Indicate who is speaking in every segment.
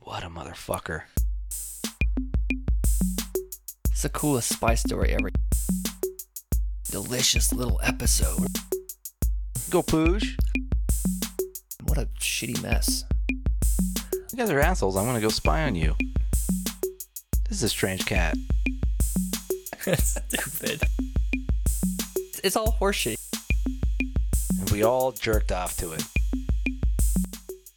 Speaker 1: What a motherfucker.
Speaker 2: It's the coolest spy story ever. Delicious little episode.
Speaker 1: Go poosh.
Speaker 2: What a shitty mess.
Speaker 1: You guys are assholes. I'm gonna go spy on you. This is a strange cat.
Speaker 2: Stupid. It's all horseshit.
Speaker 1: And we all jerked off to it.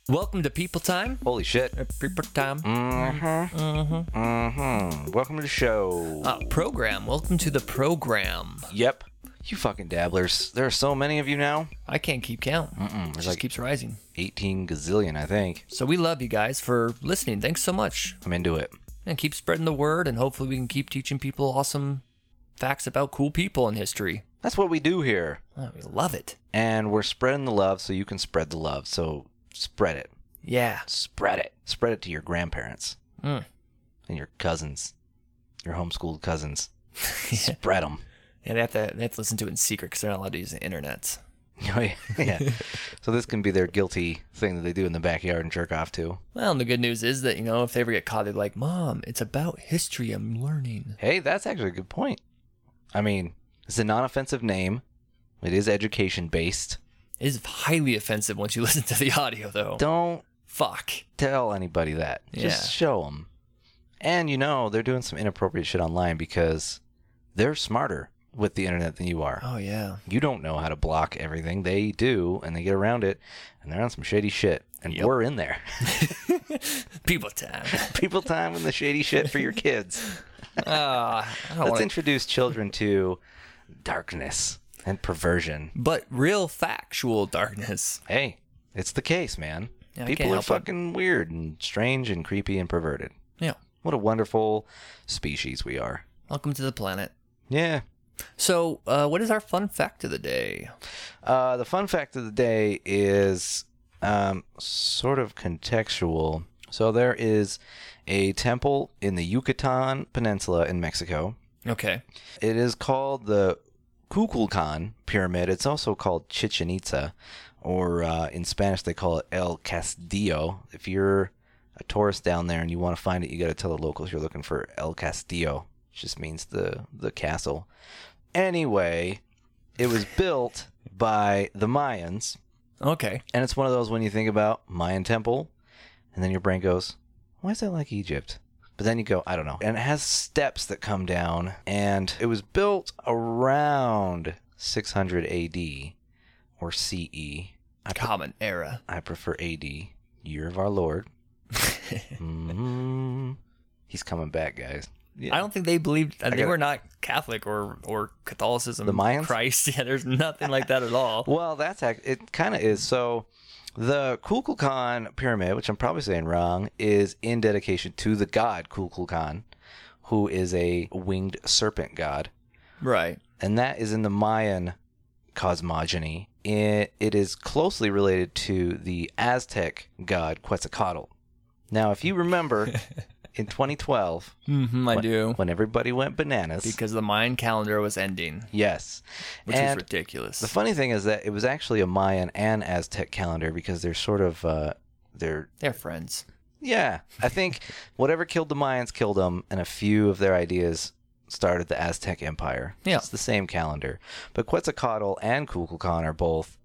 Speaker 2: Welcome to People Time. Uh,
Speaker 1: Holy shit.
Speaker 2: People Time.
Speaker 1: Mm-hmm. Mm-hmm. Mm-hmm. Welcome to the show.
Speaker 2: Uh, program. Welcome to the program.
Speaker 1: Yep. You fucking dabblers. There are so many of you now.
Speaker 2: I can't keep count.
Speaker 1: Mm-mm.
Speaker 2: It
Speaker 1: There's
Speaker 2: just
Speaker 1: like
Speaker 2: keeps rising.
Speaker 1: 18 gazillion, I think.
Speaker 2: So we love you guys for listening. Thanks so much.
Speaker 1: I'm into it.
Speaker 2: And keep spreading the word, and hopefully we can keep teaching people awesome facts about cool people in history.
Speaker 1: That's what we do here.
Speaker 2: Oh, we love it.
Speaker 1: And we're spreading the love so you can spread the love. So spread it.
Speaker 2: Yeah.
Speaker 1: Spread it. Spread it to your grandparents
Speaker 2: Mm.
Speaker 1: and your cousins, your homeschooled cousins. Spread them.
Speaker 2: And they have to, they have to listen to it in secret because they're not allowed to use the internet. Oh,
Speaker 1: yeah. So this can be their guilty thing that they do in the backyard and jerk off to.
Speaker 2: Well, and the good news is that, you know, if they ever get caught, they're like, Mom, it's about history I'm learning.
Speaker 1: Hey, that's actually a good point. I mean, it's a non offensive name, it is education based.
Speaker 2: It is highly offensive once you listen to the audio, though.
Speaker 1: Don't
Speaker 2: Fuck.
Speaker 1: tell anybody that.
Speaker 2: Yeah.
Speaker 1: Just show them. And you know, they're doing some inappropriate shit online because they're smarter with the internet than you are.
Speaker 2: Oh, yeah.
Speaker 1: You don't know how to block everything. They do, and they get around it, and they're on some shady shit. And
Speaker 2: Yep.
Speaker 1: we're in there.
Speaker 2: People time.
Speaker 1: People time and the shady shit for your kids.
Speaker 2: Ah, I don't
Speaker 1: Let's
Speaker 2: want
Speaker 1: introduce children to darkness and perversion.
Speaker 2: But real factual darkness.
Speaker 1: Hey, it's the case, man.
Speaker 2: Yeah, I can't
Speaker 1: People are
Speaker 2: help it.
Speaker 1: fucking weird and strange and creepy and perverted.
Speaker 2: Yeah.
Speaker 1: What a wonderful species we are.
Speaker 2: Welcome to the planet.
Speaker 1: Yeah.
Speaker 2: So, uh, what is our fun fact of the day?
Speaker 1: Uh, the fun fact of the day is um, sort of contextual. So there is a temple in the Yucatan Peninsula in Mexico.
Speaker 2: Okay.
Speaker 1: It is called the Kukulcan Pyramid. It's also called Chichen Itza, or uh, in Spanish they call it El Castillo. If you're a tourist down there and you want to find it, you got to tell the locals you're looking for El Castillo. It just means the the castle. Anyway, it was built by the Mayans,
Speaker 2: Okay.
Speaker 1: and it's one of those when you think about Mayan temple, and then your brain goes, why is that like Egypt? But then you go, I don't know. And it has steps that come down, and it was built around 600 AD or CE.
Speaker 2: Common era.
Speaker 1: I prefer AD, year of our Lord. Mhm. He's coming back, guys. Yeah.
Speaker 2: I don't think they believed. they
Speaker 1: gotta-
Speaker 2: were not Catholic or or Catholicism.
Speaker 1: The Mayans?
Speaker 2: Christ. Yeah, there's nothing like that at all.
Speaker 1: Well, that's ac- it. Kind of is. So, the Kukulkan pyramid, which I'm probably saying wrong, is in dedication to the god Kukulkan, who is a winged serpent god,
Speaker 2: right.
Speaker 1: and that is in the Mayan cosmogony. It, it is closely related to the Aztec god Quetzalcoatl. Now, if you remember, in 2012,
Speaker 2: Mm-hmm, I
Speaker 1: when-
Speaker 2: do.
Speaker 1: when everybody went bananas.
Speaker 2: Because the Mayan calendar was ending,
Speaker 1: yes,
Speaker 2: which
Speaker 1: and
Speaker 2: is ridiculous.
Speaker 1: the funny thing is that it was actually a Mayan and Aztec calendar because they're sort of uh, they're
Speaker 2: They're friends.
Speaker 1: yeah. I think whatever killed the Mayans killed them, and a few of their ideas started the Aztec Empire.
Speaker 2: Yeah.
Speaker 1: it's the same calendar, but Quetzalcoatl and Kukulkan are both,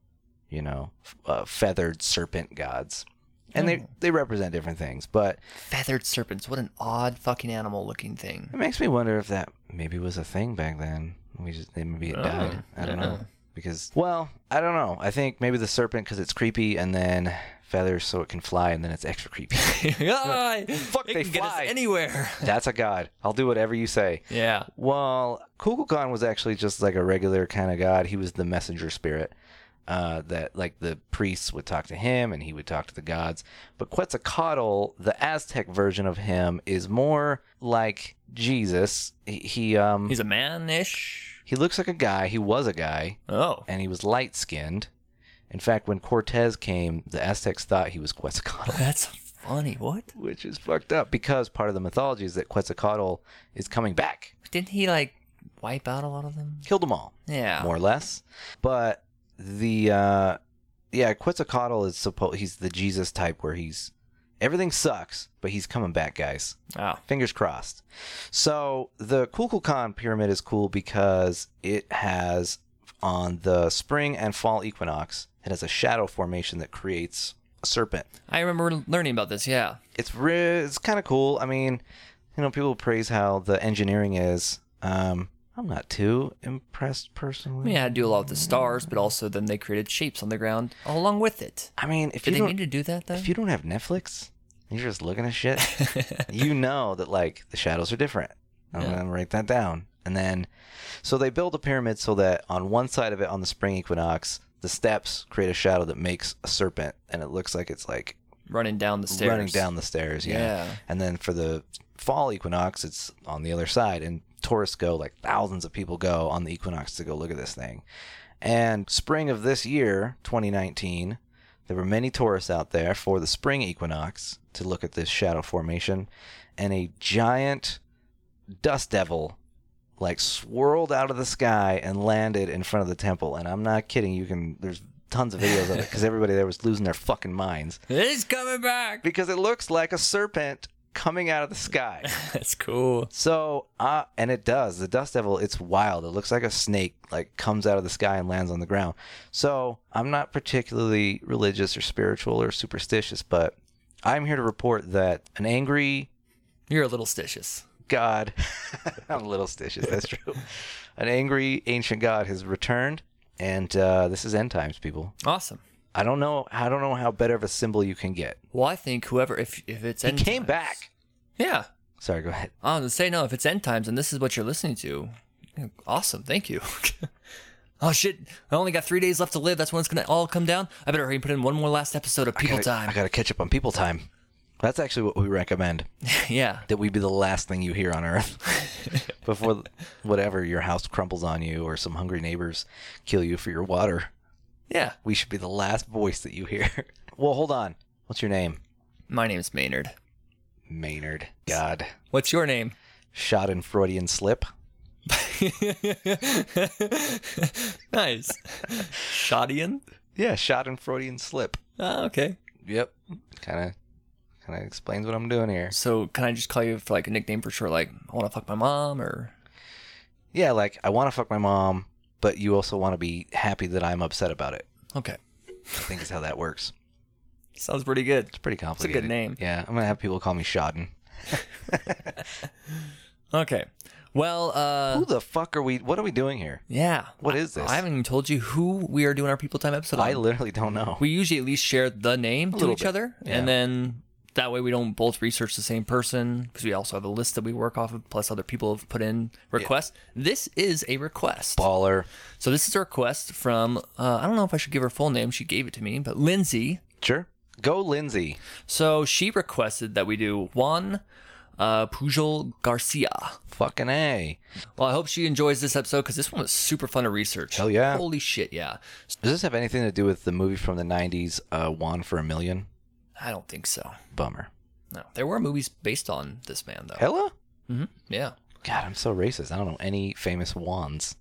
Speaker 1: you know, f- uh, feathered serpent gods, and they they represent different things. But
Speaker 2: Feathered serpents. What an odd fucking animal looking thing.
Speaker 1: it makes me wonder if that maybe was a thing back then. We just they- maybe it
Speaker 2: Oh,
Speaker 1: died. I don't know.
Speaker 2: yeah.
Speaker 1: because well i don't know i think maybe the serpent because it's creepy and then feathers so it can fly and then it's extra creepy
Speaker 2: Ah,
Speaker 1: Fuck,
Speaker 2: it
Speaker 1: they
Speaker 2: can get us
Speaker 1: fly.
Speaker 2: anywhere.
Speaker 1: that's a god i'll do whatever you say
Speaker 2: Yeah.
Speaker 1: well kukulkan was actually just like a regular kind of god he was the messenger spirit uh, that like the priests would talk to him and he would talk to the gods but quetzalcoatl the aztec version of him is more like jesus he, he um
Speaker 2: He's a man-ish.
Speaker 1: he looks like a guy he was a guy
Speaker 2: Oh.
Speaker 1: and he was light skinned. In fact, when Cortez came, the Aztecs thought he was Quetzalcoatl,
Speaker 2: That's funny. What?
Speaker 1: which is fucked up because part of the mythology is that Quetzalcoatl is coming back.
Speaker 2: Didn't he like wipe out a lot of them?
Speaker 1: Killed them all,
Speaker 2: Yeah.
Speaker 1: more or less. But the uh, yeah, Quetzalcoatl is supposed he's the Jesus type where he's Everything sucks, but he's coming back, guys.
Speaker 2: Ah,
Speaker 1: Fingers crossed. So the Kukulkan pyramid is cool because it has on the spring and fall equinox, it has a shadow formation that creates a serpent.
Speaker 2: I remember learning about this. Yeah,
Speaker 1: It's re- it's kind of cool. I mean, you know, people praise how the engineering is. Um, I'm not too impressed
Speaker 2: I
Speaker 1: personally.
Speaker 2: mean, it had to do a lot with the stars, but also then they created shapes on the ground along with it.
Speaker 1: I mean, if you
Speaker 2: Did they
Speaker 1: don't,
Speaker 2: need to do that though?
Speaker 1: if you don't have Netflix, and you're just looking at shit. you know that like the shadows are different. I'm
Speaker 2: Yeah.
Speaker 1: gonna write that down. And then, so they build a pyramid so that on one side of it, on the spring equinox, the steps create a shadow that makes a serpent, and it looks like it's like
Speaker 2: Running down the stairs.
Speaker 1: running down the stairs. Yeah.
Speaker 2: Yeah.
Speaker 1: And then for the fall equinox, it's on the other side, and tourists go like thousands of people go on the equinox to go look at this thing. And spring of this year, 2019, there were many tourists out there for the spring equinox to look at this shadow formation, and a giant dust devil like swirled out of the sky and landed in front of the temple. And I'm not kidding. You can there's tons of videos of it because everybody there was losing their fucking minds
Speaker 2: It's coming back.
Speaker 1: because it looks like a serpent coming out of the sky.
Speaker 2: That's cool.
Speaker 1: So, uh, and it does. The dust devil, it's wild. It looks like a snake, like comes out of the sky and lands on the ground. So, I'm not particularly religious or spiritual or superstitious, but I'm here to report that an angry
Speaker 2: You're a little stitious.
Speaker 1: god, I'm a little stitious, that's true. An angry ancient god has returned, and uh, this is end times, people.
Speaker 2: Awesome.
Speaker 1: I don't know. I don't know how better of a symbol you can get.
Speaker 2: Well, I think whoever, if if it's
Speaker 1: He
Speaker 2: end
Speaker 1: came
Speaker 2: times-
Speaker 1: back.
Speaker 2: yeah.
Speaker 1: Sorry, go ahead.
Speaker 2: I was gonna say no. If it's end times and this is what you're listening to, awesome. Thank you. oh shit! I only got three days left to live. That's when it's gonna all come down. I better hurry and put in one more last episode of People
Speaker 1: gotta- I
Speaker 2: Time.
Speaker 1: gotta catch up on people time. That's actually what we recommend.
Speaker 2: yeah.
Speaker 1: That we be the last thing you hear on Earth before whatever your house crumbles on you or some hungry neighbors kill you for your water.
Speaker 2: Yeah.
Speaker 1: We should be the last voice that you hear. well, hold on. What's your name?
Speaker 2: My name's Maynard.
Speaker 1: Maynard. God.
Speaker 2: What's your name?
Speaker 1: Shot in Freudian slip.
Speaker 2: nice. Shadian?
Speaker 1: Yeah, shot in Freudian slip.
Speaker 2: Ah, okay.
Speaker 1: Yep. Kind of, kind of explains what I'm doing here.
Speaker 2: So can I just call you for like a nickname for sure? Like I want to fuck my mom or
Speaker 1: Yeah, like I want to fuck my mom, but you also want to be happy that I'm upset about it.
Speaker 2: okay.
Speaker 1: I think is how that works.
Speaker 2: Sounds pretty good.
Speaker 1: It's pretty complicated.
Speaker 2: name.
Speaker 1: Yeah, I'm gonna have people call me Shodden.
Speaker 2: Okay. Well, uh,
Speaker 1: Who the fuck are we? What are we doing here?
Speaker 2: yeah.
Speaker 1: What is this?
Speaker 2: I haven't even told you who we are doing our people time episode.
Speaker 1: I
Speaker 2: on.
Speaker 1: literally don't know.
Speaker 2: we usually at least share the name to
Speaker 1: little
Speaker 2: each
Speaker 1: bit,
Speaker 2: other,
Speaker 1: yeah.
Speaker 2: and then that way we don't both research the same person because we also have a list that we work off of. Plus, other people have put in requests. This is a request.
Speaker 1: Baller.
Speaker 2: So this is a request from uh, I don't know if I should give her full name. She gave it to me, but Lindsay.
Speaker 1: Sure. Go Lindsay.
Speaker 2: So she requested that we do Juan uh, Pujol Garcia.
Speaker 1: Fucking a.
Speaker 2: Well, I hope she enjoys this episode because this one was super fun to research.
Speaker 1: Hell yeah.
Speaker 2: Holy shit, yeah.
Speaker 1: Does this have anything to do with the movie from the '90s, uh, One for a Million?
Speaker 2: I don't think so.
Speaker 1: Bummer.
Speaker 2: No, there were movies based on this man though.
Speaker 1: Hella.
Speaker 2: hmm Yeah.
Speaker 1: God, I'm so racist. I don't know any famous Wands.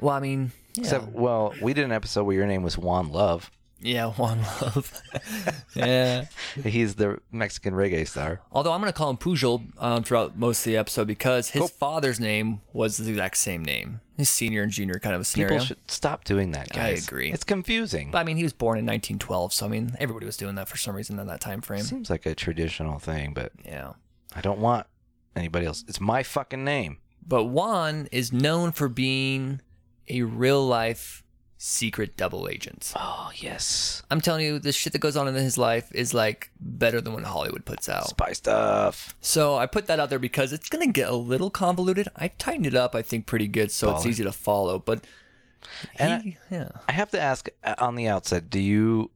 Speaker 2: Well, I mean, yeah,
Speaker 1: Except, well, we did an episode where your name was Juan Love.
Speaker 2: yeah Juan Love. yeah.
Speaker 1: He's the Mexican reggae star.
Speaker 2: Although I'm going to call him Pujol um, throughout most of the episode because his father's name was the exact same name. His senior and junior kind of a scenario.
Speaker 1: People should stop doing that,
Speaker 2: I
Speaker 1: guys.
Speaker 2: agree.
Speaker 1: It's confusing.
Speaker 2: But I mean, he was born in 1912, so I mean, everybody was doing that for some reason in that time frame.
Speaker 1: Seems like a traditional thing, but
Speaker 2: Yeah.
Speaker 1: I don't want anybody else. It's my fucking name.
Speaker 2: But Juan is known for being a real life secret double agent.
Speaker 1: Oh, yes.
Speaker 2: I'm telling you, the shit that goes on in his life is like better than what Hollywood puts out.
Speaker 1: Spy stuff.
Speaker 2: So I put that out there because it's going to get a little convoluted. I tightened it up, I think, pretty good, so it's
Speaker 1: Baller.
Speaker 2: easy to follow. But he,
Speaker 1: And
Speaker 2: yeah.
Speaker 1: I have to ask uh, on the outset, do you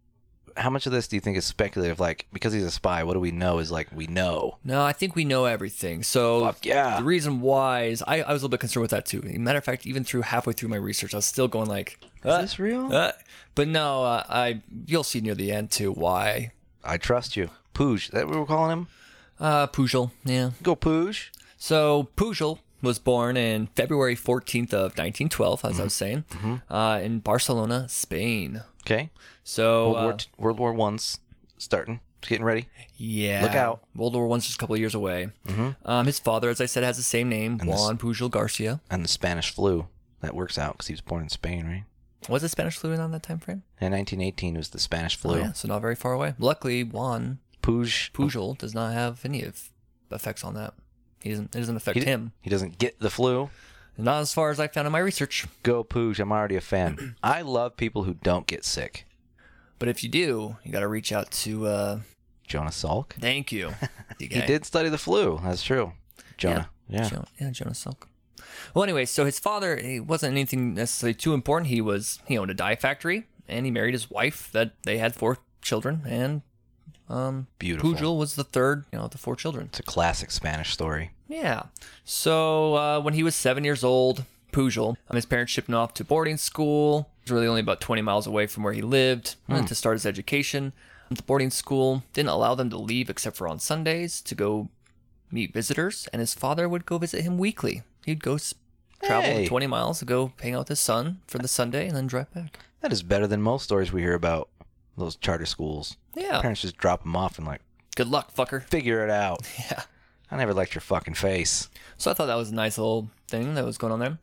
Speaker 1: how much of this do you think is speculative? Like because he's a spy, what do we know is like we know.
Speaker 2: No, I think we know everything. So
Speaker 1: Fuck yeah.
Speaker 2: the reason why is I, I was a little bit concerned with that too. Matter of fact, even through halfway through my research, I was still going like,
Speaker 1: Is
Speaker 2: uh,
Speaker 1: this real?
Speaker 2: uh. but no, uh, I you'll see near the end too why.
Speaker 1: I trust you. Pooj, is that what we're calling him?
Speaker 2: Uh, Pujol, yeah.
Speaker 1: Go Pooj.
Speaker 2: So Pujol was born in February 14th of 1912,
Speaker 1: Mm-hmm.
Speaker 2: as I was saying, uh, in Barcelona, Spain.
Speaker 1: Okay.
Speaker 2: So
Speaker 1: World War
Speaker 2: uh,
Speaker 1: World War One's starting. It's getting ready.
Speaker 2: Yeah.
Speaker 1: Look out. Mm-hmm.
Speaker 2: World War One's just a couple of years away. Um, his father, as I said, has the same name,
Speaker 1: And this-
Speaker 2: Juan Pujol Garcia.
Speaker 1: And the Spanish flu. That works out because he was born in Spain, right?
Speaker 2: Was it Spanish flu around that time frame?
Speaker 1: In 1918, it was the Spanish flu.
Speaker 2: Oh, yeah, so not very far away. Luckily, Juan
Speaker 1: Puj.
Speaker 2: Pujol does not have any of effects on that. He doesn't. It doesn't affect
Speaker 1: He,
Speaker 2: him.
Speaker 1: he doesn't get the flu.
Speaker 2: Not as far as I found in my research.
Speaker 1: Go Puj. I'm already a fan. I love people who don't get sick.
Speaker 2: But if you do, you got to reach out to. uh
Speaker 1: Jonas Salk.
Speaker 2: Thank you.
Speaker 1: He
Speaker 2: You guy.
Speaker 1: did study the flu. That's true. Jonah. Yeah.
Speaker 2: Jon- yeah, Jonas Salk. Well, anyway, so his father he wasn't anything necessarily too important. He was he owned a dye factory, and he married his wife. That they had four children, and um,
Speaker 1: Beautiful.
Speaker 2: Pujol was the third, you know, of the four children.
Speaker 1: It's a classic Spanish story.
Speaker 2: Yeah. So uh, when he was seven years old, Pujol, um, his parents shipped him off to boarding school. It was really only about 20 miles away from where he lived uh, to start his education. The boarding school didn't allow them to leave except for on Sundays to go meet visitors, and his father would go visit him weekly. He'd go s- travel
Speaker 1: Hey.
Speaker 2: 20 miles to go hang out with his son for the Sunday and then drive back.
Speaker 1: That is better than most stories we hear about those charter schools.
Speaker 2: Yeah.
Speaker 1: Parents just drop them off and like
Speaker 2: Good luck, fucker.
Speaker 1: figure it out.
Speaker 2: Yeah.
Speaker 1: I never liked your fucking face.
Speaker 2: So I thought that was a nice little thing that was going on there.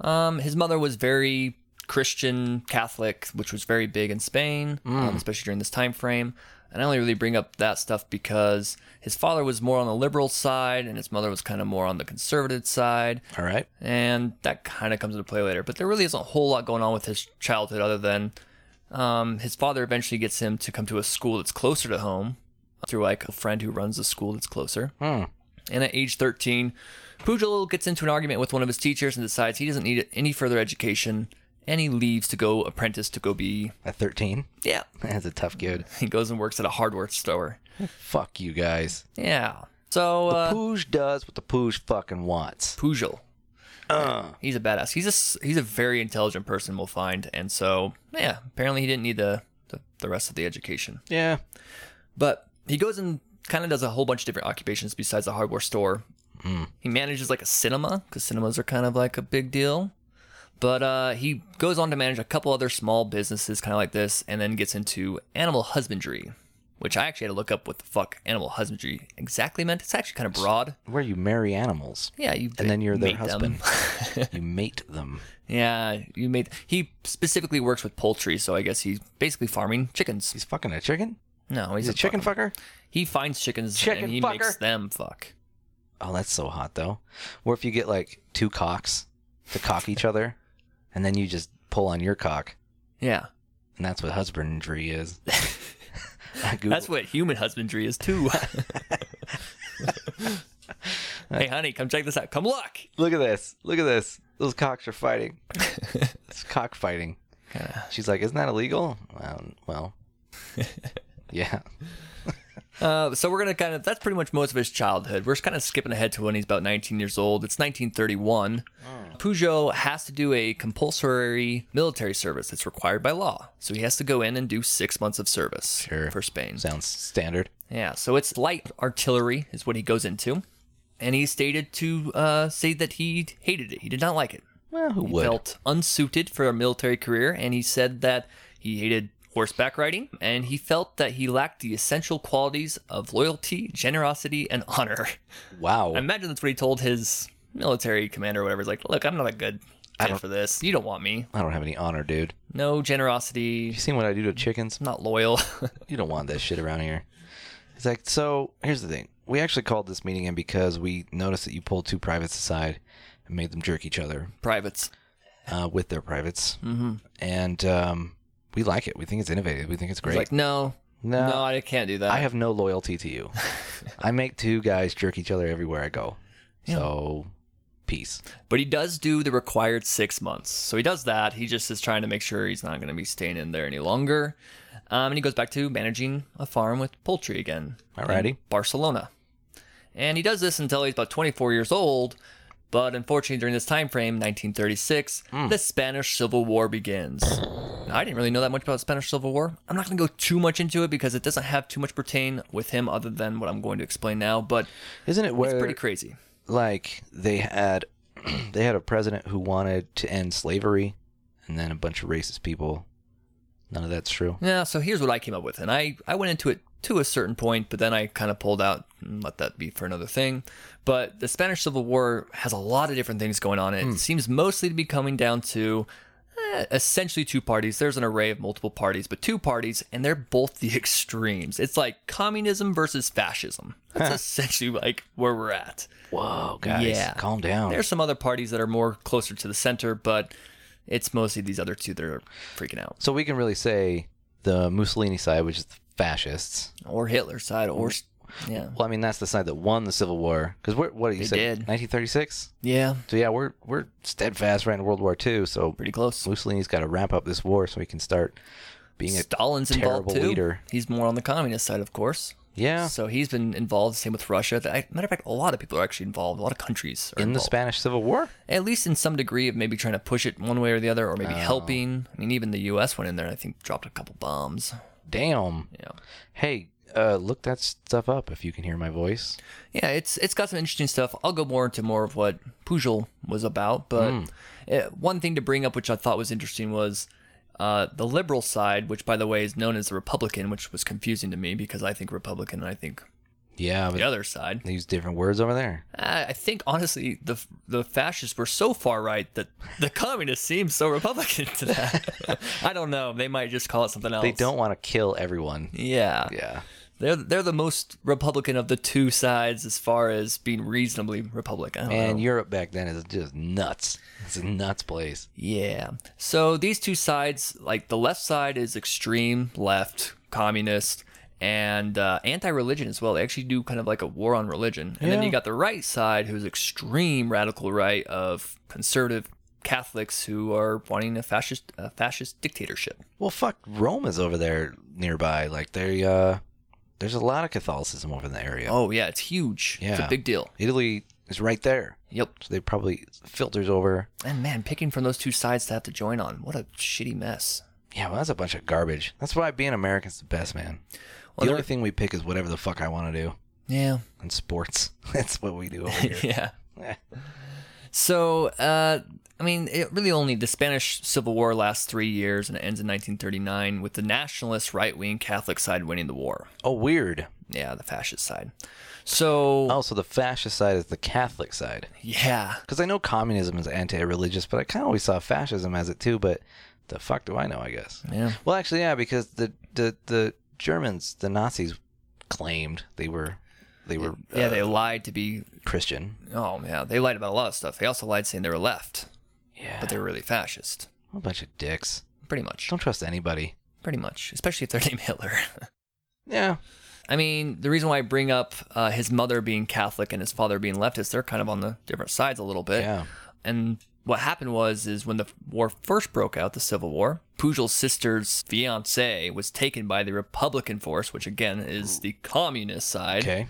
Speaker 2: Um, his mother was very Christian Catholic, which was very big in Spain, um, especially during this time frame. And I only really bring up that stuff because his father was more on the liberal side, and his mother was kind of more on the conservative side,
Speaker 1: All right.
Speaker 2: and that kind of comes into play later. But there really isn't a whole lot going on with his childhood other than um, his father eventually gets him to come to a school that's closer to home through like a friend who runs a school that's closer.
Speaker 1: Hmm.
Speaker 2: And at age 13, Pujol gets into an argument with one of his teachers and decides he doesn't need any further education, and he leaves to go apprentice to go be.
Speaker 1: At 13,
Speaker 2: Yeah.
Speaker 1: that's a tough kid.
Speaker 2: He goes and works at a hardware store.
Speaker 1: Fuck you guys.
Speaker 2: Yeah. So,
Speaker 1: The
Speaker 2: uh,
Speaker 1: Pooj does what the Pooj fucking wants.
Speaker 2: Pujol.
Speaker 1: Uh,
Speaker 2: He's a badass. He's a, s- he's a very intelligent person, we'll find. And so, yeah, apparently he didn't need the, the, the rest of the education.
Speaker 1: yeah.
Speaker 2: But he goes and kind of does a whole bunch of different occupations besides the hardware store.
Speaker 1: Hmm.
Speaker 2: He manages like a cinema because cinemas are kind of like a big deal. But uh, he goes on to manage a couple other small businesses, kind of like this, and then gets into animal husbandry, which I actually had to look up what the fuck animal husbandry exactly meant. It's actually kind of broad.
Speaker 1: Where you marry animals,
Speaker 2: Yeah, you
Speaker 1: And then you're their
Speaker 2: mate them.
Speaker 1: you mate them.
Speaker 2: yeah, you made. He specifically works with poultry, so I guess he's basically farming chickens.
Speaker 1: He's fucking a chicken?
Speaker 2: No, Oh, he's,
Speaker 1: He's a chicken
Speaker 2: fuck.
Speaker 1: fucker?
Speaker 2: He finds chickens
Speaker 1: Chicken
Speaker 2: and he makes
Speaker 1: fucker.
Speaker 2: them fuck.
Speaker 1: Oh, that's so hot though. Or if you get like two cocks to cock each other, and then you just pull on your cock,
Speaker 2: Yeah.
Speaker 1: and that's what husbandry is. I Googled-
Speaker 2: That's what human husbandry is too. hey, honey, come check this out. Come look.
Speaker 1: Look at this. Look at this. Those cocks are fighting. it's cockfighting. She's like, isn't that illegal? Um, well, yeah.
Speaker 2: Uh, so we're gonna kind of that's pretty much most of his childhood. We're just kind of skipping ahead to when he's about 19 years old. It's 1931.
Speaker 1: Oh.
Speaker 2: Peugeot has to do a compulsory military service. It's required by law, so he has to go in and do six months of service
Speaker 1: Sure.
Speaker 2: for Spain.
Speaker 1: Sounds standard.
Speaker 2: Yeah, so it's light artillery is what he goes into, and he stated to uh, say that he hated it. He did not like it.
Speaker 1: Well, who
Speaker 2: He
Speaker 1: would?
Speaker 2: felt unsuited for a military career, and he said that he hated horseback riding, and he felt that he lacked the essential qualities of loyalty, generosity, and honor.
Speaker 1: wow.
Speaker 2: I imagine that's what he told his military commander or whatever. He's like, look, I'm not a good fit for this. You don't want me.
Speaker 1: I don't have any honor, dude.
Speaker 2: No generosity.
Speaker 1: You seen what I do to chickens?
Speaker 2: I'm not loyal.
Speaker 1: You don't want that shit around here. He's like, so here's the thing. We actually called this meeting in because we noticed that you pulled two privates aside and made them jerk each other
Speaker 2: Privates.
Speaker 1: uh, with their privates. Mm-hmm. And um, we like it. We think it's innovative. We think it's
Speaker 2: He's
Speaker 1: great.
Speaker 2: like, no,
Speaker 1: no,
Speaker 2: no, I can't do that.
Speaker 1: I have no loyalty to you. I make two guys jerk each other everywhere I go. So, peace.
Speaker 2: But he does do the required six months. So he does that. He just is trying to make sure he's not going to be staying in there any longer. Um, and he goes back to managing a farm with poultry again.
Speaker 1: Alrighty.
Speaker 2: in Barcelona. And he does this until he's about 24 years old. But unfortunately, during this time frame, 1936,
Speaker 1: Hmm.
Speaker 2: the Spanish Civil War begins. Now, I didn't really know that much about the Spanish Civil War. I'm not going to go too much into it because it doesn't have too much pertain with him other than what I'm going to explain now. But
Speaker 1: Isn't it
Speaker 2: it's
Speaker 1: where
Speaker 2: pretty crazy.
Speaker 1: like they had they had a president who wanted to end slavery, and then a bunch of racist people. None of that's true.
Speaker 2: Yeah, so here's what I came up with, and I, I went into it to a certain point, but then I kind of pulled out and let that be for another thing. But the Spanish Civil War has a lot of different things going on. in It It seems mostly to be coming down to eh, essentially two parties. There's an array of multiple parties, but two parties, and they're both the extremes. It's like communism versus fascism. That's essentially like where we're at.
Speaker 1: Whoa, guys,
Speaker 2: Yeah.
Speaker 1: calm down.
Speaker 2: There's some other parties that are more closer to the center, but it's mostly these other two that are freaking out.
Speaker 1: so we can really say the Mussolini side, which is the fascists.
Speaker 2: Or Hitler's side, or yeah,
Speaker 1: Well, I mean, that's the side that won the Civil War. Because what do you
Speaker 2: They
Speaker 1: say?
Speaker 2: did.
Speaker 1: 1936.
Speaker 2: yeah,
Speaker 1: So yeah, we're we're steadfast right in World War II. So
Speaker 2: pretty close.
Speaker 1: Mussolini's got to wrap up this war so he can start being a
Speaker 2: Stalin's
Speaker 1: terrible
Speaker 2: involved too.
Speaker 1: leader.
Speaker 2: He's more on the communist side, of course.
Speaker 1: yeah.
Speaker 2: So he's been involved. Same with Russia. Th- I- Matter of fact, a lot of people are actually involved. A lot of countries are
Speaker 1: in the
Speaker 2: involved.
Speaker 1: Spanish Civil War.
Speaker 2: At least in some degree of maybe trying to push it one way or the other, or maybe
Speaker 1: Oh.
Speaker 2: helping. I mean, even the U.S. went in there and I think dropped a couple bombs.
Speaker 1: Damn.
Speaker 2: Yeah.
Speaker 1: Hey, uh, look that stuff up if you can hear my voice.
Speaker 2: Yeah, it's it's got some interesting stuff. I'll go more into more of what Pujol was about, but
Speaker 1: Hmm.
Speaker 2: uh one thing to bring up, which I thought was interesting, was uh, the liberal side, which by the way is known as the Republican, which was confusing to me because I think Republican and I think
Speaker 1: Yeah, but
Speaker 2: the other side. Uh,
Speaker 1: they use different words over there.
Speaker 2: I I think honestly, the the fascists were so far right that the communists seem so Republican to that. I don't know. They might just call it something else.
Speaker 1: They don't want to kill everyone.
Speaker 2: Yeah.
Speaker 1: Yeah.
Speaker 2: they're they're the most Republican of the two sides as far as being reasonably Republican. I don't know.
Speaker 1: And Europe back then is just nuts. It's a nuts place.
Speaker 2: Yeah. So these two sides, like the left side is extreme left, communist, and uh, anti religion as well. They actually do kind of like a war on religion. And then
Speaker 1: Yeah.
Speaker 2: you got the right side, who's extreme radical right of conservative Catholics who are wanting a fascist, a fascist dictatorship.
Speaker 1: Well, fuck, Rome is over there nearby. Like they, uh, there's a lot of Catholicism over in the area.
Speaker 2: Oh, yeah. It's huge. It's
Speaker 1: Yeah.
Speaker 2: a big deal.
Speaker 1: Italy is right there,
Speaker 2: Yep.
Speaker 1: so they probably filters over.
Speaker 2: And man, picking from those two sides to have to join on, what a shitty mess.
Speaker 1: Yeah, well, that's a bunch of garbage. That's why being American's the best, man. the only thing we pick is whatever the fuck I want to do
Speaker 2: Yeah.
Speaker 1: in sports. that's what we do over here. Eh.
Speaker 2: yeah. So, uh, I mean, it really only the Spanish Civil War lasts three years and it ends in 1939 with the nationalist right wing Catholic side winning the war.
Speaker 1: oh, weird.
Speaker 2: Yeah, the fascist side. So,
Speaker 1: Also, the fascist side is the Catholic side.
Speaker 2: yeah.
Speaker 1: Because I know communism is anti-religious, but I kind of always saw fascism as it too. But the fuck do I know? I guess.
Speaker 2: Yeah.
Speaker 1: Well, actually, yeah, because the the the Germans, the Nazis, claimed they were they were
Speaker 2: Yeah,
Speaker 1: uh,
Speaker 2: they lied to be.
Speaker 1: Christian.
Speaker 2: Oh, yeah. They lied about a lot of stuff. They also lied saying they were left,
Speaker 1: Yeah,
Speaker 2: but they were really fascist.
Speaker 1: a bunch of dicks.
Speaker 2: Pretty much.
Speaker 1: Don't trust anybody.
Speaker 2: Pretty much. Especially if they're named Hitler.
Speaker 1: Yeah.
Speaker 2: I mean, the reason why I bring up uh, his mother being Catholic and his father being leftist, they're kind of on the different sides a little bit.
Speaker 1: Yeah.
Speaker 2: And what happened was, is when the war first broke out, the Civil War, Pujol's sister's fiance was taken by the Republican force, which again is the communist side.
Speaker 1: Okay.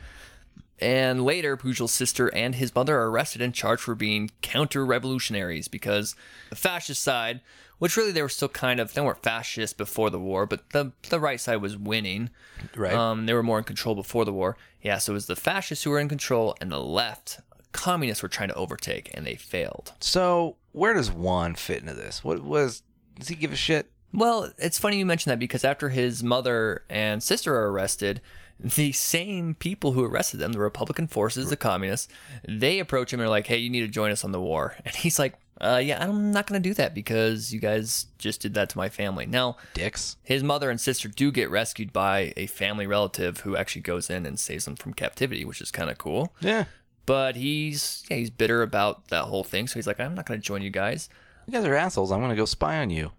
Speaker 2: And later, Pujol's sister and his mother are arrested and charged for being counter-revolutionaries because the fascist side, which really they were still kind of, they weren't fascist before the war, but the, the right side was winning.
Speaker 1: Right.
Speaker 2: Um, they were more in control before the war. Yeah, so it was the fascists who were in control and the left communists were trying to overtake and they failed.
Speaker 1: so where does Juan fit into this? What was does he give a shit?
Speaker 2: Well, it's funny you mention that because after his mother and sister are arrested, the same people who arrested them, the Republican forces, the communists, they approach him and are like, "Hey, you need to join us on the war." And he's like, uh, "Yeah, I'm not going to do that because you guys just did that to my family." Now,
Speaker 1: Dicks.
Speaker 2: his mother and sister do get rescued by a family relative who actually goes in and saves them from captivity, which is kind of cool.
Speaker 1: Yeah.
Speaker 2: But he's yeah, he's bitter about that whole thing, so he's like, "I'm not going to join you guys."
Speaker 1: You guys are assholes. I'm gonna go spy on you.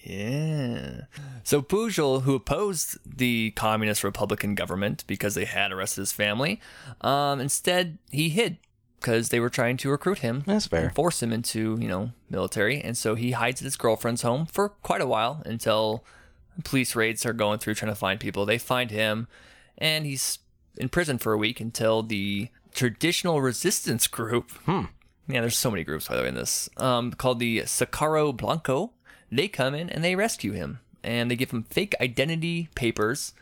Speaker 2: Yeah. So Pujol, who opposed the communist Republican government because they had arrested his family, um, instead he hid because they were trying to recruit him
Speaker 1: That's fair.
Speaker 2: and force him into, you know, military. And so he hides at his girlfriend's home for quite a while until police raids are going through trying to find people. They find him and he's in prison for a week until the traditional resistance group. Yeah, there's so many groups, by the way, in this, um, called the Sacaro Blanco. They come in and they rescue him and they give him fake identity papers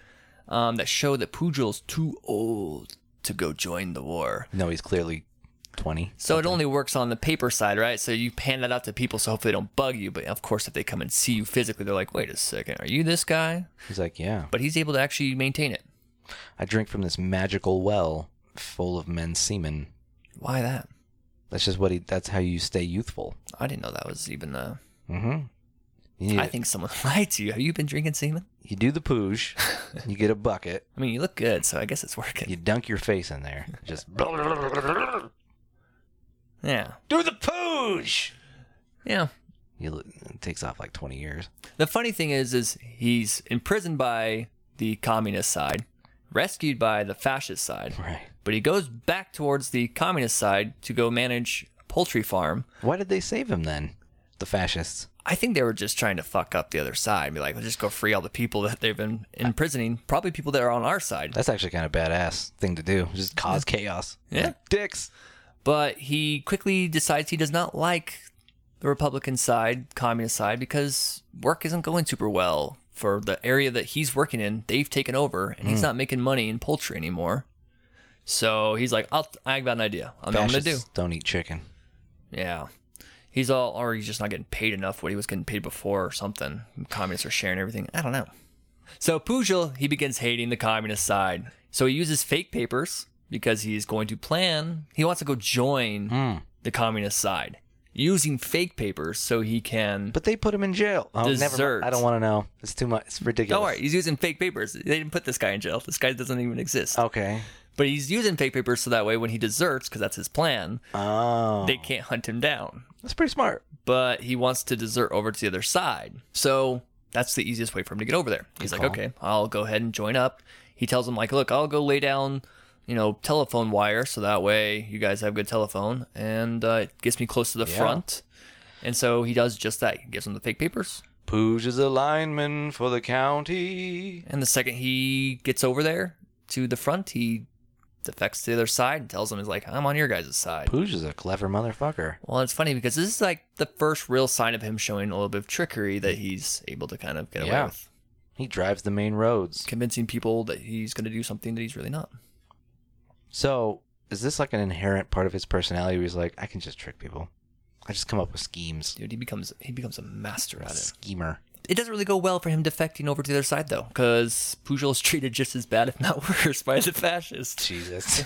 Speaker 2: um, that show that Pujol's too old to go join the war.
Speaker 1: No, he's clearly twenty.
Speaker 2: So it only works on the paper side, right? So you hand that out to people, so hopefully they don't bug you. But of course, if they come and see you physically, they're like, "Wait a second, are you this guy?"
Speaker 1: He's like, yeah,
Speaker 2: But he's able to actually maintain it.
Speaker 1: I drink from this magical well full of men's semen.
Speaker 2: Why that?
Speaker 1: That's just what he. That's how you stay youthful.
Speaker 2: I didn't know that was even. Uh,
Speaker 1: Mm-hmm. You,
Speaker 2: I think someone lied to you. Have you been drinking semen?
Speaker 1: you do the poosh. you get a bucket.
Speaker 2: I mean, you look good, so I guess it's working.
Speaker 1: You dunk your face in there. Just
Speaker 2: Yeah,
Speaker 1: do the poosh.
Speaker 2: yeah.
Speaker 1: You, look- it takes off like twenty years.
Speaker 2: The funny thing is, is he's imprisoned by the communist side, rescued by the fascist side,
Speaker 1: Right.
Speaker 2: but he goes back towards the communist side to go manage poultry farm.
Speaker 1: Why did they save him then? The fascists.
Speaker 2: I think they were just trying to fuck up the other side, be like, let's just go free all the people that they've been imprisoning, probably people that are on our side.
Speaker 1: That's actually kind of badass thing to do. Just cause chaos.
Speaker 2: Yeah.
Speaker 1: Like, dicks.
Speaker 2: But he quickly decides he does not like the Republican side, communist side, because work isn't going super well for the area that he's working in. They've taken over, and he's not making money in poultry anymore. So he's like, I'll, I got an idea. I know what I'm going to do.
Speaker 1: Fascists Don't eat chicken.
Speaker 2: Yeah. He's all, or he's just not getting paid enough what he was getting paid before or something. Communists are sharing everything. I don't know. So Pujol, he begins hating the communist side. So he uses fake papers because he's going to plan. He wants to go join
Speaker 1: Hmm.
Speaker 2: the communist side using fake papers so he can.
Speaker 1: But they put him in jail. Oh, never
Speaker 2: Dessert.
Speaker 1: mind. I don't want to know. It's too much. It's ridiculous.
Speaker 2: Don't worry, he's using fake papers. They didn't put this guy in jail. This guy doesn't even exist.
Speaker 1: Okay.
Speaker 2: But he's using fake papers so that way when he deserts, because that's his plan,
Speaker 1: Oh.
Speaker 2: they can't hunt him down.
Speaker 1: That's pretty smart.
Speaker 2: but he wants to desert over to the other side. So that's the easiest way for him to get over there. He's like,
Speaker 1: call.
Speaker 2: okay, I'll go ahead and join up. He tells him like, look, I'll go lay down, you know, telephone wire, so that way you guys have good telephone, and uh, it gets me close to the
Speaker 1: Yeah.
Speaker 2: front. And so he does just that. He gives him the fake papers,
Speaker 1: Pooj is a lineman for the county.
Speaker 2: and the second he gets over there to the front, he defects to the other side and tells him he's like, I'm on your guys' side.
Speaker 1: Pooj is a clever motherfucker.
Speaker 2: Well, it's funny because this is like the first real sign of him showing a little bit of trickery that he's able to kind of get away
Speaker 1: Yeah.
Speaker 2: with.
Speaker 1: He drives the main roads.
Speaker 2: convincing people that he's going to do something that he's really not.
Speaker 1: So, is this like an inherent part of his personality where he's like, I can just trick people? I just come up with schemes.
Speaker 2: Dude, he becomes he becomes a master at it.
Speaker 1: Schemer.
Speaker 2: It doesn't really go well for him defecting over to the other side though, because Pujol is treated just as bad, if not worse, by the fascists.
Speaker 1: Jesus.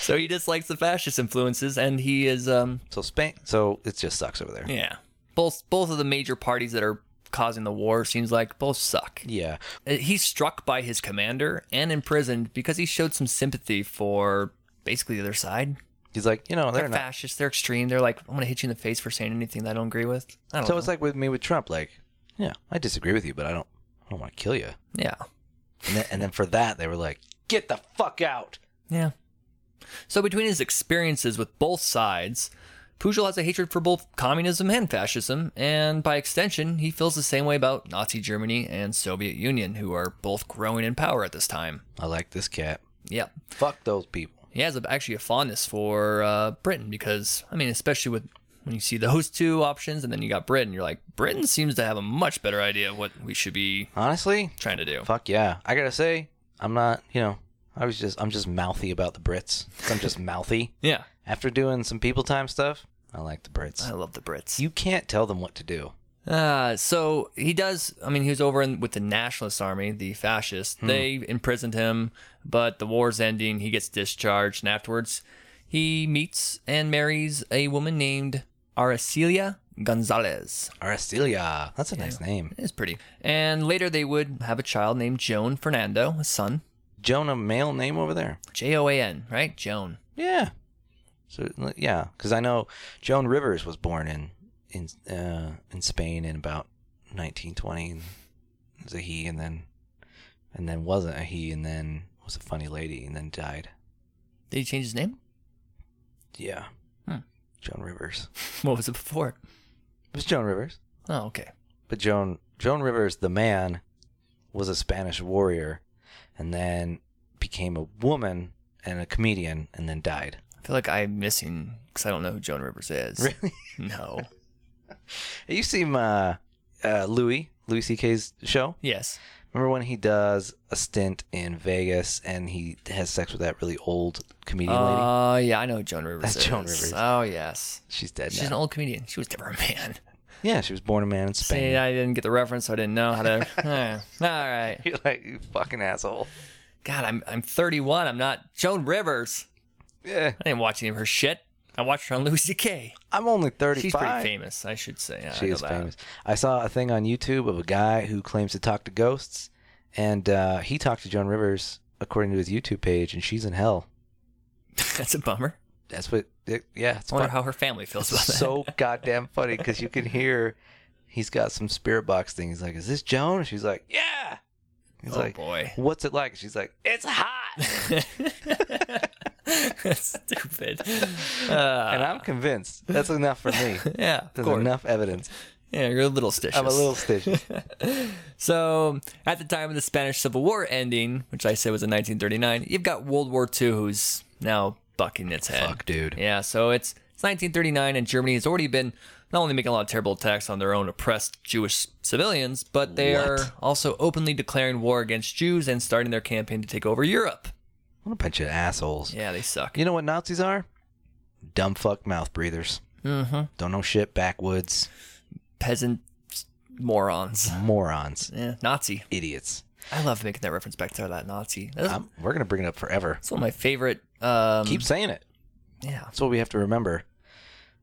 Speaker 2: so he dislikes the fascist influences, and he is um
Speaker 1: so Spain. So it just sucks over there.
Speaker 2: yeah. Both both of the major parties that are causing the war seems like both suck. Uh,
Speaker 1: Yeah.
Speaker 2: He's struck by his commander and imprisoned because he showed some sympathy for basically the other side.
Speaker 1: He's like, you know, they're,
Speaker 2: They're,
Speaker 1: not.
Speaker 2: fascists. They're extreme. They're like, I'm gonna hit you in the face for saying anything that I don't agree with. I don't
Speaker 1: So
Speaker 2: know.
Speaker 1: it's like with me with Trump, like, yeah, I disagree with you, but I don't, I don't want to kill you.
Speaker 2: Yeah.
Speaker 1: And then, and then for that, they were like, get the fuck out.
Speaker 2: Yeah. So between his experiences with both sides, Pujol has a hatred for both communism and fascism, and by extension, he feels the same way about Nazi Germany and Soviet Union, who are both growing in power at this time.
Speaker 1: I like this cat.
Speaker 2: Yep.
Speaker 1: Fuck those people.
Speaker 2: He has a, actually a fondness for uh, Britain because, I mean, especially with when you see those two options and then you got Britain, you're like, Britain seems to have a much better idea of what we should be
Speaker 1: Honestly,
Speaker 2: trying to do.
Speaker 1: fuck yeah. I gotta say, I'm not, you know, I was just, I'm just mouthy about the Brits. I'm just mouthy.
Speaker 2: Yeah.
Speaker 1: After doing some people time stuff, I like the
Speaker 2: I
Speaker 1: Brits.
Speaker 2: love the Brits.
Speaker 1: You can't tell them what to do.
Speaker 2: Uh, so he does. I mean, he was over in, with the Nationalist Army, the fascists. They imprisoned him, but the war's ending. He gets discharged, and afterwards, he meets and marries a woman named Aracelia Gonzalez.
Speaker 1: Aracelilia. That's a nice name.
Speaker 2: It's pretty. And later, they would have a child named Joan Fernando, a son.
Speaker 1: Jonah, male name over there.
Speaker 2: J O A N, right? Joan.
Speaker 1: Yeah. So yeah, because I know Joan Rivers was born in in uh, in Spain in about 1920. And was a he, and then and then wasn't a he, and then was a funny lady, and then died.
Speaker 2: Did he change his name?
Speaker 1: Yeah.
Speaker 2: Hmm.
Speaker 1: Joan Rivers.
Speaker 2: What was it before?
Speaker 1: It was Joan Rivers,
Speaker 2: Oh, okay.
Speaker 1: but Joan Joan Rivers, the man, was a Spanish warrior, and then became a woman and a comedian, and then died.
Speaker 2: I feel like I'm missing because I don't know who Joan Rivers is.
Speaker 1: Really?
Speaker 2: No.
Speaker 1: You seem uh, uh, Louis Louis C.K.'s show.
Speaker 2: Yes.
Speaker 1: Remember when he does a stint in Vegas and he has sex with that really old comedian E lady?
Speaker 2: Uh, yeah, I know who Joan Rivers.
Speaker 1: That's
Speaker 2: is.
Speaker 1: Joan Rivers.
Speaker 2: Oh yes,
Speaker 1: She's dead
Speaker 2: she's
Speaker 1: now.
Speaker 2: an old comedian. She was never a man.
Speaker 1: yeah, she was born a man in Spain.
Speaker 2: See, I didn't get the reference, so I didn't know how to. Eh, All right,
Speaker 1: You're like you fucking asshole.
Speaker 2: God, I'm I'm 31. I'm not Joan Rivers.
Speaker 1: Yeah,
Speaker 2: I didn't watch any of her shit. I watched her on Louis C.K.
Speaker 1: I'm only 35.
Speaker 2: She's pretty famous, I should say. Yeah, I
Speaker 1: She
Speaker 2: know
Speaker 1: is
Speaker 2: that.
Speaker 1: famous. I saw a thing on YouTube of a guy who claims to talk to ghosts, and uh, he talked to Joan Rivers according to his YouTube page, and she's in hell.
Speaker 2: That's a bummer.
Speaker 1: That's what. It, yeah, it's
Speaker 2: I wonder
Speaker 1: fu-
Speaker 2: how her family feels about that.
Speaker 1: so goddamn funny because you can hear he's got some spirit box thing. He's like, "Is this Joan?" And she's like, "Yeah." He's
Speaker 2: oh
Speaker 1: like,
Speaker 2: boy.
Speaker 1: "What's it like?" She's like, "It's hot."
Speaker 2: Stupid. Uh,
Speaker 1: and I'm convinced that's enough for me.
Speaker 2: yeah, of
Speaker 1: There's
Speaker 2: course.
Speaker 1: enough evidence.
Speaker 2: Yeah, you're a little stitious.
Speaker 1: I'm a little stitched.
Speaker 2: So, at the time of the Spanish Civil War ending, which I said was in 1939, you've got World War II, who's now bucking its head.
Speaker 1: Fuck, dude.
Speaker 2: Yeah, so it's it's 1939, and Germany has already been not only making a lot of terrible attacks on their own oppressed Jewish civilians, but they
Speaker 1: What?
Speaker 2: are also openly declaring war against Jews and starting their campaign to take over Europe.
Speaker 1: What a bunch of assholes.
Speaker 2: Yeah, they suck.
Speaker 1: You know what Nazis are? Dumb fuck mouth breathers.
Speaker 2: Mhm.
Speaker 1: Don't know shit, backwoods,
Speaker 2: Peasant morons.
Speaker 1: morons,
Speaker 2: Yeah, Nazi.
Speaker 1: idiots.
Speaker 2: I love making that reference back to that Nazi. That's,
Speaker 1: Um we're going to bring it up forever.
Speaker 2: that's one of my favorite. Um,
Speaker 1: Keep saying it.
Speaker 2: yeah,
Speaker 1: That's what we have to remember.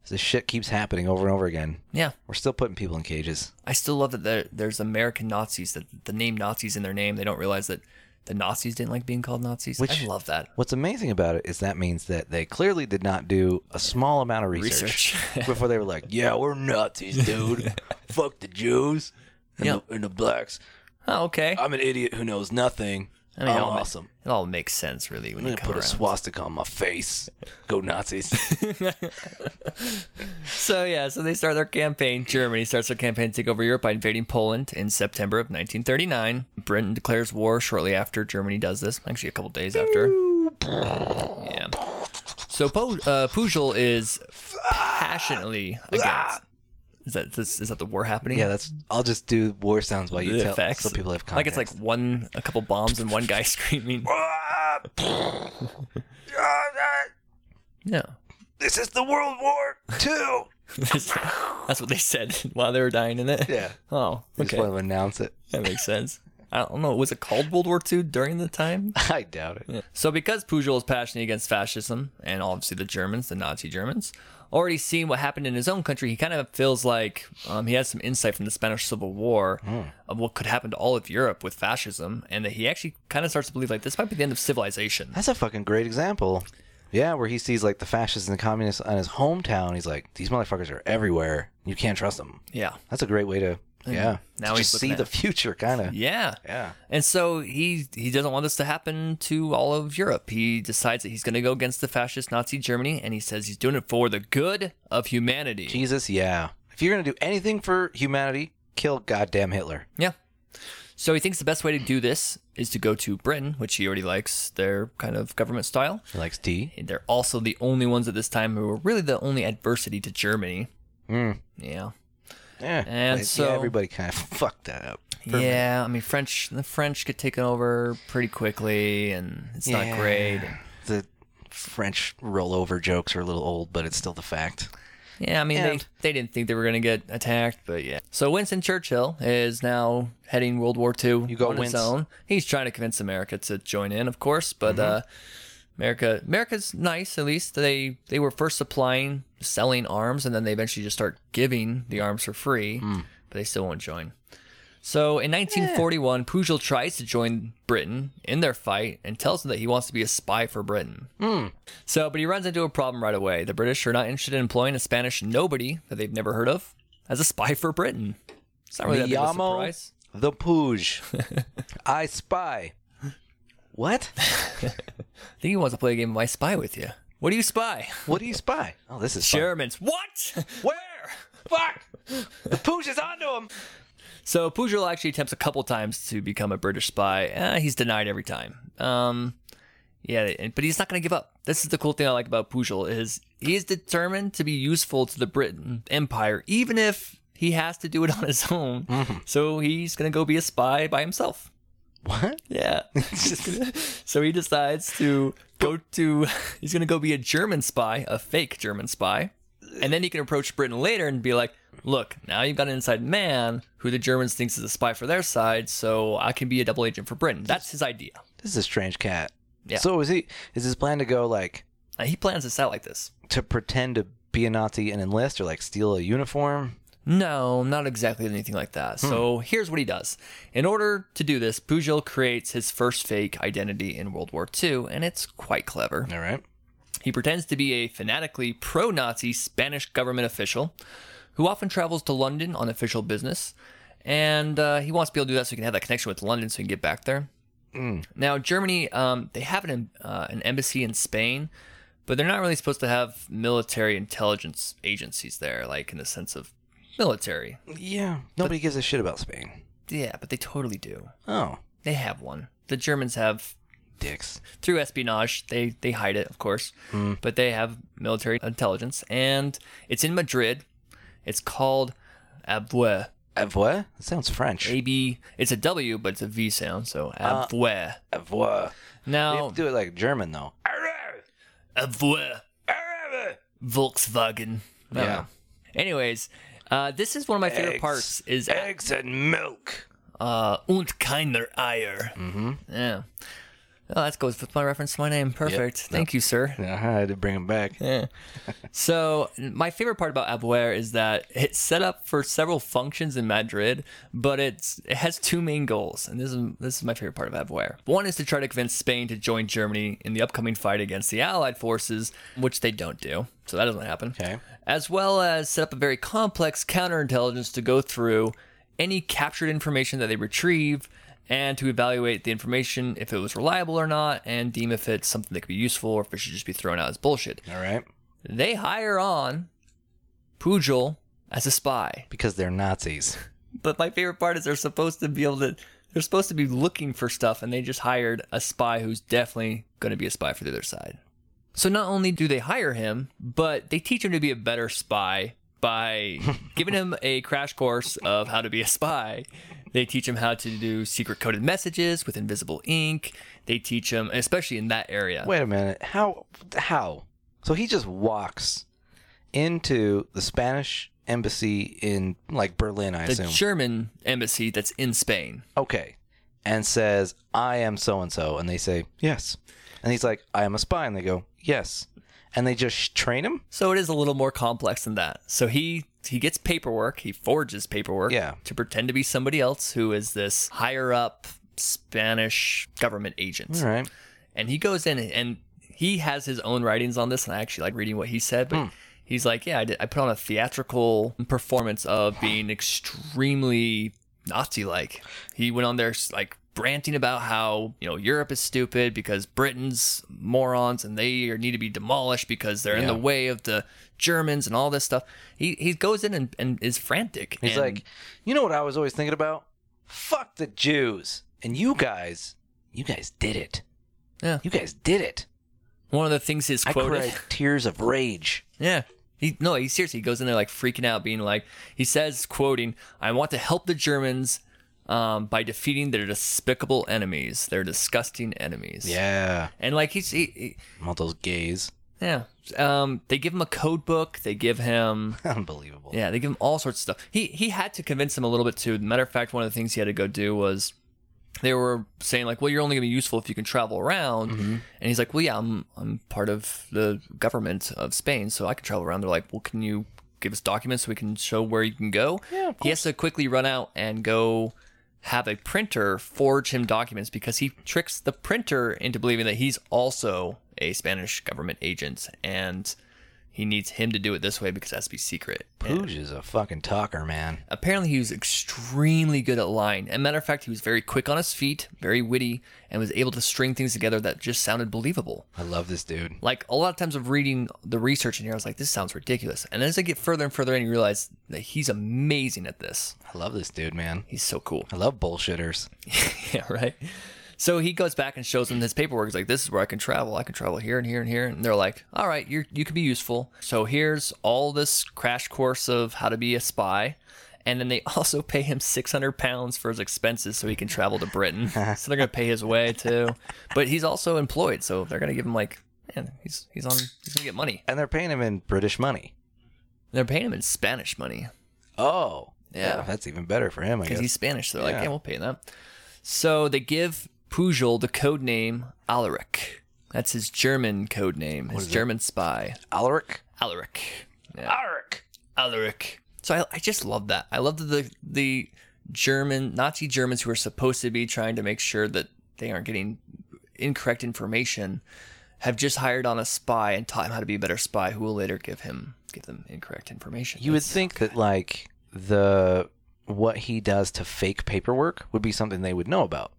Speaker 1: This shit keeps happening over and over again.
Speaker 2: yeah.
Speaker 1: We're still putting people in cages.
Speaker 2: I still love that there, there's American Nazis that the name Nazis in their name. They don't realize that the Nazis didn't like being called Nazis.
Speaker 1: Which-
Speaker 2: I love that
Speaker 1: What's amazing about it is that means that they clearly did not do a small amount of research, before they were like, yeah, we're Nazis, dude. Fuck the Jews and,
Speaker 2: Yeah.
Speaker 1: the, and the blacks.
Speaker 2: oh, okay.
Speaker 1: I'm an idiot who knows nothing. I
Speaker 2: mean,
Speaker 1: am
Speaker 2: I'll ma-
Speaker 1: awesome.
Speaker 2: It all makes sense, really, when
Speaker 1: I'm
Speaker 2: you
Speaker 1: going to
Speaker 2: come
Speaker 1: put a
Speaker 2: around.
Speaker 1: swastika on my face. Go Nazis.
Speaker 2: so yeah, so they start their campaign. Germany starts their campaign to take over Europe by invading Poland in September of 1939. Britain declares war shortly after Germany does this, actually a couple days after. Yeah. So po- uh, Pujol is passionately against. Is that this, is that the war happening?
Speaker 1: Yeah, that's. I'll just do war sounds while you
Speaker 2: the
Speaker 1: tell.
Speaker 2: effects.
Speaker 1: So people have
Speaker 2: like
Speaker 1: context.
Speaker 2: it's like one a couple bombs and one guy screaming. No.
Speaker 1: this is the World War Two.
Speaker 2: That's what they said while they were dying in it.
Speaker 1: Yeah,
Speaker 2: Oh,
Speaker 1: I just
Speaker 2: okay.
Speaker 1: want to announce it.
Speaker 2: That makes sense. I don't know. Was it called World War II during the time?
Speaker 1: I doubt it.
Speaker 2: So, because Pujol is passionate against fascism and obviously the Germans, the Nazi Germans, already seeing what happened in his own country, he kind of feels like um, he has some insight from the Spanish Civil War
Speaker 1: Hmm.
Speaker 2: of what could happen to all of Europe with fascism, and that he actually kind of starts to believe like this might be the end of civilization.
Speaker 1: That's a fucking great example. Yeah, where he sees like the fascists and the communists on his hometown. He's like, these motherfuckers are everywhere. You can't trust them.
Speaker 2: Yeah.
Speaker 1: That's a great way to. Yeah.
Speaker 2: now
Speaker 1: to
Speaker 2: he's
Speaker 1: just
Speaker 2: looking
Speaker 1: see
Speaker 2: at
Speaker 1: the
Speaker 2: it.
Speaker 1: future, kind of.
Speaker 2: Yeah.
Speaker 1: Yeah.
Speaker 2: And so he he doesn't want this to happen to all of Europe. He decides that he's going to go against the fascist Nazi Germany, and he says he's doing it for the good of humanity.
Speaker 1: Jesus, yeah. If you're gonna do anything for humanity, kill goddamn Hitler.
Speaker 2: Yeah. So he thinks the best way to do this is to go to Britain, which he already likes their kind of government style.
Speaker 1: He likes tea.
Speaker 2: And they're also the only ones at this time who were really the only adversity to Germany.
Speaker 1: Mm.
Speaker 2: Yeah.
Speaker 1: Yeah.
Speaker 2: And
Speaker 1: Like,
Speaker 2: so-
Speaker 1: yeah, everybody kind of fucked that up.
Speaker 2: Yeah, I mean French the French get taken over pretty quickly and it's
Speaker 1: Yeah.
Speaker 2: not great.
Speaker 1: the French rollover jokes are a little old, but it's still the fact.
Speaker 2: Yeah, I mean,
Speaker 1: And-
Speaker 2: they, they didn't think they were going to get attacked, but yeah. So Winston Churchill is now heading World War II
Speaker 1: You go,
Speaker 2: on
Speaker 1: Wince.
Speaker 2: his own. He's trying to convince America to join in, of course, but
Speaker 1: Mm-hmm.
Speaker 2: uh, America America's nice, at least. They they were first supplying, selling arms, and then they eventually just start giving the arms for free,
Speaker 1: Mm.
Speaker 2: but they still won't join. So in 1941, Pujol tries to join Britain in their fight and tells them that he wants to be a spy for Britain. So, but he runs into a problem right away. The British are not interested in employing a Spanish nobody that they've never heard of as a spy for Britain. It's not really that big of a
Speaker 1: Guillermo
Speaker 2: surprise.
Speaker 1: The Pooge. I spy. What?
Speaker 2: I think he wants to play a game of I Spy with you. What do you spy?
Speaker 1: What do you spy? Oh, this is fun.
Speaker 2: Germans. What?
Speaker 1: Where? Fuck! The Pooge is onto him.
Speaker 2: So Pujol actually attempts a couple times to become a British spy. Eh, he's denied every time. Um, yeah, and- but he's not going to give up. This is the cool thing I like about Pujol is he is determined to be useful to the Britain Empire, even if he has to do it on his own. So he's going to go be a spy by himself.
Speaker 1: What?
Speaker 2: Yeah. so he decides to go to, he's going to go be a German spy, a fake German spy. And then he can approach Britain later and be like, look, now you've got an inside man who the Germans thinks is a spy for their side, so I can be a double agent for Britain. That's his idea.
Speaker 1: This is a strange cat.
Speaker 2: Yeah.
Speaker 1: So is he? Is his plan to go like
Speaker 2: Now, he plans this out like this.
Speaker 1: to pretend to be a Nazi and enlist, or like steal a uniform?
Speaker 2: No, not exactly anything like that. So here's what he does. In order to do this, Pujol creates his first fake identity in World War II, and it's quite clever.
Speaker 1: All right.
Speaker 2: He pretends to be a fanatically pro Nazi Spanish government official who often travels to London on official business. And uh, he wants to be able to do that so he can have that connection with London so he can get back there. Now, Germany, um, they have an, em- uh, an embassy in Spain, but they're not really supposed to have military intelligence agencies there, like in the sense of military.
Speaker 1: Yeah. Nobody gives a shit about Spain.
Speaker 2: Yeah, but they totally do.
Speaker 1: Oh,
Speaker 2: They have one. The Germans have
Speaker 1: dicks.
Speaker 2: through espionage. They they hide it, of course,
Speaker 1: Hmm.
Speaker 2: but they have military intelligence, and it's in Madrid. It's called Abwe.
Speaker 1: Avoué? That sounds French.
Speaker 2: A B. It's a W, but it's a V sound, so Abwe.
Speaker 1: Avoué. You
Speaker 2: now
Speaker 1: have to do Uh, it like German though.
Speaker 2: Abwe Volkswagen. I
Speaker 1: Yeah.
Speaker 2: don't know. Anyways, uh, this is one of my favorite
Speaker 1: Eggs.
Speaker 2: parts. Is
Speaker 1: Eggs and milk.
Speaker 2: uh, und keiner Eier. Mm-hmm. Yeah. Oh, that goes with my reference to my name. Perfect. Thank you, sir.
Speaker 1: Yeah, Uh-huh, I had to bring him back.
Speaker 2: So my favorite part about Abware is that it's set up for several functions in Madrid, but it's it has two main goals, and this is this is my favorite part of Abware. One is to try to convince Spain to join Germany in the upcoming fight against the Allied forces, which they don't do, so that doesn't happen.
Speaker 1: Okay.
Speaker 2: As well as set up a very complex counterintelligence to go through any captured information that they retrieve and to evaluate the information if it was reliable or not and deem if it's something that could be useful or if it should just be thrown out as bullshit
Speaker 1: All right.
Speaker 2: they hire on Pujol as a spy.
Speaker 1: Because they're Nazis.
Speaker 2: But my favorite part is they're supposed to be able to they're supposed to be looking for stuff and they just hired a spy who's definitely going to be a spy for the other side. So not only do they hire him, but they teach him to be a better spy by giving him a crash course of how to be a spy. They teach him how to do secret coded messages with invisible ink. They teach him, especially in that area.
Speaker 1: Wait a minute. How? How? So he just walks into the Spanish embassy in like Berlin, I
Speaker 2: the
Speaker 1: assume.
Speaker 2: German embassy that's in Spain.
Speaker 1: okay. And says, I am so and so. And they say, yes. And he's like, I am a spy. And they go, yes. And they just sh- train him?
Speaker 2: So it is a little more complex than that. So he he gets paperwork, he forges paperwork
Speaker 1: Yeah.
Speaker 2: to pretend to be somebody else who is this higher up Spanish government agent.
Speaker 1: All right.
Speaker 2: And he goes in and he has his own writings on this and I actually like reading what he said,
Speaker 1: Hmm.
Speaker 2: but he's like, "Yeah, I, did, I put on a theatrical performance of being extremely Nazi like." He went on there like ranting about how, you know, Europe is stupid because Britain's morons and they are, need to be demolished because they're in the
Speaker 1: Yeah.
Speaker 2: way of the Germans and all this stuff. He he goes in and, and is frantic.
Speaker 1: He's
Speaker 2: and-
Speaker 1: like, you know what I was always thinking about? Fuck the Jews. And you guys, you guys did it.
Speaker 2: Yeah.
Speaker 1: You guys did it.
Speaker 2: one of the things his
Speaker 1: I
Speaker 2: quote is
Speaker 1: cried tears of rage.
Speaker 2: Yeah. He, no, he seriously he goes in there like freaking out, being like, he says, quoting, I want to help the Germans um, by defeating their despicable enemies, their disgusting enemies.
Speaker 1: Yeah.
Speaker 2: And like, he's, he, he-
Speaker 1: All those gays.
Speaker 2: yeah. Um, they give him a code book. They give him,
Speaker 1: Unbelievable.
Speaker 2: yeah, they give him all sorts of stuff. He, he had to convince him a little bit too. Matter of fact, one of the things he had to go do was they were saying like, well, you're only going to be useful if you can travel around.
Speaker 1: Mm-hmm.
Speaker 2: And he's like, well, yeah, I'm I'm part of the government of Spain, so I can travel around. They're like, well, can you give us documents so we can show where you can go?
Speaker 1: Yeah, of
Speaker 2: He has to quickly run out and go have a printer forge him documents because he tricks the printer into believing that he's also a Spanish government agent and. He needs him to do it this way because it has to be secret.
Speaker 1: Pooge is a fucking talker, man.
Speaker 2: Apparently, he was extremely good at lying. And matter of fact, he was very quick on his feet, very witty, and was able to string things together that just sounded believable.
Speaker 1: I love this dude.
Speaker 2: Like a lot of times of reading the research in here, I was like, this sounds ridiculous. And as I get further and further in, you realize that he's amazing at this.
Speaker 1: I love this dude, man.
Speaker 2: He's so cool.
Speaker 1: I love bullshitters.
Speaker 2: yeah, right. So he goes back and shows them his paperwork. He's like, "This is where I can travel. I can travel here and here and here." And they're like, "All right, you you can be useful. So here's all this crash course of how to be a spy, And then they also pay him 600 pounds for his expenses so he can travel to Britain. so they're going to pay his way too. But he's also employed, so they're going to give him like, man, he's he's on he's going to get money.
Speaker 1: And they're paying him in British money.
Speaker 2: They're paying him in Spanish money
Speaker 1: Oh.
Speaker 2: Yeah.
Speaker 1: that's even better for him, I
Speaker 2: because
Speaker 1: guess.
Speaker 2: he's Spanish. So they're
Speaker 1: Yeah.
Speaker 2: like, yeah, we'll pay that. So they give Pujol the code name Alaric. That's his German code name. His German spy,
Speaker 1: Alaric?
Speaker 2: Alaric. Yeah.
Speaker 1: Alaric.
Speaker 2: Alaric. So I, I just love that. I love that the the German Nazi Germans who are supposed to be trying to make sure that they aren't getting incorrect information have just hired on a spy and taught him how to be a better spy, who will later give him give them incorrect information.
Speaker 1: You would
Speaker 2: That's-
Speaker 1: think that like the what he does to fake paperwork would be something they would know about.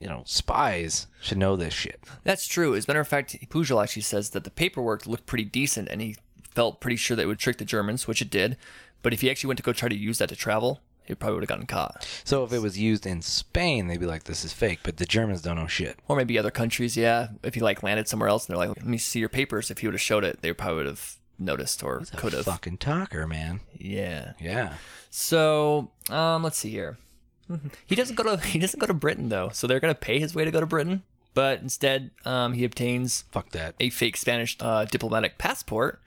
Speaker 1: You know, spies should know this shit.
Speaker 2: That's true. As a matter of fact, Pujol actually says that the paperwork looked pretty decent and he felt pretty sure that it would trick the Germans, which it did. But if he actually went to go try to use that to travel, he probably would have gotten caught.
Speaker 1: So if it was used in Spain, they'd be like, "This is fake," but the Germans don't know shit.
Speaker 2: Or maybe other countries, yeah. If he like landed somewhere else and they're like, let me see your papers, if he would have showed it, they probably would have noticed or
Speaker 1: The
Speaker 2: could have.
Speaker 1: fucking talker, man.
Speaker 2: Yeah.
Speaker 1: Yeah,
Speaker 2: So, um, let's see here. He doesn't go to he doesn't go to Britain though, so they're gonna pay his way to go to Britain. But instead, um, he obtains
Speaker 1: fuck that.
Speaker 2: a fake Spanish uh, diplomatic passport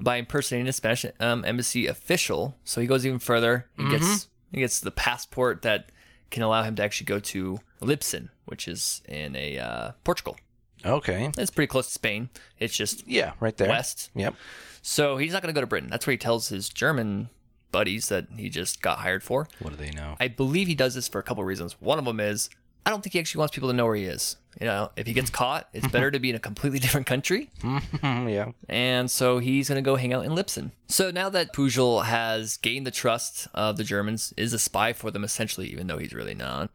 Speaker 2: by impersonating a Spanish um, embassy official. So he goes even further. He gets he gets the passport that can allow him to actually go to Lisbon, which is in a uh, Portugal.
Speaker 1: Okay,
Speaker 2: It's pretty close to Spain. It's just
Speaker 1: yeah, right there.
Speaker 2: west.
Speaker 1: Yep.
Speaker 2: So he's not going to go to Britain. That's where he tells his German buddies that he just got hired for.
Speaker 1: What do they know?
Speaker 2: I believe he does this for a couple reasons. One of them is I don't think he actually wants people to know where he is. You know, if he gets caught, it's better to be in a completely different country
Speaker 1: Oh, yeah.
Speaker 2: and so he's going to go hang out in Lipson. So now that Pujol has gained the trust of the Germans, is a spy for them essentially, even though he's really not,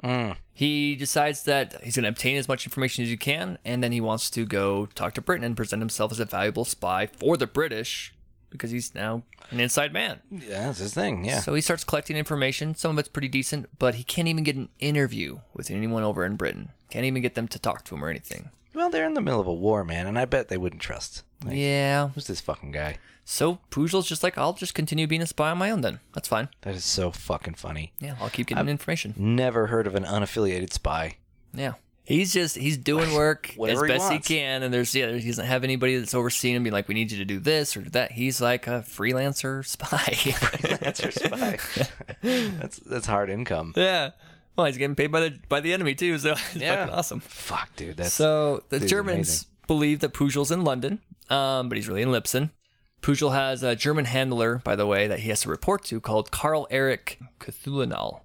Speaker 2: he decides that he's going to obtain as much information as he can, and then he wants to go talk to Britain and present himself as a valuable spy for the British because he's now an inside man.
Speaker 1: yeah, that's his thing. Yeah.
Speaker 2: So he starts collecting information. Some of it's pretty decent, but he can't even get an interview with anyone over in Britain. Can't even get them to talk to him or anything.
Speaker 1: Well, they're in the middle of a war, man, and I bet they wouldn't trust. Like,
Speaker 2: Yeah.
Speaker 1: Who's this fucking guy?
Speaker 2: So Pujol's just like, I'll just continue being a spy on my own then. That's fine.
Speaker 1: That is so fucking funny.
Speaker 2: Yeah, I'll keep getting information.
Speaker 1: Never heard of an unaffiliated spy.
Speaker 2: Yeah. He's just he's doing work as
Speaker 1: Whatever he
Speaker 2: best he,
Speaker 1: wants.
Speaker 2: can, and there's yeah he doesn't have anybody that's overseeing him being like we need you to do this or do that. He's like a freelancer spy.
Speaker 1: That's your spy. that's that's hard income.
Speaker 2: yeah, well he's getting paid by the by the enemy too, so it's
Speaker 1: Yeah.
Speaker 2: fucking awesome.
Speaker 1: Fuck, dude. That's
Speaker 2: So the
Speaker 1: dude's
Speaker 2: Germans
Speaker 1: amazing.
Speaker 2: believe that Pujol's in London, um, but he's really in Lipson. Pujol has a German handler, by the way, that he has to report to called Karl Erich Cthulhu.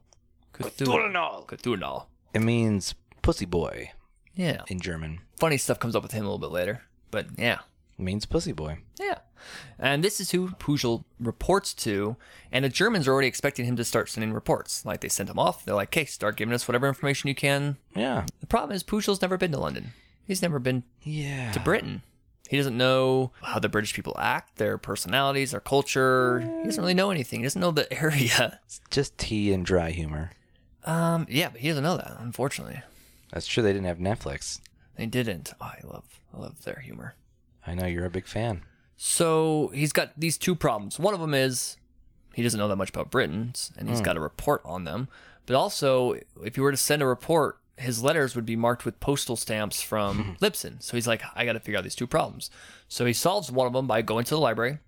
Speaker 2: Cthulhu. Cthulhu.
Speaker 1: it means pussy boy
Speaker 2: Yeah.
Speaker 1: in German.
Speaker 2: Funny stuff comes up with him a little bit later, but yeah.
Speaker 1: It means pussy boy.
Speaker 2: Yeah. And this is who Pujol reports to, and the Germans are already expecting him to start sending reports. Like they sent him off. They're like, "Hey, start giving us whatever information you can."
Speaker 1: Yeah.
Speaker 2: The problem is Pujol's never been to London. He's never been
Speaker 1: Yeah.
Speaker 2: to Britain. He doesn't know how the British people act, their personalities, their culture. He doesn't really know anything. He doesn't know the area.
Speaker 1: Just tea and dry humor.
Speaker 2: Um, yeah, but he doesn't know that, unfortunately.
Speaker 1: That's true. They didn't have Netflix.
Speaker 2: They didn't. Oh, I love, I love their humor.
Speaker 1: I know you're a big fan.
Speaker 2: So he's got these two problems. One of them is he doesn't know that much about Britons, and he's got a report on them. But also, if you were to send a report, his letters would be marked with postal stamps from Lipson. So he's like, I got to figure out these two problems. So he solves one of them by going to the library.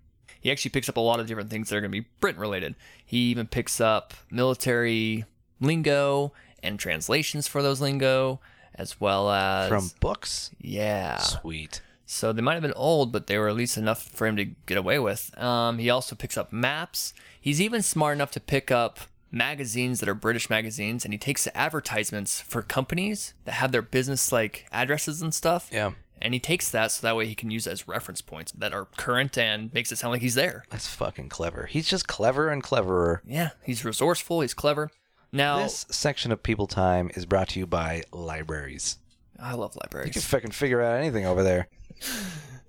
Speaker 2: He actually picks up a lot of different things that are going to be Britain related. He even picks up military lingo and translations for those lingo, as well as
Speaker 1: From books?
Speaker 2: yeah,
Speaker 1: Sweet.
Speaker 2: so they might have been old, but they were at least enough for him to get away with. Um, he also picks up maps. He's even smart enough to pick up magazines that are British magazines, and he takes the advertisements for companies that have their business like addresses and stuff.
Speaker 1: Yeah.
Speaker 2: And he takes that so that way he can use it as reference points that are current and makes it sound like he's there.
Speaker 1: That's fucking clever. He's just clever and cleverer.
Speaker 2: Yeah, he's resourceful. He's clever. Now
Speaker 1: This section of People Time is brought to you by libraries.
Speaker 2: I love
Speaker 1: You can
Speaker 2: libraries.
Speaker 1: fucking figure out anything over there.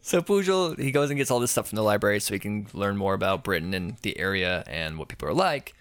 Speaker 2: So Pujol, he goes and gets all this stuff from the library so he can learn more about Britain and the area and what people are like.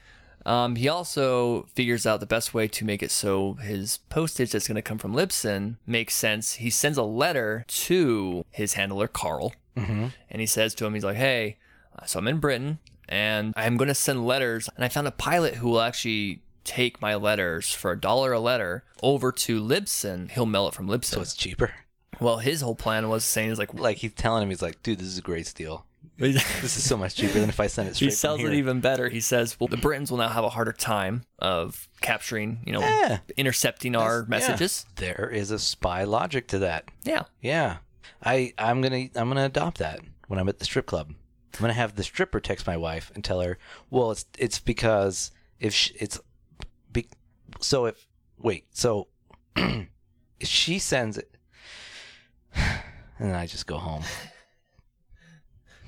Speaker 2: Um, he also figures out the best way to make it so his postage that's going to come from Lipson makes sense. He sends a letter
Speaker 1: Mm-hmm.
Speaker 2: to his handler, Carl, and he says to him, he's like, hey, uh, so I'm in Britain. and I'm going to send letters. And I found a pilot who will actually take my letters for a dollar a letter over to Libsyn. He'll mail it from Libsyn.
Speaker 1: So it's cheaper.
Speaker 2: well, his whole plan was saying is like,
Speaker 1: Like he's telling him, he's like, dude, this is a great steal.
Speaker 2: he
Speaker 1: This is so much cheaper than if I send it straight. from
Speaker 2: sells
Speaker 1: here.
Speaker 2: it even better. He says, well, the Britons will now have a harder time of capturing, you know,
Speaker 1: Yeah.
Speaker 2: intercepting our
Speaker 1: Yeah.
Speaker 2: messages.
Speaker 1: There is a spy logic to that.
Speaker 2: Yeah.
Speaker 1: Yeah, I I'm gonna I'm gonna adopt that when I'm at the strip club. I'm gonna have the stripper text my wife and tell her, well, it's it's because if sh it's, be, so if wait, so if she sends it, and then I just go home.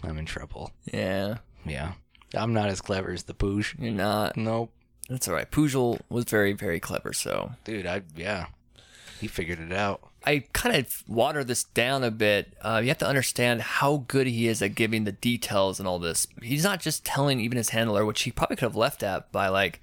Speaker 1: I'm in trouble.
Speaker 2: Yeah.
Speaker 1: Yeah, I'm not as clever as the poosh.
Speaker 2: You're not.
Speaker 1: Nope,
Speaker 2: That's all right. Pujol was very, very clever. So
Speaker 1: dude. I yeah, he figured it out.
Speaker 2: I kind of water this down a bit. Uh, you have to understand how good he is at giving the details and all this. He's not just telling even his handler, which he probably could have left at by like,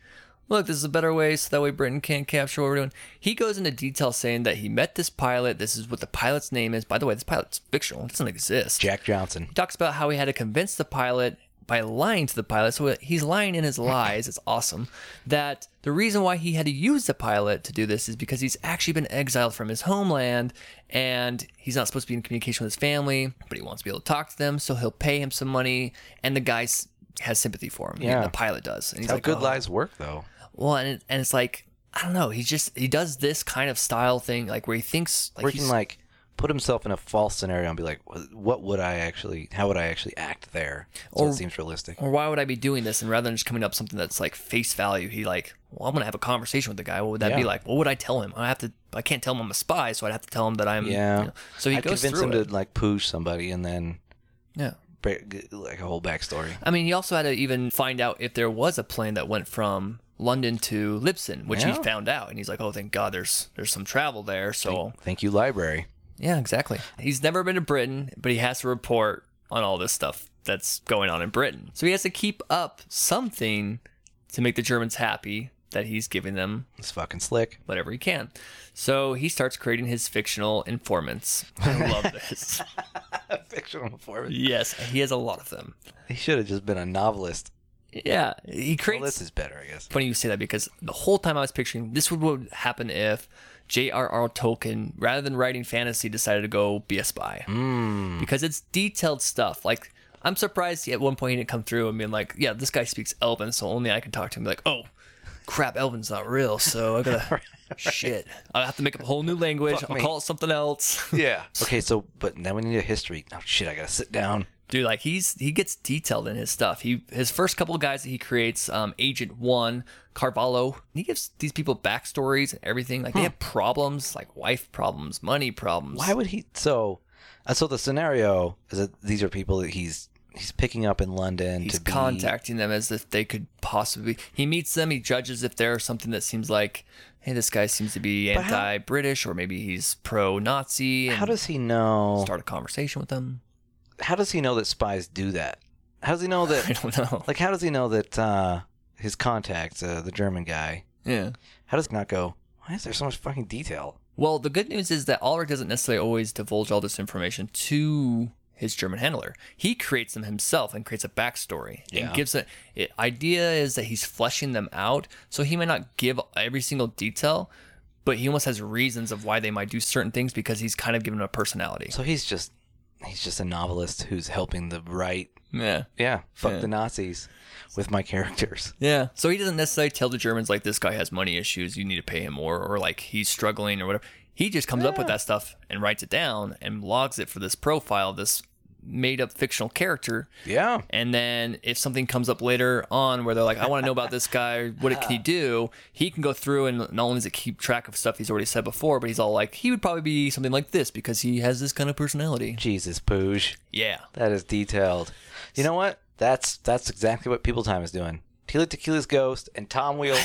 Speaker 2: look, this is a better way, so that way Britain can't capture what we're doing. He goes into detail saying that he met this pilot. This is what the pilot's name is. By the way, this pilot's fictional. It doesn't exist.
Speaker 1: Jack Johnson.
Speaker 2: He talks about how he had to convince the pilot by lying to the pilot. So he's lying in his lies. It's awesome. That the reason why he had to use the pilot to do this is because he's actually been exiled from his homeland and he's not supposed to be in communication with his family, but he wants to be able to talk to them. So he'll pay him some money. And the guy s- has sympathy for him.
Speaker 1: Yeah.
Speaker 2: The pilot does. And he's
Speaker 1: How
Speaker 2: like,
Speaker 1: good
Speaker 2: "Oh."
Speaker 1: lies work though.
Speaker 2: Well, and, it- and it's like, I don't know. He just, he does this kind of style thing, like where he thinks, like,
Speaker 1: where he
Speaker 2: he's,
Speaker 1: can like put himself in a false scenario and be like, "Wh- what would I actually, how would I actually act there? So
Speaker 2: Or-
Speaker 1: it seems realistic.
Speaker 2: or why would I be doing this? And rather than just coming up with something that's like face value, he like, well, I'm gonna have a conversation with the guy. What would that be
Speaker 1: Yeah.
Speaker 2: like? What would I tell him? I have to. I can't tell him I'm a spy, so I'd have to tell him that I'm.
Speaker 1: Yeah.
Speaker 2: you know. so he
Speaker 1: I'd
Speaker 2: goes
Speaker 1: convince
Speaker 2: through
Speaker 1: him
Speaker 2: it.
Speaker 1: to like push somebody and then
Speaker 2: yeah.
Speaker 1: ba- g- like a whole backstory.
Speaker 2: I mean, he also had to even find out if there was a plane that went from London to Lipson, which
Speaker 1: Yeah.
Speaker 2: he found out, and he's like, oh, thank God, there's there's some travel there. So
Speaker 1: Thank you, library.
Speaker 2: yeah, exactly. He's never been to Britain, but he has to report on all this stuff that's going on in Britain. So he has to keep up something to make the Germans happy that he's giving them
Speaker 1: It's fucking slick.
Speaker 2: whatever he can. So he starts creating his fictional informants. I love this.
Speaker 1: Fictional performance.
Speaker 2: yes, he has a lot of them.
Speaker 1: He should have just been a novelist.
Speaker 2: Yeah, he
Speaker 1: Well, this
Speaker 2: creates.
Speaker 1: is better, I guess.
Speaker 2: Funny you say that because the whole time I was picturing this would what would happen if J.R.R. Tolkien, rather than writing fantasy, decided to go be a spy
Speaker 1: Mm.
Speaker 2: because it's detailed stuff. Like I'm surprised he, at one point he didn't come through and being like, "Yeah, this guy speaks Elven, so only I can talk to him." Be like, "Oh." Crap, Elven's not real, so I gotta. Shit. I'll have to make up a whole new language.
Speaker 1: Fuck
Speaker 2: I'll
Speaker 1: me.
Speaker 2: call it something else.
Speaker 1: Yeah. Okay, so, but now we need a history. Oh, shit, I gotta sit down.
Speaker 2: Dude, like he's he gets detailed in his stuff. He his first couple of guys that he creates, um, Agent One, Carvalho, he gives these people backstories and everything. Like they have problems, like wife problems, money problems.
Speaker 1: Why would he? So, uh, so the scenario is that these are people that he's he's picking up in London
Speaker 2: he's
Speaker 1: to be
Speaker 2: contacting them as if they could possibly? He meets them. He judges if there's something that seems like, hey, this guy seems to be
Speaker 1: But how-
Speaker 2: anti-British, or maybe he's pro-Nazi, and
Speaker 1: How does he know?
Speaker 2: start a conversation with them.
Speaker 1: how does he know that spies do that? How does he know
Speaker 2: I
Speaker 1: that?
Speaker 2: don't know.
Speaker 1: like, how does he know that uh, his contact, uh, the German guy,
Speaker 2: yeah.
Speaker 1: how does he not go? Why is there so much fucking detail?
Speaker 2: Well, the good news is that Ulrich doesn't necessarily always divulge all this information to his German handler. He creates them himself and creates a backstory
Speaker 1: Yeah.
Speaker 2: and gives it. it. Idea is that he's fleshing them out, so he might not give every single detail, but he almost has reasons of why they might do certain things because he's kind of given them a personality.
Speaker 1: So he's just he's just a novelist who's helping the right.
Speaker 2: Yeah.
Speaker 1: Yeah, fuck
Speaker 2: Yeah.
Speaker 1: the Nazis with my characters.
Speaker 2: Yeah. So he doesn't necessarily tell the Germans like this guy has money issues, you need to pay him more, or like he's struggling or whatever. He just comes up with that stuff and writes it down and logs it for this profile, this made up fictional character.
Speaker 1: Yeah,
Speaker 2: And then if something comes up later on where they're like, I want to know about this guy, what can he do? He can go through and not only does it keep track of stuff he's already said before, but he's all like, he would probably be something like this because he has this kind of personality.
Speaker 1: Jesus Pooge,
Speaker 2: Yeah.
Speaker 1: that is detailed. You know what? That's that's exactly what People Time is doing. Tila Tequila's Ghost and Tom Wheels.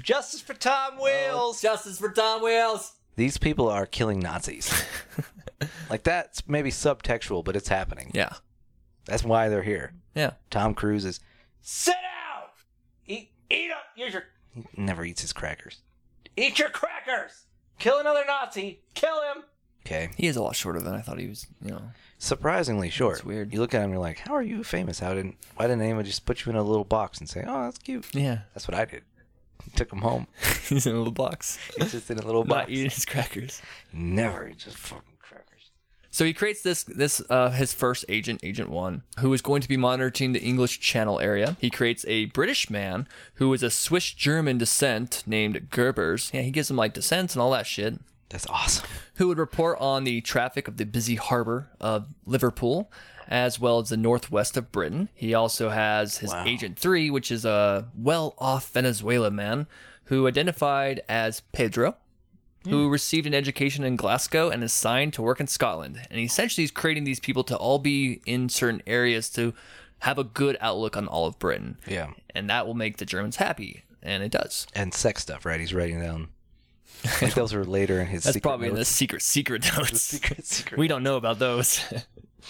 Speaker 1: Justice for Tom Wheels.
Speaker 2: Justice for Tom Wales.
Speaker 1: These people are killing Nazis. like that's maybe subtextual, but it's happening.
Speaker 2: Yeah.
Speaker 1: That's why they're here.
Speaker 2: Yeah.
Speaker 1: Tom Cruise is sit down, eat, eat up. Here's your. He never eats his crackers. Eat your crackers. Kill another Nazi. Kill him. Okay.
Speaker 2: He is a lot shorter than I thought he was. You know,
Speaker 1: Surprisingly short.
Speaker 2: weird.
Speaker 1: You look at him, you're like, how are you famous? How didn't? Why didn't anyone just put you in a little box and say, oh, that's cute?
Speaker 2: yeah,
Speaker 1: That's what I did. Took him home.
Speaker 2: he's in a little box,
Speaker 1: He's just in a little
Speaker 2: not
Speaker 1: box.
Speaker 2: eating his crackers.
Speaker 1: Never. Just fucking crackers.
Speaker 2: So he creates this this uh, his first agent, Agent One, who is going to be monitoring the English Channel area. He creates a British man who is a Swiss German descent named Gerbers. Yeah, he gives him like descents and all that shit.
Speaker 1: That's awesome.
Speaker 2: Who would report on the traffic of the busy harbor of Liverpool, as well as the northwest of Britain. He also has his Agent Three, which is a well-off Venezuela man who identified as Pedro who received an education in Glasgow and is signed to work in Scotland. And essentially, he's creating these people to all be in certain areas to have a good outlook on all of Britain.
Speaker 1: Yeah.
Speaker 2: And that will make the Germans happy. And it does.
Speaker 1: And sex stuff, right? He's writing down. I think those were later in his.
Speaker 2: That's
Speaker 1: secret
Speaker 2: probably in
Speaker 1: notes.
Speaker 2: the secret, secret notes.
Speaker 1: secret, secret.
Speaker 2: We don't know about those.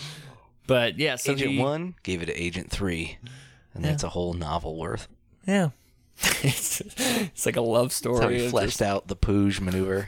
Speaker 2: but yeah, so
Speaker 1: Agent
Speaker 2: he-
Speaker 1: One gave it to Agent Three, and that's a whole novel worth.
Speaker 2: Yeah. it's, it's like a love story.
Speaker 1: That's how he
Speaker 2: of
Speaker 1: fleshed out the Pooge maneuver.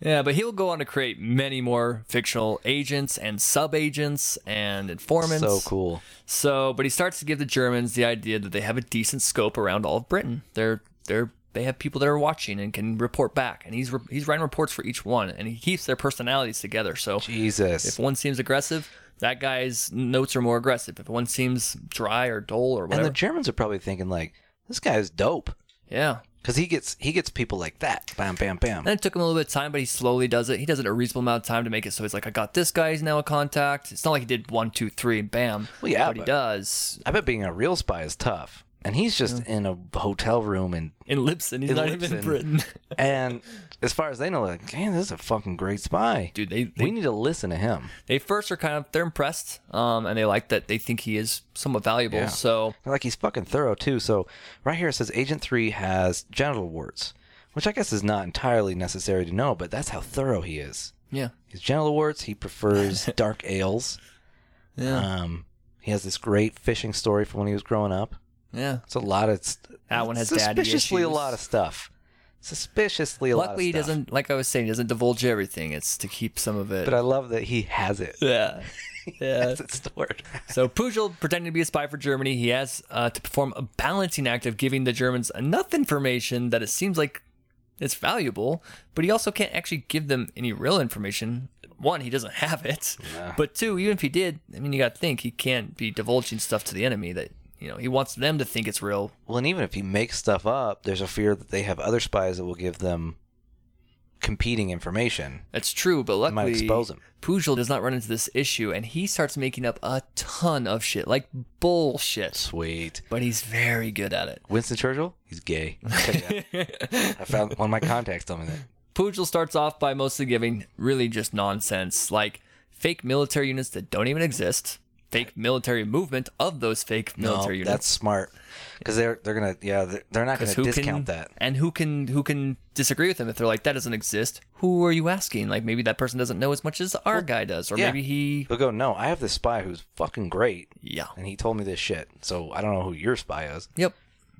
Speaker 2: Yeah, but he'll go on to create many more fictional agents and sub agents and informants.
Speaker 1: so cool.
Speaker 2: So, but he starts to give the Germans the idea that they have a decent scope around all of Britain. They're they're they have people that are watching and can report back, and he's re- he's writing reports for each one, and he keeps their personalities together. So if
Speaker 1: Jesus.
Speaker 2: one seems aggressive, that guy's notes are more aggressive. If one seems dry or dull or
Speaker 1: And
Speaker 2: whatever,
Speaker 1: the Germans are probably thinking like, this guy's dope.
Speaker 2: yeah.
Speaker 1: Because he gets he gets people like that. Bam, bam, bam.
Speaker 2: And it took him a little bit of time, but he slowly does it. He does it a reasonable amount of time to make it so he's like, I got this guy. He's now a contact. It's not like he did one, two, three, and bam.
Speaker 1: Well, yeah,
Speaker 2: but he
Speaker 1: but-
Speaker 2: does.
Speaker 1: I bet being a real spy is tough. And he's just in a hotel room and
Speaker 2: In Lipson, he's
Speaker 1: In
Speaker 2: not even
Speaker 1: Lipson.
Speaker 2: in Britain.
Speaker 1: and as far as they know, like, man, this is a fucking great spy.
Speaker 2: Dude, they, they
Speaker 1: we need to listen to him.
Speaker 2: they first are kind of they're impressed um, and they like that they think he is somewhat valuable
Speaker 1: Yeah.
Speaker 2: so
Speaker 1: And, Like he's fucking thorough too. So right here it says Agent Three has genital warts, which I guess is not entirely necessary to know, but that's how thorough he is.
Speaker 2: yeah
Speaker 1: His genital warts. He prefers dark ales.
Speaker 2: Yeah.
Speaker 1: Um, he has this great fishing story from when he was growing up.
Speaker 2: yeah
Speaker 1: It's a lot of st-
Speaker 2: That one has daddy
Speaker 1: suspiciously a
Speaker 2: issues.
Speaker 1: lot of stuff. Suspiciously a lot.
Speaker 2: luckily he
Speaker 1: of stuff.
Speaker 2: doesn't like i was saying he doesn't divulge everything it's to keep some of it
Speaker 1: But I love that he has it.
Speaker 2: yeah yeah
Speaker 1: It's stored.
Speaker 2: so pujol pretending to be a spy for germany he has uh, to perform a balancing act of giving the germans enough information that it seems like it's valuable but he also can't actually give them any real information one he doesn't have it but two even if he did i mean you gotta think he can't be divulging stuff to the enemy that you know he wants them to think it's real
Speaker 1: Well, and even if he makes stuff up, there's a fear that they have other spies that will give them competing information.
Speaker 2: That's true, but luckily,
Speaker 1: might expose him.
Speaker 2: Pujol does not run into this issue, and he starts making up a ton of shit, like bullshit.
Speaker 1: Sweet.
Speaker 2: But he's very good at it.
Speaker 1: Winston Churchill, he's gay. Check it out. I found one of my contacts told me that.
Speaker 2: Pujol starts off by mostly giving really just nonsense, like fake military units that don't even exist, fake military movement of those fake
Speaker 1: No,
Speaker 2: military units.
Speaker 1: that's smart. Because they're they're gonna yeah they're, they're not gonna
Speaker 2: 'Cause who
Speaker 1: discount
Speaker 2: can,
Speaker 1: that.
Speaker 2: And who can who can disagree with him if they're like that doesn't exist? Who are you asking? Like maybe that person doesn't know as much as our guy does, or
Speaker 1: yeah.
Speaker 2: maybe he.
Speaker 1: They'll go no, I have this spy who's fucking great,
Speaker 2: Yeah.
Speaker 1: and he told me this shit. So I don't know who your spy is.
Speaker 2: Yep.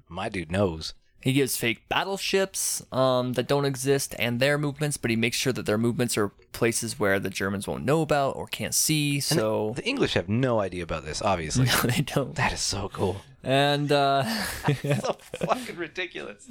Speaker 1: My dude knows.
Speaker 2: He gives fake battleships um, that don't exist and their movements, but he makes sure that their movements are places where the Germans won't know about or can't see. So
Speaker 1: The English have no idea about this, obviously.
Speaker 2: no, they don't.
Speaker 1: that is so cool.
Speaker 2: And uh,
Speaker 1: so fucking ridiculous.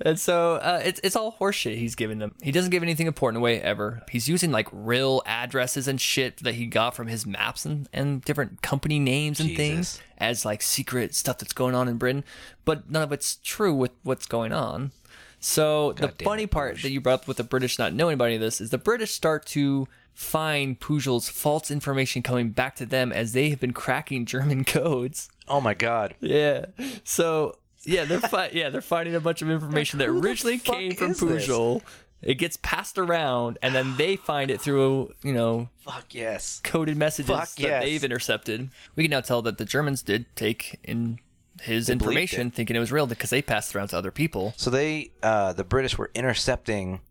Speaker 2: and so uh, it's it's all horseshit he's giving them. He doesn't give anything important away ever. He's using like real addresses and shit that he got from his maps and, and different company names and things
Speaker 1: Jesus.
Speaker 2: as like secret stuff that's going on in Britain, but none of it's true with what's going on. So the
Speaker 1: damn
Speaker 2: funny part that you brought up with the British not knowing about any of this is the British start to find Pujol's false information coming back to them as they have been cracking German codes.
Speaker 1: Oh my god.
Speaker 2: Yeah. So yeah, they're fi- yeah they're finding a bunch of information that
Speaker 1: Who the
Speaker 2: originally
Speaker 1: fuck
Speaker 2: came from
Speaker 1: is this?
Speaker 2: Pujol. It gets passed around, and then they find it through you know
Speaker 1: Fuck yes.
Speaker 2: coded messages
Speaker 1: Fuck
Speaker 2: that
Speaker 1: yes.
Speaker 2: they've intercepted. We can now tell that the Germans did take in his
Speaker 1: believed
Speaker 2: information, thinking it was real because they passed it around to other people.
Speaker 1: So they, uh, the British were intercepting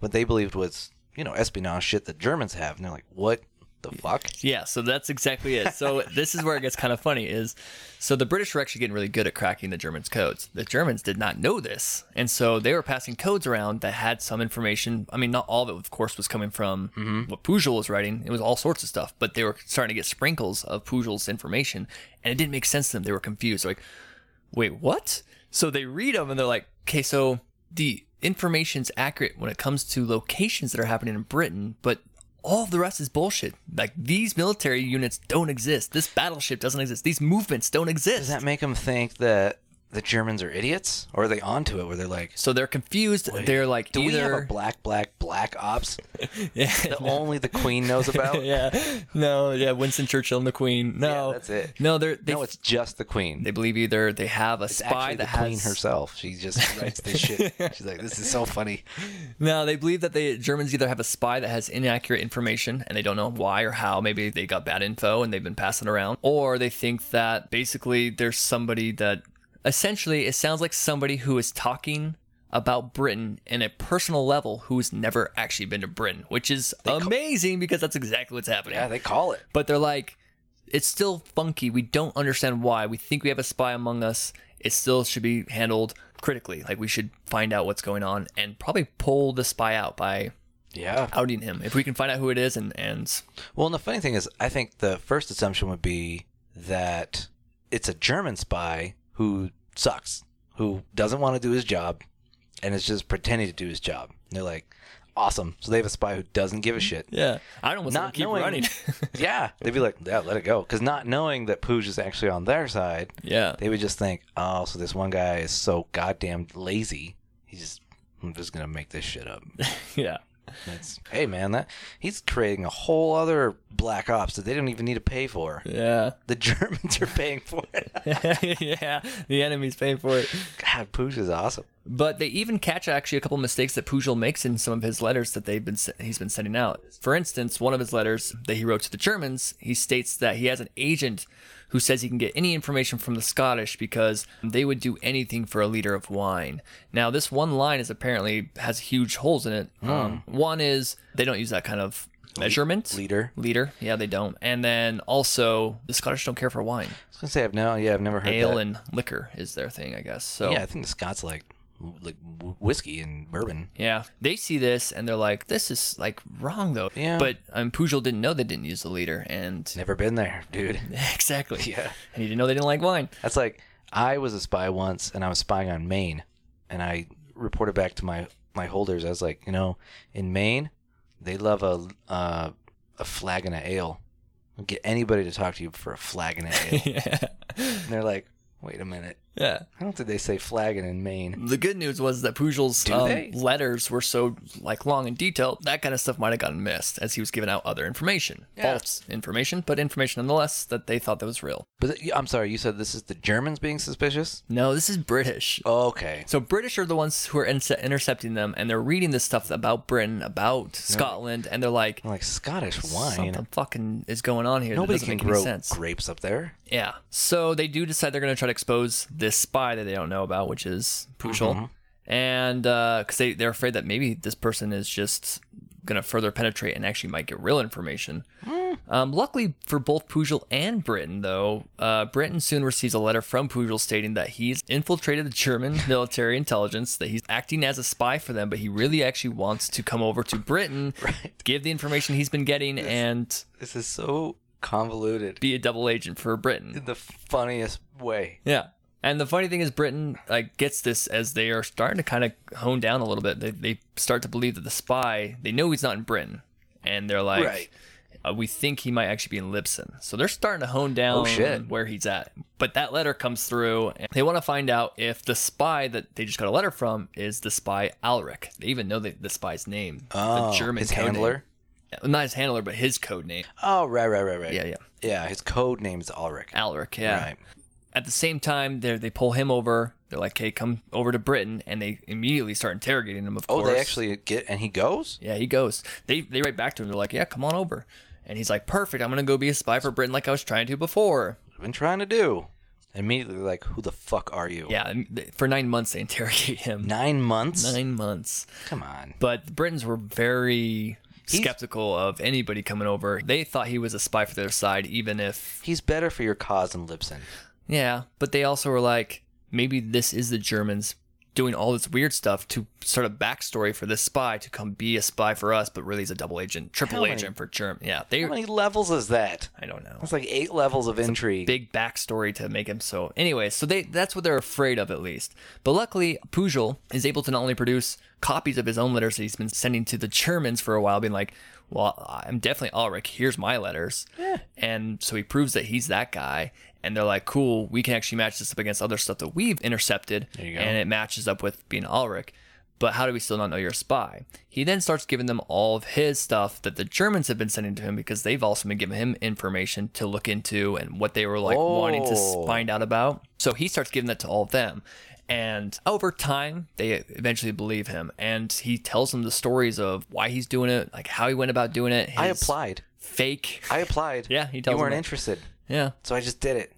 Speaker 1: what they believed was, you know, espionage shit that Germans have. And they're like, what the fuck?
Speaker 2: Yeah, so that's exactly it. So this is where it gets kind of funny is so the British were actually getting really good at cracking the Germans' codes. The Germans did not know this. And so they were passing codes around that had some information. I mean, not all of it, of course, was coming from what Pujol was writing. It was all sorts of stuff, but they were starting to get sprinkles of Pujol's information and it didn't make sense to them. They were confused. They're like, wait, what? So they read them and they're like, okay, so the information's accurate when it comes to locations that are happening in Britain, but all of the rest is bullshit. Like these military units don't exist. This battleship doesn't exist. These movements don't exist.
Speaker 1: Does that make them think that the Germans are idiots, or are they onto it where they're like,
Speaker 2: so they're confused. they're like
Speaker 1: do we have a
Speaker 2: either
Speaker 1: black, black, black ops
Speaker 2: yeah,
Speaker 1: that only the Queen knows about?
Speaker 2: yeah, no, yeah, Winston Churchill and the Queen. No,
Speaker 1: Yeah, that's it.
Speaker 2: No, they're they,
Speaker 1: No, it's just the Queen.
Speaker 2: they believe either they have a
Speaker 1: it's
Speaker 2: spy
Speaker 1: actually
Speaker 2: that
Speaker 1: the Queen
Speaker 2: has
Speaker 1: herself. She just writes this shit. She's like, this is so funny.
Speaker 2: No, they believe that the Germans either have a spy that has inaccurate information and they don't know why or how. Maybe they got bad info and they've been passing it around. Or they think that basically there's somebody that essentially it sounds like somebody who is talking about Britain in a personal level who's never actually been to Britain, which is amazing because that's exactly what's happening
Speaker 1: Yeah, they call it.
Speaker 2: but they're like it's still funky we don't understand why we think we have a spy among us it still should be handled critically like we should find out what's going on and probably pull the spy out by
Speaker 1: Yeah.
Speaker 2: outing him if we can find out who it is and and
Speaker 1: Well, and the funny thing is, I think the first assumption would be that it's a German spy who sucks, who doesn't want to do his job, and is just pretending to do his job. And they're like, awesome. So they have a spy who doesn't give a shit.
Speaker 2: yeah i don't want to
Speaker 1: Not
Speaker 2: keep
Speaker 1: knowing-
Speaker 2: running
Speaker 1: yeah. They'd be like, yeah, let it go. Because not knowing that Pooj is actually on their side,
Speaker 2: yeah
Speaker 1: they would just think, oh, so this one guy is so goddamn lazy. He's just, I'm just going to make this shit up.
Speaker 2: yeah
Speaker 1: That's, hey, man, that he's creating a whole other Black Ops that they don't even need to pay for.
Speaker 2: yeah
Speaker 1: The Germans are paying for it.
Speaker 2: yeah the enemy's paying for it
Speaker 1: God, Pooch is awesome.
Speaker 2: But they even catch actually a couple mistakes that Pujol makes in some of his letters that they've been se- he's been sending out. For instance, one of his letters that he wrote to the Germans, he states that he has an agent who says he can get any information from the Scottish because they would do anything for a liter of wine. Now, this one line is apparently has huge holes in it. Um, one is they don't use that kind of measurement.
Speaker 1: Leader. I
Speaker 2: Leader, yeah, they don't. And then also, the Scottish don't care for wine.
Speaker 1: was gonna say I've no, yeah, I've never heard
Speaker 2: Ale
Speaker 1: that.
Speaker 2: and liquor is their thing, I guess. So
Speaker 1: yeah, I think the Scots like like whiskey and bourbon.
Speaker 2: Yeah, they see this and they're like, "This is like wrong, though."
Speaker 1: Yeah.
Speaker 2: But um, Pujol didn't know they didn't use the leader, and
Speaker 1: Never been there, dude.
Speaker 2: exactly.
Speaker 1: Yeah.
Speaker 2: And he didn't know they didn't like wine.
Speaker 1: That's like I was a spy once, and I was spying on Maine, and I reported back to my my holders. I was like, you know, in Maine, they love a uh, a flagon of ale. Get anybody to talk to you for a flagon of ale,
Speaker 2: yeah.
Speaker 1: and they're like, wait a minute,
Speaker 2: Yeah.
Speaker 1: I don't think they say flagon in Maine.
Speaker 2: The good news was that Pujol's
Speaker 1: Do they?
Speaker 2: um, letters were so like long and detailed that kind of stuff might have gotten missed as he was giving out other information,
Speaker 1: Yeah.
Speaker 2: false information, but information nonetheless that they thought that was real.
Speaker 1: But th- I'm sorry, you said this is the Germans being suspicious.
Speaker 2: No, this is British.
Speaker 1: Oh. Okay,
Speaker 2: So British are the ones who are inse- intercepting them, and they're reading this stuff about Britain, about Scotland, and they're like,
Speaker 1: like Scottish wine.
Speaker 2: Something fucking is going on here.
Speaker 1: Nobody
Speaker 2: that doesn't
Speaker 1: can
Speaker 2: make any
Speaker 1: grow
Speaker 2: sense.
Speaker 1: grapes up there.
Speaker 2: yeah. So they do decide they're going to try to expose this spy that they don't know about, which is Pushol.
Speaker 1: Mm-hmm.
Speaker 2: And because they, they're afraid that maybe this person is just going to further penetrate and actually might get real information.
Speaker 1: Mm.
Speaker 2: Um, luckily for both Pujol and Britain, though, uh, Britain soon receives a letter from Pujol stating that he's infiltrated the German military intelligence, that he's acting as a spy for them, but he really actually wants to come over to Britain,
Speaker 1: Right.
Speaker 2: give the information he's been getting, and
Speaker 1: This is so convoluted
Speaker 2: be a double agent for Britain.
Speaker 1: in the funniest way.
Speaker 2: Yeah. And the funny thing is, Britain like gets this as they are starting to kind of hone down a little bit. They, they start to believe that the spy, they know he's not in Britain, and they're like,
Speaker 1: Right.
Speaker 2: uh, "We think he might actually be in Lipson." So they're starting to hone down
Speaker 1: Oh, shit.
Speaker 2: where he's at. But that letter comes through, and they want to find out if the spy that they just got a letter from is the spy Alric. They even know the, the spy's name,
Speaker 1: Oh,
Speaker 2: the German
Speaker 1: his
Speaker 2: code
Speaker 1: handler.
Speaker 2: name. not his handler, but his code name.
Speaker 1: Oh, right, right, right, right.
Speaker 2: Yeah, yeah,
Speaker 1: Yeah, his code name is Ulrich.
Speaker 2: Alric. Yeah.
Speaker 1: Right.
Speaker 2: at the same time, they they pull him over. They're like, "Hey, come over to Britain," and they immediately start interrogating him. Of
Speaker 1: Oh,
Speaker 2: course,
Speaker 1: they actually get, and he goes?
Speaker 2: yeah, he goes. They they write back to him. They're like, "Yeah, come on over," and he's like, "Perfect. I'm gonna go be a spy for Britain, like I was trying to before."
Speaker 1: I've been trying to do. And immediately, like, who the fuck are you?
Speaker 2: Yeah, and th- for nine months they interrogate him.
Speaker 1: Nine months?
Speaker 2: Nine months,
Speaker 1: Come on.
Speaker 2: but the Britons were very
Speaker 1: He's-
Speaker 2: skeptical of anybody coming over. They thought he was a spy for their side, even if
Speaker 1: He's better for your cause than Libsyn.
Speaker 2: yeah. But they also were like, maybe this is the Germans doing all this weird stuff to sort of backstory for this spy to come be a spy for us, but really he's a double agent, triple
Speaker 1: How many-
Speaker 2: agent for Germany. Yeah, they.
Speaker 1: How many levels is that?
Speaker 2: I don't know.
Speaker 1: That's like eight levels of intrigue.
Speaker 2: big backstory to make him so. Anyway, so they that's what they're afraid of at least. But luckily, Pujol is able to not only produce copies of his own letters that he's been sending to the Germans for a while, being like, "Well, I'm definitely Ulrich. Here's my letters," and so he proves that he's that guy. And they're like, "Cool, we can actually match this up against other stuff that we've intercepted,
Speaker 1: There you go.
Speaker 2: and it matches up with being Ulrich." But how do we still not know you're a spy? He then starts giving them all of his stuff that the Germans have been sending to him because they've also been giving him information to look into and what they were like wanting to s-
Speaker 1: Oh.
Speaker 2: find out about. So he starts giving that to all of them. And over time, they eventually believe him. And he tells them the stories of why he's doing it, like how he went about doing it.
Speaker 1: I
Speaker 2: his
Speaker 1: applied.
Speaker 2: Fake.
Speaker 1: I applied.
Speaker 2: Yeah, he tells
Speaker 1: you
Speaker 2: them
Speaker 1: weren't
Speaker 2: that.
Speaker 1: interested,
Speaker 2: Yeah.
Speaker 1: so I just did it.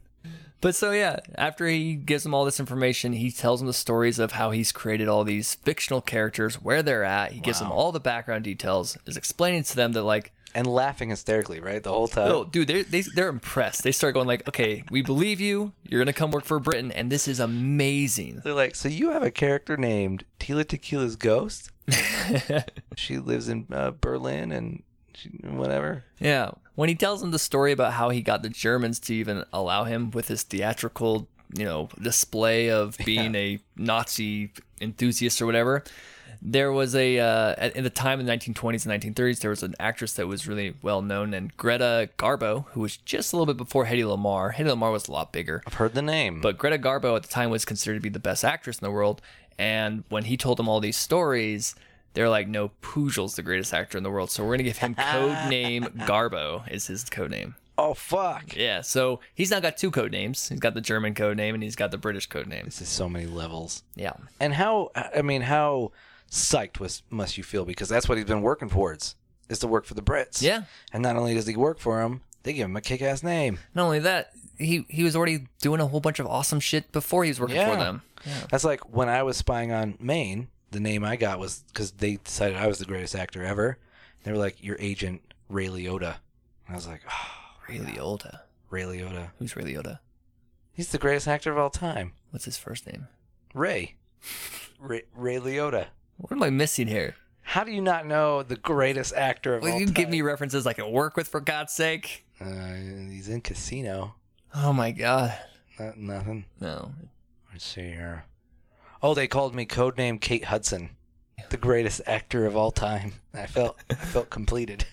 Speaker 2: But so yeah, after he gives them all this information, he tells them the stories of how he's created all these fictional characters, where they're at. He gives them all the background details. Is explaining to them that like,
Speaker 1: And laughing hysterically, right? The whole time.
Speaker 2: oh, dude, they they they're impressed. They start going like, okay, we believe you. You're gonna come work for Britain, and this is amazing.
Speaker 1: They're like, so you have a character named Tila Tequila's Ghost? she lives in uh, Berlin and she, whatever.
Speaker 2: Yeah. When he tells them the story about how he got the Germans to even allow him with his theatrical, you know, display of being a Nazi enthusiast or whatever, there was a, uh, at, at the time in the 1920s and 1930s, there was an actress that was really well known, and Greta Garbo, who was just a little bit before Hedy Lamarr. Hedy Lamarr was a lot bigger.
Speaker 1: I've heard the name.
Speaker 2: But Greta Garbo at the time was considered to be the best actress in the world. And when he told them all these stories, they're like, no, Pujel's the greatest actor in the world. So we're going to give him code name Garbo is his code name.
Speaker 1: oh, fuck.
Speaker 2: Yeah. So he's now got two code names. He's got the German code name and he's got the British code name.
Speaker 1: This is so many levels.
Speaker 2: Yeah.
Speaker 1: And how, I mean, how psyched was, must you feel? Because that's what he's been working towards, is to work for the Brits.
Speaker 2: Yeah.
Speaker 1: And not only does he work for them, they give him a kick ass name.
Speaker 2: Not only that, he, he was already doing a whole bunch of awesome shit before he was working
Speaker 1: Yeah.
Speaker 2: for them.
Speaker 1: That's like when I was spying on Maine, the name I got was because they decided I was the greatest actor ever. They were like, your agent, Ray Liotta. And I was like, oh,
Speaker 2: Ray Liotta.
Speaker 1: Ray Liotta.
Speaker 2: Who's Ray Liotta?
Speaker 1: He's the greatest actor of all time.
Speaker 2: What's his first name?
Speaker 1: Ray. Ray, Ray Liotta.
Speaker 2: What am I missing here?
Speaker 1: How do you not know the greatest actor of
Speaker 2: Will
Speaker 1: all
Speaker 2: you
Speaker 1: time?
Speaker 2: give me references I can work with, for God's sake?
Speaker 1: Uh, he's in Casino.
Speaker 2: Oh my God.
Speaker 1: Not, nothing.
Speaker 2: No.
Speaker 1: Let's see here. Oh, they called me codename Kate Hudson, the greatest actor of all time. I felt I felt completed.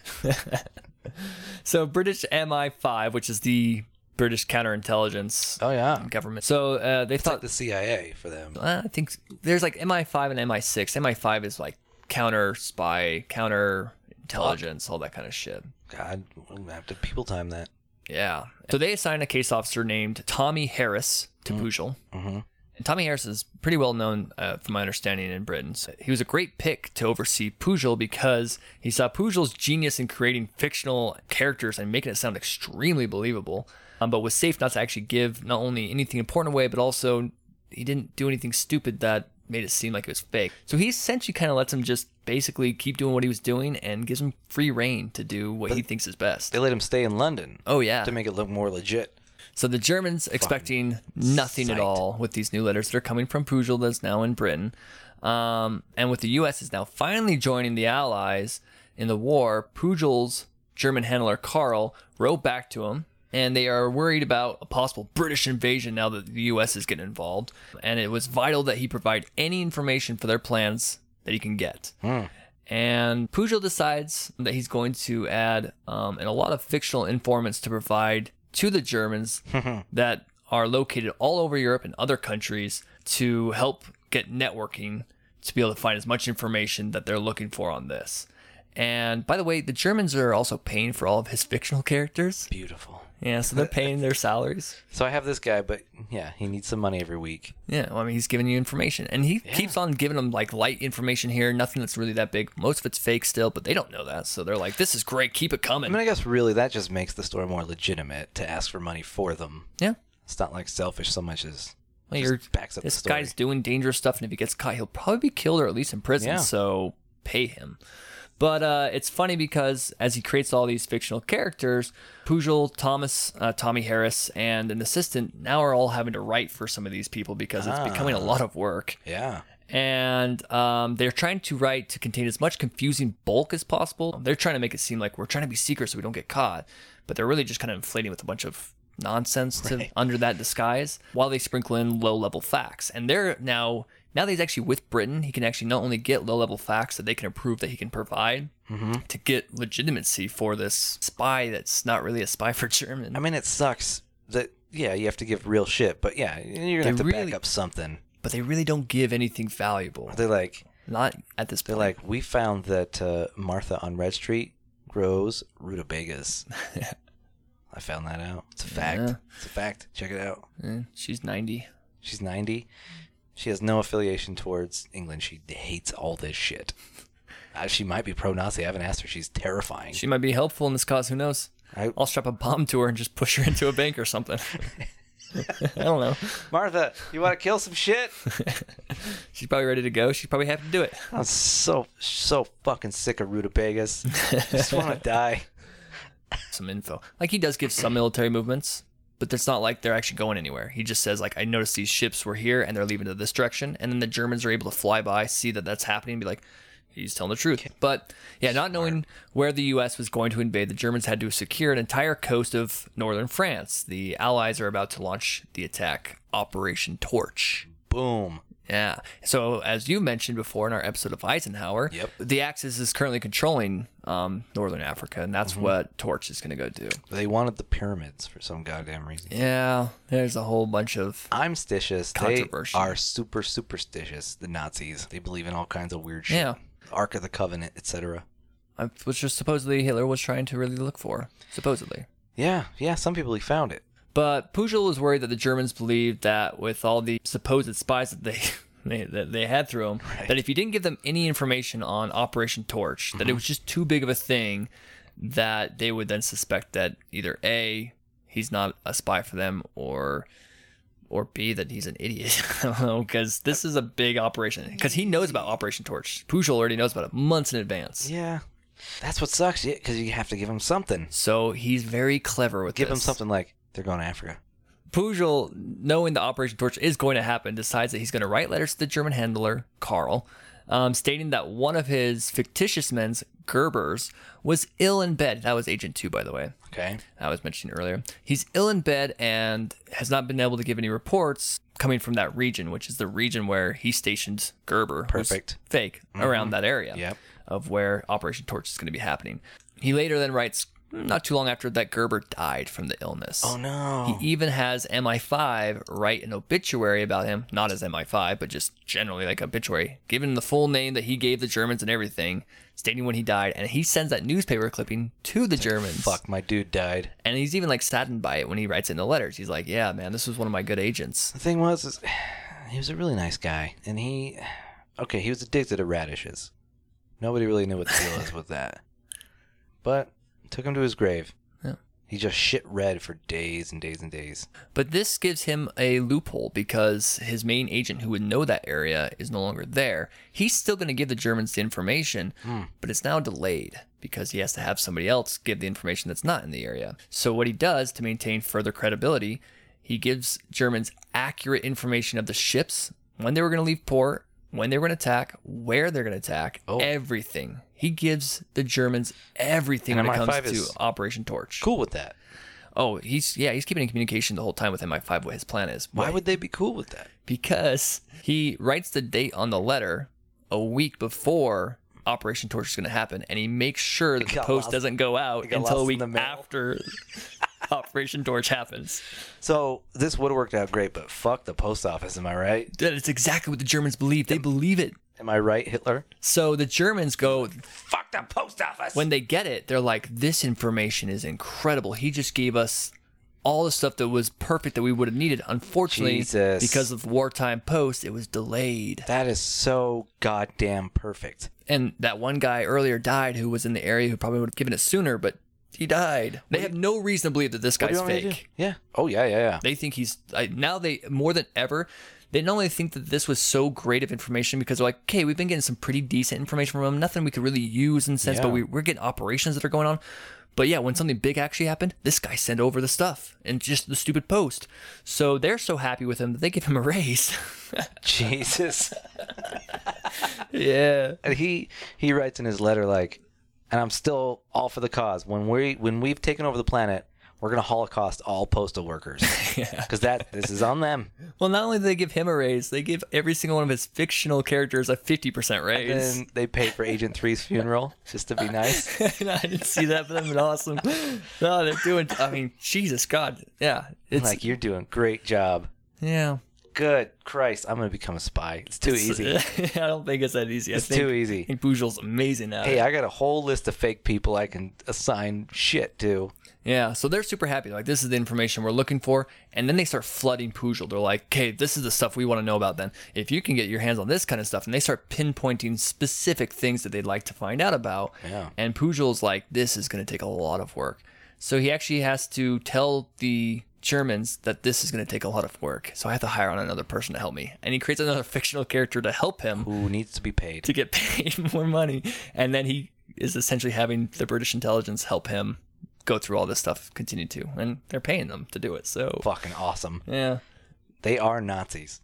Speaker 2: So British MI5, which is the British counterintelligence
Speaker 1: Oh yeah,
Speaker 2: government. So uh, they
Speaker 1: it's like
Speaker 2: thought.
Speaker 1: the CIA for them.
Speaker 2: uh, I think there's like MI5 and MI6. MI5 is like counter spy, counter intelligence, all that kind of shit.
Speaker 1: God, we'll have to people time that.
Speaker 2: Yeah. So they assign a case officer named Tommy Harris to Pujol.
Speaker 1: Mhm.
Speaker 2: And Tommy Harris is pretty well known, uh, from my understanding, in Britain. So he was a great pick to oversee Pujol because he saw Pujol's genius in creating fictional characters and making it sound extremely believable, um, but was safe not to actually give not only anything important away, but also he didn't do anything stupid that made it seem like it was fake. So he essentially kind of lets him just basically keep doing what he was doing and gives him free reign to do what he thinks is best.
Speaker 1: They let him stay in London
Speaker 2: Oh, yeah.
Speaker 1: to make it look more legit.
Speaker 2: So the Germans expecting nothing
Speaker 1: sight.
Speaker 2: at all with these new letters that are coming from Pujol that's now in Britain. Um, and with the US is now finally joining the Allies in the war, Pujol's German handler Carl wrote back to him and they are worried about a possible British invasion now that the US is getting involved. And it was vital that he provide any information for their plans that he can get. And Pujol decides that he's going to add um, and a lot of fictional informants to provide to the Germans that are located all over Europe and other countries to help get networking to be able to find as much information that they're looking for on this. And by the way, the Germans are also paying for all of his fictional characters.
Speaker 1: Beautiful.
Speaker 2: Yeah, so they're paying their salaries.
Speaker 1: So I have this guy, but yeah, he needs some money every week.
Speaker 2: Yeah, well, I mean, he's giving you information, and he keeps on giving them like light information here. Nothing that's really that big. Most of it's fake still, but they don't know that, so they're like, "This is great, keep it coming."
Speaker 1: I mean, I guess really that just makes the story more legitimate to ask for money for them.
Speaker 2: yeah,
Speaker 1: It's not like selfish so much as
Speaker 2: well,
Speaker 1: just
Speaker 2: you're,
Speaker 1: backs up the
Speaker 2: this
Speaker 1: story.
Speaker 2: guy's doing dangerous stuff, and if he gets caught, he'll probably be killed or at least in prison.
Speaker 1: Yeah.
Speaker 2: So pay him. But uh, it's funny because as he creates all these fictional characters, Pujol, Thomas, uh, Tommy Harris, and an assistant now are all having to write for some of these people because it's
Speaker 1: Ah.
Speaker 2: becoming a lot of work.
Speaker 1: Yeah.
Speaker 2: And um, they're trying to write to contain as much confusing bulk as possible. They're trying to make it seem like we're trying to be secret so we don't get caught, but they're really just kind of inflating with a bunch of nonsense to, under that disguise while they sprinkle in low level facts. And they're now. Now that he's actually with Britain, he can actually not only get low level facts that they can approve that he can provide, to get legitimacy for this spy that's not really a spy for German.
Speaker 1: I mean, it sucks that yeah, you have to give real shit, but yeah, you're gonna have to
Speaker 2: really-
Speaker 1: back up something.
Speaker 2: but they really don't give anything valuable.
Speaker 1: They're like,
Speaker 2: Not at this
Speaker 1: they're
Speaker 2: point.
Speaker 1: like, we found that uh, Martha on Red Street grows rutabagas. I found that out. It's a fact.
Speaker 2: Yeah.
Speaker 1: It's a fact. Check it out.
Speaker 2: Eh, she's 90.
Speaker 1: She's 90. She has no affiliation towards England. She hates all this shit. Uh, she might be pro-Nazi. I haven't asked her. She's terrifying.
Speaker 2: She might be helpful in this cause. Who knows?
Speaker 1: I-
Speaker 2: I'll strap a bomb to her and just push her into a bank or something. I don't know.
Speaker 1: Martha, you want to kill some shit?
Speaker 2: She's probably ready to go. She's probably happy to do it.
Speaker 1: I'm so so fucking sick of rutabagas. Just want to die.
Speaker 2: Some info. Like he does give some military movements, but it's not like they're actually going anywhere. He just says like, I noticed these ships were here and they're leaving to this direction, and then the Germans are able to fly by, see that that's happening, and be like, he's telling the truth. But yeah, not knowing where the U.S. was going to invade, the Germans had to secure an entire coast of northern France. The Allies are about to launch the attack, Operation Torch.
Speaker 1: Boom.
Speaker 2: Yeah. So as you mentioned before in our episode of Eisenhower,
Speaker 1: Yep.
Speaker 2: the Axis is currently controlling um, northern Africa, and that's what Torch is going to go do.
Speaker 1: They wanted the pyramids for some goddamn reason.
Speaker 2: Yeah, there's a whole bunch of
Speaker 1: I'm stitious. They
Speaker 2: Controversial.
Speaker 1: are super superstitious. The Nazis. They believe in all kinds of weird shit.
Speaker 2: Yeah.
Speaker 1: Ark of the Covenant, etc.
Speaker 2: uh, which was supposedly Hitler was trying to really look for, supposedly.
Speaker 1: Yeah, yeah. Some people he found it.
Speaker 2: But Pujol was worried that the Germans believed that with all the supposed spies that they they, that they had through him, that if you didn't give them any information on Operation Torch, that it
Speaker 1: Mm-hmm.
Speaker 2: was just too big of a thing that they would then suspect that either A, he's not a spy for them, or or B, that he's an idiot. Because this is a big operation. Because he knows about Operation Torch. Pujol already knows about it months in advance.
Speaker 1: Yeah. That's what sucks. Yeah, because you have to give them something.
Speaker 2: So he's very clever with
Speaker 1: Give them
Speaker 2: this.
Speaker 1: something like they're going to Africa.
Speaker 2: Pujol, knowing the Operation Torch is going to happen, decides that he's going to write letters to the German handler, Carl, um, stating that one of his fictitious men's, Gerbers, was ill in bed. That was Agent 2, by the way,
Speaker 1: Okay.
Speaker 2: I was mentioning earlier. He's ill in bed and has not been able to give any reports coming from that region, which is the region where he stationed Gerber. who's
Speaker 1: Perfect. Mm-hmm.
Speaker 2: Fake around that area
Speaker 1: Yep.
Speaker 2: of where Operation Torch is going to be happening. He later then writes, "Hmm, not too long after that Gerber died from the illness.
Speaker 1: Oh no.
Speaker 2: He even has MI5 write an obituary about him, not as MI5, but just generally like obituary, given the full name that he gave the Germans and everything, stating when he died, and he sends that newspaper clipping to the Germans.
Speaker 1: Fuck, my dude died.
Speaker 2: And he's even like saddened by it when he writes it in the letters. He's like, "Yeah, man, this was one of my good agents."
Speaker 1: The thing was, is he was a really nice guy, and he, okay, he was addicted to radishes. Nobody really knew what the deal was with that, but took him to his grave.
Speaker 2: Yeah.
Speaker 1: He just shit red for days and days and days.
Speaker 2: But this gives him a loophole because his main agent, who would know that area, is no longer there. He's still going to give the Germans the information,
Speaker 1: Hmm.
Speaker 2: but it's now delayed because he has to have somebody else give the information that's not in the area. So, what he does to maintain further credibility, he gives Germans accurate information of the ships, when they were going to leave port, when they were going to attack, where they're going to attack,
Speaker 1: Oh.
Speaker 2: everything. He gives the Germans everything
Speaker 1: And
Speaker 2: when it
Speaker 1: MI5
Speaker 2: comes
Speaker 1: is-
Speaker 2: to Operation Torch.
Speaker 1: Cool with that.
Speaker 2: Oh, he's yeah, he's keeping in communication the whole time with MI5 what his plan is.
Speaker 1: Why would they be cool with that?
Speaker 2: Because he writes the date on the letter a week before Operation Torch is going to happen, and he makes sure that the
Speaker 1: got
Speaker 2: post
Speaker 1: lost-
Speaker 2: doesn't go out
Speaker 1: it got
Speaker 2: until a
Speaker 1: lost in
Speaker 2: week
Speaker 1: the mail.
Speaker 2: after Operation Torch happens.
Speaker 1: So this would have worked out great, but fuck the post office. Am I right?
Speaker 2: That is exactly what the Germans believe. They believe it.
Speaker 1: Am I right, Hitler?
Speaker 2: So the Germans go
Speaker 1: Fuck the post office.
Speaker 2: when they get it, they're like, "This information is incredible. He just gave us all the stuff that was perfect that we would have needed. Unfortunately,
Speaker 1: Jesus.
Speaker 2: because of wartime post, it was delayed."
Speaker 1: that is so goddamn perfect.
Speaker 2: and that one guy earlier died who was in the area who probably would have given it sooner, but He died. They have no reason to believe that this
Speaker 1: What do you
Speaker 2: guy's
Speaker 1: want me to do?
Speaker 2: fake.
Speaker 1: Yeah. Oh yeah, yeah, yeah.
Speaker 2: They think he's I, now they more than ever. They not only think that this was so great of information because they're like, okay, we've been getting some pretty decent information from him. Nothing we could really use in a sense, but
Speaker 1: Yeah.
Speaker 2: we, we're getting operations that are going on. But yeah, when something big actually happened, this guy sent over the stuff and just the stupid post. So they're so happy with him that they give him a raise.
Speaker 1: Jesus.
Speaker 2: yeah.
Speaker 1: And he he writes in his letter like, and I'm still all for the cause. When we when we've taken over the planet, we're gonna holocaust all postal workers. Because that this is on them.
Speaker 2: Well, not only do they give him a raise, they give every single one of his fictional characters a 50% raise.
Speaker 1: And they paid for Agent Three's funeral just to be nice.
Speaker 2: And I didn't see that, but that's awesome. No, they're doing, I mean, Jesus, God. Yeah. It's
Speaker 1: like you're doing great job.
Speaker 2: Yeah.
Speaker 1: Good Christ, I'm gonna become a spy. It's too easy.
Speaker 2: I don't think it's that easy.
Speaker 1: It's
Speaker 2: I think,
Speaker 1: too easy.
Speaker 2: I think Bujel's amazing at
Speaker 1: Hey,
Speaker 2: it.
Speaker 1: I got a whole list of fake people I can assign shit to.
Speaker 2: Yeah, so they're super happy. Like, this is the information we're looking for. And then they start flooding Pujol. They're like, okay, this is the stuff we want to know about then. If you can get your hands on this kind of stuff. And they start pinpointing specific things that they'd like to find out about.
Speaker 1: Yeah.
Speaker 2: And Pujol's like, this is going to take a lot of work. So he actually has to tell the Germans that this is going to take a lot of work. So I have to hire on another person to help me. And he creates another fictional character to help him.
Speaker 1: Who needs to be paid?
Speaker 2: to get paid more money. And then he is essentially having the British intelligence help him go through all this stuff, continue to, and they're paying them to do it. So
Speaker 1: Fucking awesome.
Speaker 2: yeah,
Speaker 1: They are Nazis.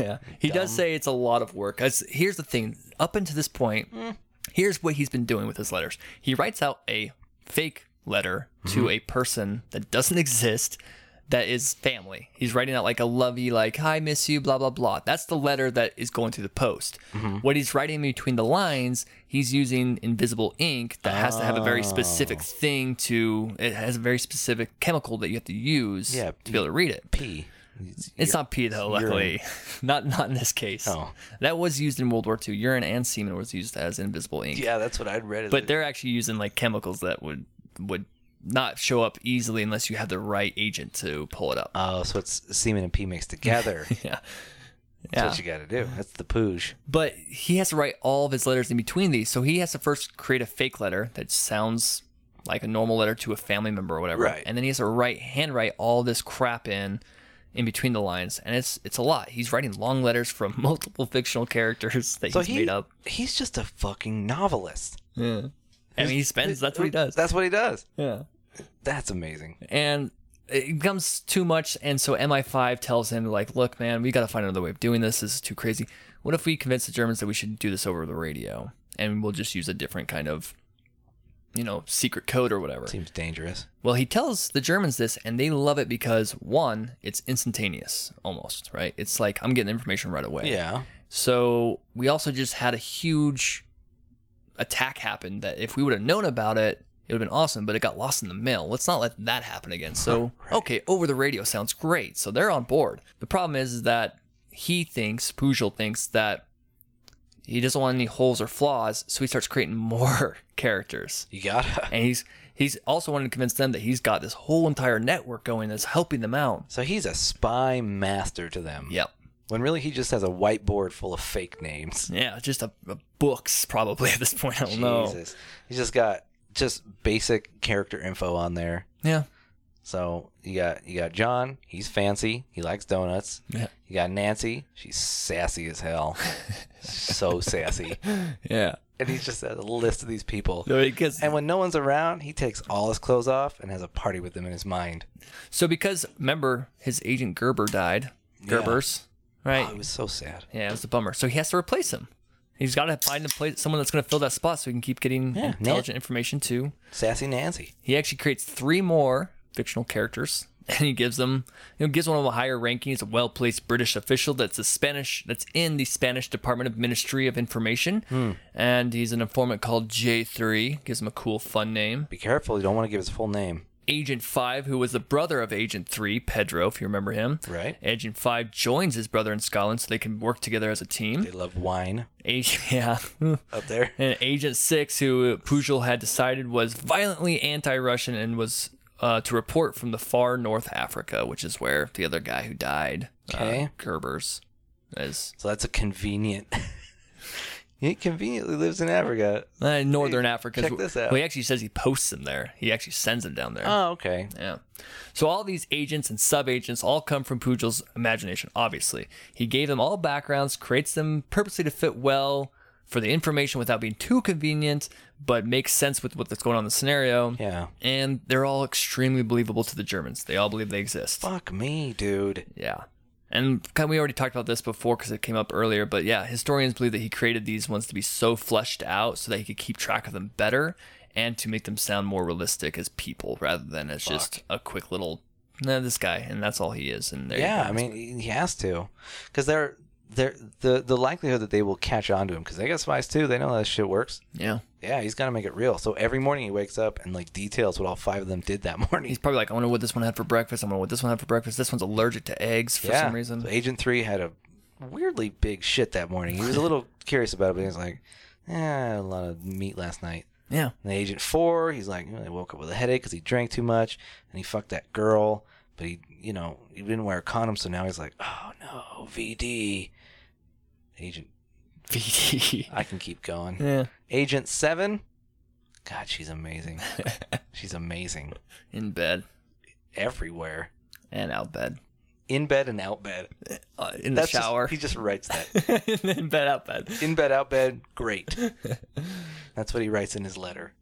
Speaker 2: yeah. He does say it's a lot of work. As, here's the thing: up until this point, here's what he's been doing with his letters. He writes out a fake letter to a person that doesn't exist. That is family. He's writing out like a lovey, like "Hi, miss you," blah blah blah. That's the letter that is going through the post. What he's writing between the lines, he's using invisible ink that has to have a very specific thing to. It has a very specific chemical that you have to use
Speaker 1: Yeah,
Speaker 2: to be able to read it.
Speaker 1: P.
Speaker 2: It's not pee though, luckily. not not in this case.
Speaker 1: Oh.
Speaker 2: That was used in World War II. Urine and semen was used as invisible ink.
Speaker 1: Yeah, that's what I'd read.
Speaker 2: But they're actually using like chemicals that would would not show up easily unless you have the right agent to pull it up.
Speaker 1: Oh, so it's semen and pee mixed together. That's
Speaker 2: Yeah.
Speaker 1: what you got to do. That's the pooge.
Speaker 2: But he has to write all of his letters in between these. So he has to first create a fake letter that sounds like a normal letter to a family member or whatever.
Speaker 1: Right.
Speaker 2: And then he has to write handwrite all this crap in in between the lines. And it's it's a lot. He's writing long letters from multiple fictional characters that
Speaker 1: So
Speaker 2: he's
Speaker 1: he
Speaker 2: made up.
Speaker 1: he's just a fucking novelist.
Speaker 2: Yeah. I mean, he spends. That's what he does.
Speaker 1: That's what he does.
Speaker 2: Yeah.
Speaker 1: That's amazing.
Speaker 2: And it becomes too much. And so MI5 tells him, like, look, man, we got to find another way of doing this. This is too crazy. What if we convince the Germans that we should do this over the radio and we'll just use a different kind of, you know, secret code or whatever?
Speaker 1: Seems dangerous.
Speaker 2: Well, he tells the Germans this, and they love it because one, it's instantaneous almost, right? It's like I'm getting the information right away.
Speaker 1: Yeah.
Speaker 2: So we also just had a huge attack happen that if we would have known about it, it would have been awesome, but it got lost in the mail. Let's not let that happen again. So, okay, over the radio sounds great. So they're on board. The problem is, is that he thinks, Pujol thinks that he doesn't want any holes or flaws, so he starts creating more characters
Speaker 1: You gotta.
Speaker 2: and he's he's also wanting to convince them that he's got this whole entire network going that's helping them out.
Speaker 1: So he's a spy master to them.
Speaker 2: Yep.
Speaker 1: When really he just has a whiteboard full of fake names.
Speaker 2: Yeah, just a, a books probably at this point. I don't know.
Speaker 1: Jesus. He's just got just basic character info on there.
Speaker 2: Yeah.
Speaker 1: So you got you got John. He's fancy. He likes donuts.
Speaker 2: Yeah.
Speaker 1: You got Nancy. She's sassy as hell. so sassy.
Speaker 2: Yeah.
Speaker 1: And he's just has a list of these people.
Speaker 2: So because
Speaker 1: And when no one's around, he takes all his clothes off and has a party with them in his mind.
Speaker 2: so because remember his agent Gerber died. Gerber's
Speaker 1: Oh,
Speaker 2: right.
Speaker 1: it was so sad.
Speaker 2: yeah, it was a bummer. So he has to replace him. He's got to find a place, someone that's going to fill that spot, so he can keep getting intelligent information too.
Speaker 1: Sassy Nancy.
Speaker 2: He actually creates three more fictional characters, and he gives them, you know, gives one of them a higher ranking. He's a well-placed British official that's a Spanish, that's in the Spanish Department of Ministry of Information, and he's an informant called J three. Gives him a cool, fun name.
Speaker 1: Be careful. You don't want to give his full name.
Speaker 2: Agent five, who was the brother of Agent three, Pedro, if you remember him.
Speaker 1: Right.
Speaker 2: Agent five joins his brother in Scotland, so they can work together as a team.
Speaker 1: They love wine
Speaker 2: Agent, yeah.
Speaker 1: up there.
Speaker 2: and Agent Six, who Pujol had decided was violently anti-Russian and was uh, to report from the far North Africa, which is where the other guy who died, uh,
Speaker 1: Okay.
Speaker 2: Gerber's, is.
Speaker 1: So that's a convenient He conveniently lives in Africa.
Speaker 2: Uh, Northern Africa.
Speaker 1: check this out.
Speaker 2: Well, he actually says he posts them there. He actually sends them down there.
Speaker 1: Oh, okay.
Speaker 2: Yeah. So all these agents and sub-agents all come from Pujel's imagination, obviously. He gave them all backgrounds, creates them purposely to fit well for the information without being too convenient, but makes sense with what's going on in the scenario.
Speaker 1: Yeah.
Speaker 2: And they're all extremely believable to the Germans. They all believe they exist.
Speaker 1: Fuck me, dude.
Speaker 2: Yeah. And kind of- we already talked about this before because it came up earlier, but yeah, historians believe that he created these ones to be so fleshed out so that he could keep track of them better and to make them sound more realistic as people rather than as just a quick little, nah, this guy, and that's all he is. And there you
Speaker 1: yeah,
Speaker 2: go.
Speaker 1: I mean he he has to, because they're they're the the likelihood that they will catch on to him because they got spies too. They know how that shit works.
Speaker 2: yeah.
Speaker 1: Yeah, he's got to make it real. So every morning he wakes up and like details what all five of them did that morning.
Speaker 2: He's probably like, I wonder what this one had for breakfast. I wonder what this one had for breakfast. This one's allergic to eggs for
Speaker 1: yeah.
Speaker 2: some reason.
Speaker 1: So Agent Three had a weirdly big shit that morning. He was a little curious about it, but he was like, "Yeah, a lot of meat last night."
Speaker 2: yeah.
Speaker 1: And then Agent Four, he's like, "Oh, I woke up with a headache because he drank too much and he fucked that girl, but he, you know, he didn't wear a condom, so now he's like, oh no, VD." Agent,
Speaker 2: VD.
Speaker 1: I can keep going.
Speaker 2: yeah.
Speaker 1: Agent Seven, God, she's amazing. she's amazing
Speaker 2: In bed
Speaker 1: everywhere,
Speaker 2: and out bed.
Speaker 1: in bed and out bed.
Speaker 2: Uh, in the
Speaker 1: That's just-
Speaker 2: shower.
Speaker 1: he just writes that
Speaker 2: in bed, out bed.
Speaker 1: in bed, out bed. Great. That's what he writes in his letter.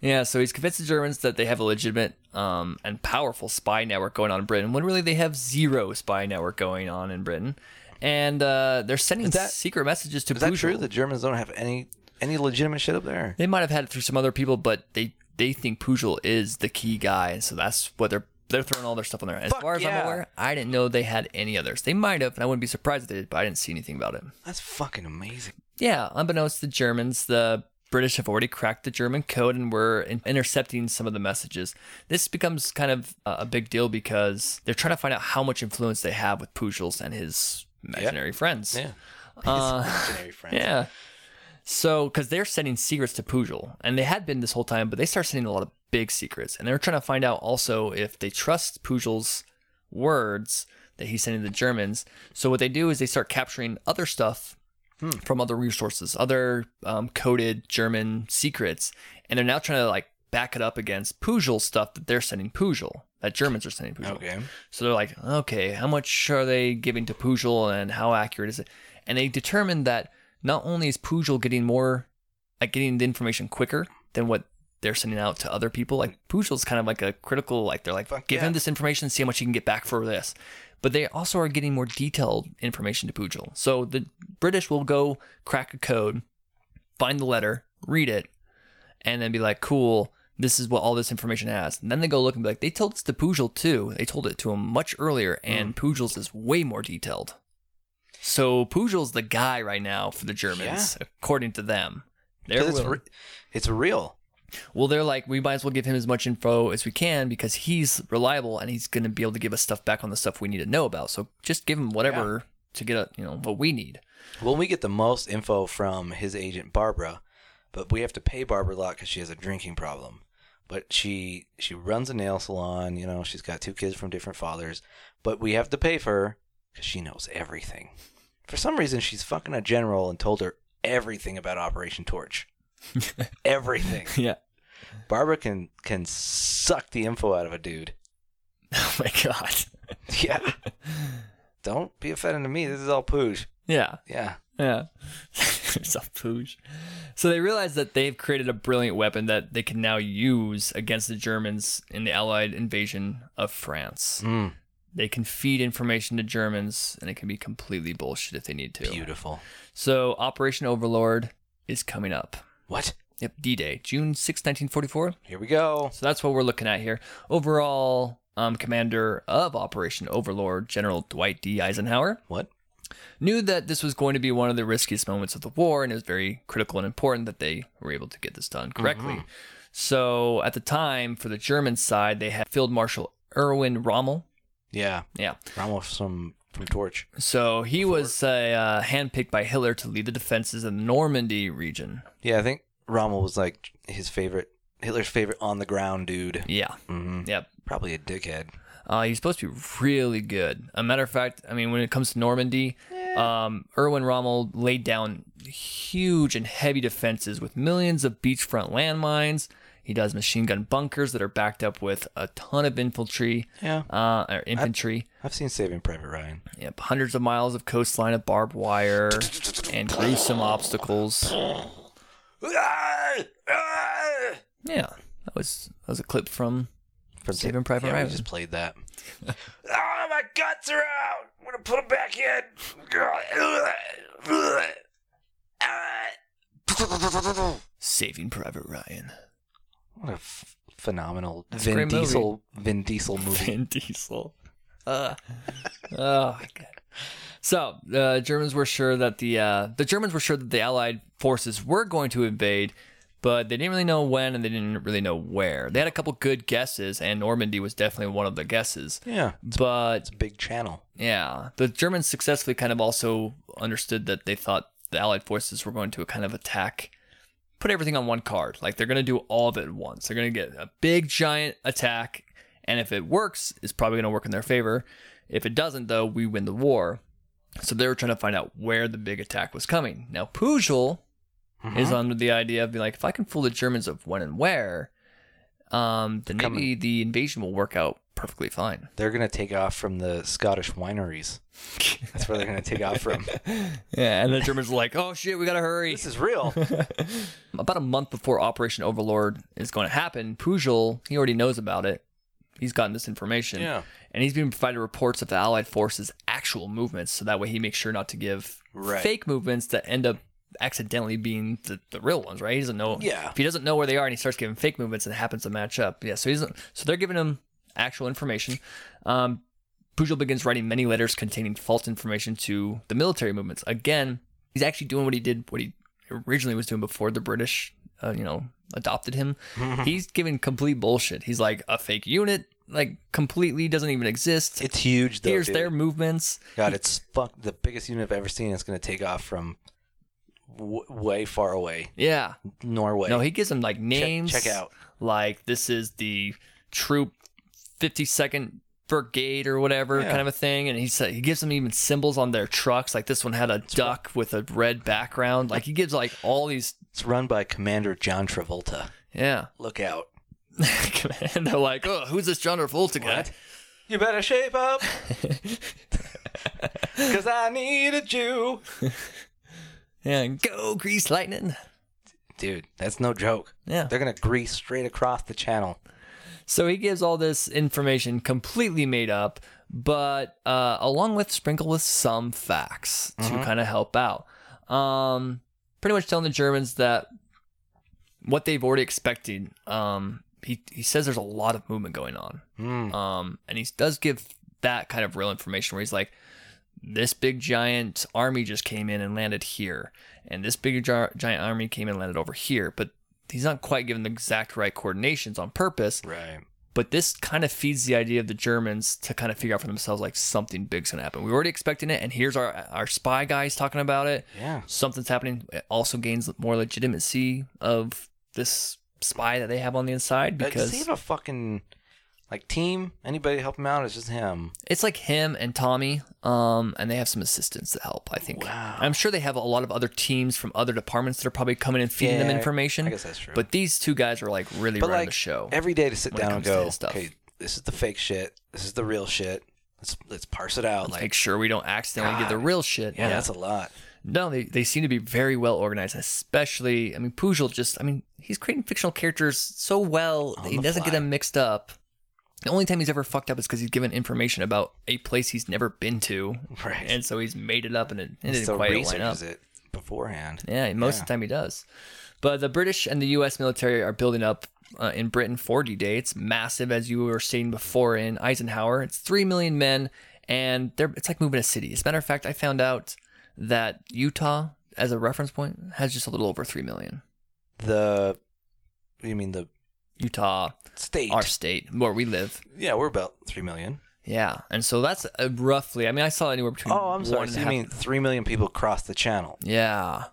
Speaker 2: Yeah, so he's convinced the Germans that they have a legitimate um, and powerful spy network going on in Britain, when really they have zero spy network going on in Britain, and uh, they're sending
Speaker 1: that-
Speaker 2: secret messages to
Speaker 1: Is that
Speaker 2: Pujol.
Speaker 1: true? The Germans don't have any any legitimate shit up there.
Speaker 2: They might have had it through some other people, but they they think Pujol is the key guy, and so that's what they're they're throwing all their stuff on there. As
Speaker 1: Fuck
Speaker 2: far as
Speaker 1: yeah.
Speaker 2: I'm aware, I didn't know they had any others. They might have, and I wouldn't be surprised if they did, but I didn't see anything about it.
Speaker 1: That's fucking amazing.
Speaker 2: Yeah, unbeknownst to the Germans, the British have already cracked the German code and were in- intercepting some of the messages. This becomes kind of uh, a big deal because they're trying to find out how much influence they have with Pujols and his imaginary friends.
Speaker 1: Yeah.
Speaker 2: Uh,
Speaker 1: imaginary friends.
Speaker 2: Yeah. So, because they're sending secrets to Pujol, and they had been this whole time, but they start sending a lot of big secrets, and they're trying to find out also if they trust Pujol's words that he's sending to the Germans. So, what they do is they start capturing other stuff
Speaker 1: Hmm.
Speaker 2: from other resources, other um, coded German secrets, and they're now trying to like back it up against Pujol stuff that they're sending Pujol, that Germans are sending Pujol.
Speaker 1: Okay.
Speaker 2: So they're like, okay, how much are they giving to Pujol and how accurate is it? And they determined that not only is Pujol getting more, like getting the information quicker than what they're sending out to other people, like Pujol's kind of like a critical, like they're like,
Speaker 1: Fuck
Speaker 2: give
Speaker 1: yeah.
Speaker 2: him this information, see how much he can get back for this. But they also are getting more detailed information to Pujol. So the British will go crack a code, find the letter, read it, and then be like, cool, this is what all this information has. And then they go look and be like, they told this to Pujol too. They told it to him much earlier, and
Speaker 1: Mm.
Speaker 2: Pujol's is way more detailed. So Pujol's the guy right now for the Germans, according to them. They're
Speaker 1: 'Cause It's,
Speaker 2: willing-
Speaker 1: re- it's real.
Speaker 2: well, they're like, we might as well give him as much info as we can because he's reliable and he's going to be able to give us stuff back on the stuff we need to know about. So just give him whatever to get, uh, you know, what we need.
Speaker 1: Well, we get the most info from his agent Barbara, but we have to pay Barbara a lot because she has a drinking problem. But she she runs a nail salon. You know, she's got two kids from different fathers, but we have to pay for her because she knows everything. For some reason, she's fucking a general and told her everything about Operation Torch. everything.
Speaker 2: Yeah.
Speaker 1: Barbara can can suck the info out of a dude.
Speaker 2: Oh my God.
Speaker 1: Yeah. Don't be offended to me. This is all poosh.
Speaker 2: Yeah.
Speaker 1: Yeah.
Speaker 2: Yeah. it's a pooch. So they realize that they've created a brilliant weapon that they can now use against the Germans in the Allied invasion of France.
Speaker 1: Mm,
Speaker 2: They can feed information to Germans and it can be completely bullshit if they need to.
Speaker 1: beautiful.
Speaker 2: So Operation Overlord is coming up.
Speaker 1: What?
Speaker 2: Yep, D Day, June 6, 1944.
Speaker 1: Here we go.
Speaker 2: So that's what we're looking at here. Overall, um, commander of Operation Overlord, General Dwight D. Eisenhower,
Speaker 1: What?
Speaker 2: knew that this was going to be one of the riskiest moments of the war, and it was very critical and important that they were able to get this done correctly. So at the time, for the German side, they had Field Marshal Erwin Rommel.
Speaker 1: Yeah.
Speaker 2: Yeah.
Speaker 1: Rommel from from Torch.
Speaker 2: So he was a, uh, handpicked by Hitler to lead the defenses in the Normandy region.
Speaker 1: Yeah, I think Rommel was like his favorite, Hitler's favorite on the ground dude.
Speaker 2: Yeah.
Speaker 1: hmm
Speaker 2: Yep.
Speaker 1: Probably a dickhead.
Speaker 2: Uh, he's supposed to be really good. A matter of fact, I mean, when it comes to Normandy, um, Erwin Rommel laid down huge and heavy defenses with millions of beachfront landmines. He does machine gun bunkers that are backed up with a ton of infantry,
Speaker 1: Yeah.
Speaker 2: uh, or infantry.
Speaker 1: I've seen Saving Private Ryan.
Speaker 2: Yep, hundreds of miles of coastline of barbed wire and gruesome obstacles. Yeah, that was that was a clip from
Speaker 1: From
Speaker 2: Saving Private
Speaker 1: yeah,
Speaker 2: Ryan.
Speaker 1: We just played that. oh, my guts are out. I'm gonna put them back in.
Speaker 2: Saving Private Ryan.
Speaker 1: What a f- phenomenal
Speaker 2: That's a
Speaker 1: Vin
Speaker 2: great movie.
Speaker 1: Diesel Vin Diesel movie.
Speaker 2: Vin Diesel. Uh, oh my god. So uh, Germans were sure that the uh, the Germans were sure that the Allied forces were going to invade, but they didn't really know when and they didn't really know where. They had a couple good guesses, and Normandy was definitely one of the guesses.
Speaker 1: Yeah,
Speaker 2: But
Speaker 1: it's a big channel.
Speaker 2: yeah, the Germans successfully kind of also understood that they thought the Allied forces were going to kind of attack, put everything on one card. Like they're going to do all of it at once. They're going to get a big, giant attack. And if it works, it's probably going to work in their favor. If it doesn't, though, we win the war. So they were trying to find out where the big attack was coming. Now, Pujol is under the idea of being like, if I can fool the Germans of when and where, um, then
Speaker 1: Coming.
Speaker 2: maybe the invasion will work out perfectly fine.
Speaker 1: They're gonna take off from the Scottish wineries. That's where they're gonna take off from.
Speaker 2: Yeah, and the Germans were like, "Oh shit, we gotta hurry!"
Speaker 1: This is real.
Speaker 2: About a month before Operation Overlord is going to happen, Pujol he already knows about it. He's gotten this information,
Speaker 1: Yeah.
Speaker 2: and he's been provided reports of the Allied forces' actual movements, so that way he makes sure not to give
Speaker 1: Right.
Speaker 2: fake movements that end up accidentally being the, the real ones. Right? He doesn't know.
Speaker 1: Yeah.
Speaker 2: If he doesn't know where they are, and he starts giving fake movements, and it happens to match up. Yeah. So he's so they're giving him actual information. Um, Pujol begins writing many letters containing false information to the military movements. Again, he's actually doing what he did, what he originally was doing before the British, uh, you know, adopted him. he's giving complete bullshit. He's like a fake unit, like completely doesn't even exist.
Speaker 1: It's huge. Though,
Speaker 2: Here's
Speaker 1: dude.
Speaker 2: their movements.
Speaker 1: God, it's fuck the biggest unit I've ever seen. It's gonna take off from w- way far away,
Speaker 2: Yeah.
Speaker 1: Norway.
Speaker 2: No, he gives them like names.
Speaker 1: check out.
Speaker 2: Like this is the troop 52nd Brigade or whatever
Speaker 1: Yeah.
Speaker 2: kind of a thing, and he said he gives them even symbols on their trucks. Like this one had a duck with a red background. Like he gives like all these.
Speaker 1: It's run by Commander John Travolta.
Speaker 2: Yeah,
Speaker 1: Look out!
Speaker 2: and they're like, "Oh, who's this John Travolta guy?"
Speaker 1: What? You better shape up, cause I needed you,
Speaker 2: Yeah, and go Grease Lightning.
Speaker 1: dude. That's no joke.
Speaker 2: Yeah.
Speaker 1: They're gonna grease straight across the channel.
Speaker 2: So he gives all this information completely made up, but uh, along with sprinkle with some facts to kind of help out. Um, pretty much telling the Germans that what they've already expected. Um, he he says there's a lot of movement going on.
Speaker 1: Mm.
Speaker 2: Um, and he does give that kind of real information where he's like, this big giant army just came in and landed here, and this big gi- giant army came and landed over here, but. He's not quite given the exact right coordinations on purpose,
Speaker 1: Right.
Speaker 2: but this kind of feeds the idea of the Germans to kind of figure out for themselves like something big's gonna happen. We were already expecting it, and here's our our spy guys talking about it.
Speaker 1: Yeah.
Speaker 2: Something's happening. It also gains more legitimacy of this spy that they have on the inside
Speaker 1: Uh, Does he
Speaker 2: because
Speaker 1: have a fucking like team? Anybody help him out? It's just him.
Speaker 2: it's like him and Tommy, um, and they have some assistants that help. I think.
Speaker 1: Wow.
Speaker 2: I'm sure they have a lot of other teams from other departments that are probably coming and feeding them
Speaker 1: Yeah, I-
Speaker 2: information.
Speaker 1: I guess that's true.
Speaker 2: But these two guys are like really
Speaker 1: but
Speaker 2: running
Speaker 1: like
Speaker 2: the show.
Speaker 1: every day to sit
Speaker 2: when it
Speaker 1: down and
Speaker 2: comes to
Speaker 1: go,
Speaker 2: his stuff.
Speaker 1: okay, this is the fake shit. This is the real shit. Let's let's parse it out. Like,
Speaker 2: Make sure we don't accidentally get the
Speaker 1: God.
Speaker 2: real shit.
Speaker 1: yeah, that's a lot.
Speaker 2: No, they, they seem to be very well organized, especially, I mean, Pujol just, I mean, he's creating fictional characters so well, that he
Speaker 1: the
Speaker 2: doesn't get
Speaker 1: fly.
Speaker 2: them mixed up. The only time he's ever fucked up is because he's given information about a place he's never been to.
Speaker 1: Right.
Speaker 2: And so he's made it up and it, it didn't
Speaker 1: so
Speaker 2: quite line up.
Speaker 1: researches it beforehand.
Speaker 2: Yeah, most of the time he does. But the British and the U.S. military are building up uh, in Britain for D-Day. It's massive, as you were saying before in Eisenhower. It's three million men, and they're it's like moving a city. As a matter of fact, I found out that Utah, as a reference point, has just a little over three million.
Speaker 1: The you mean the
Speaker 2: Utah,
Speaker 1: state?
Speaker 2: our state, where we live.
Speaker 1: yeah, we're about three million.
Speaker 2: Yeah, and so that's uh, roughly. I mean, I saw anywhere between.
Speaker 1: Oh, I'm sorry.
Speaker 2: one and
Speaker 1: So
Speaker 2: a
Speaker 1: you
Speaker 2: half-
Speaker 1: mean three million people cross the channel?
Speaker 2: yeah,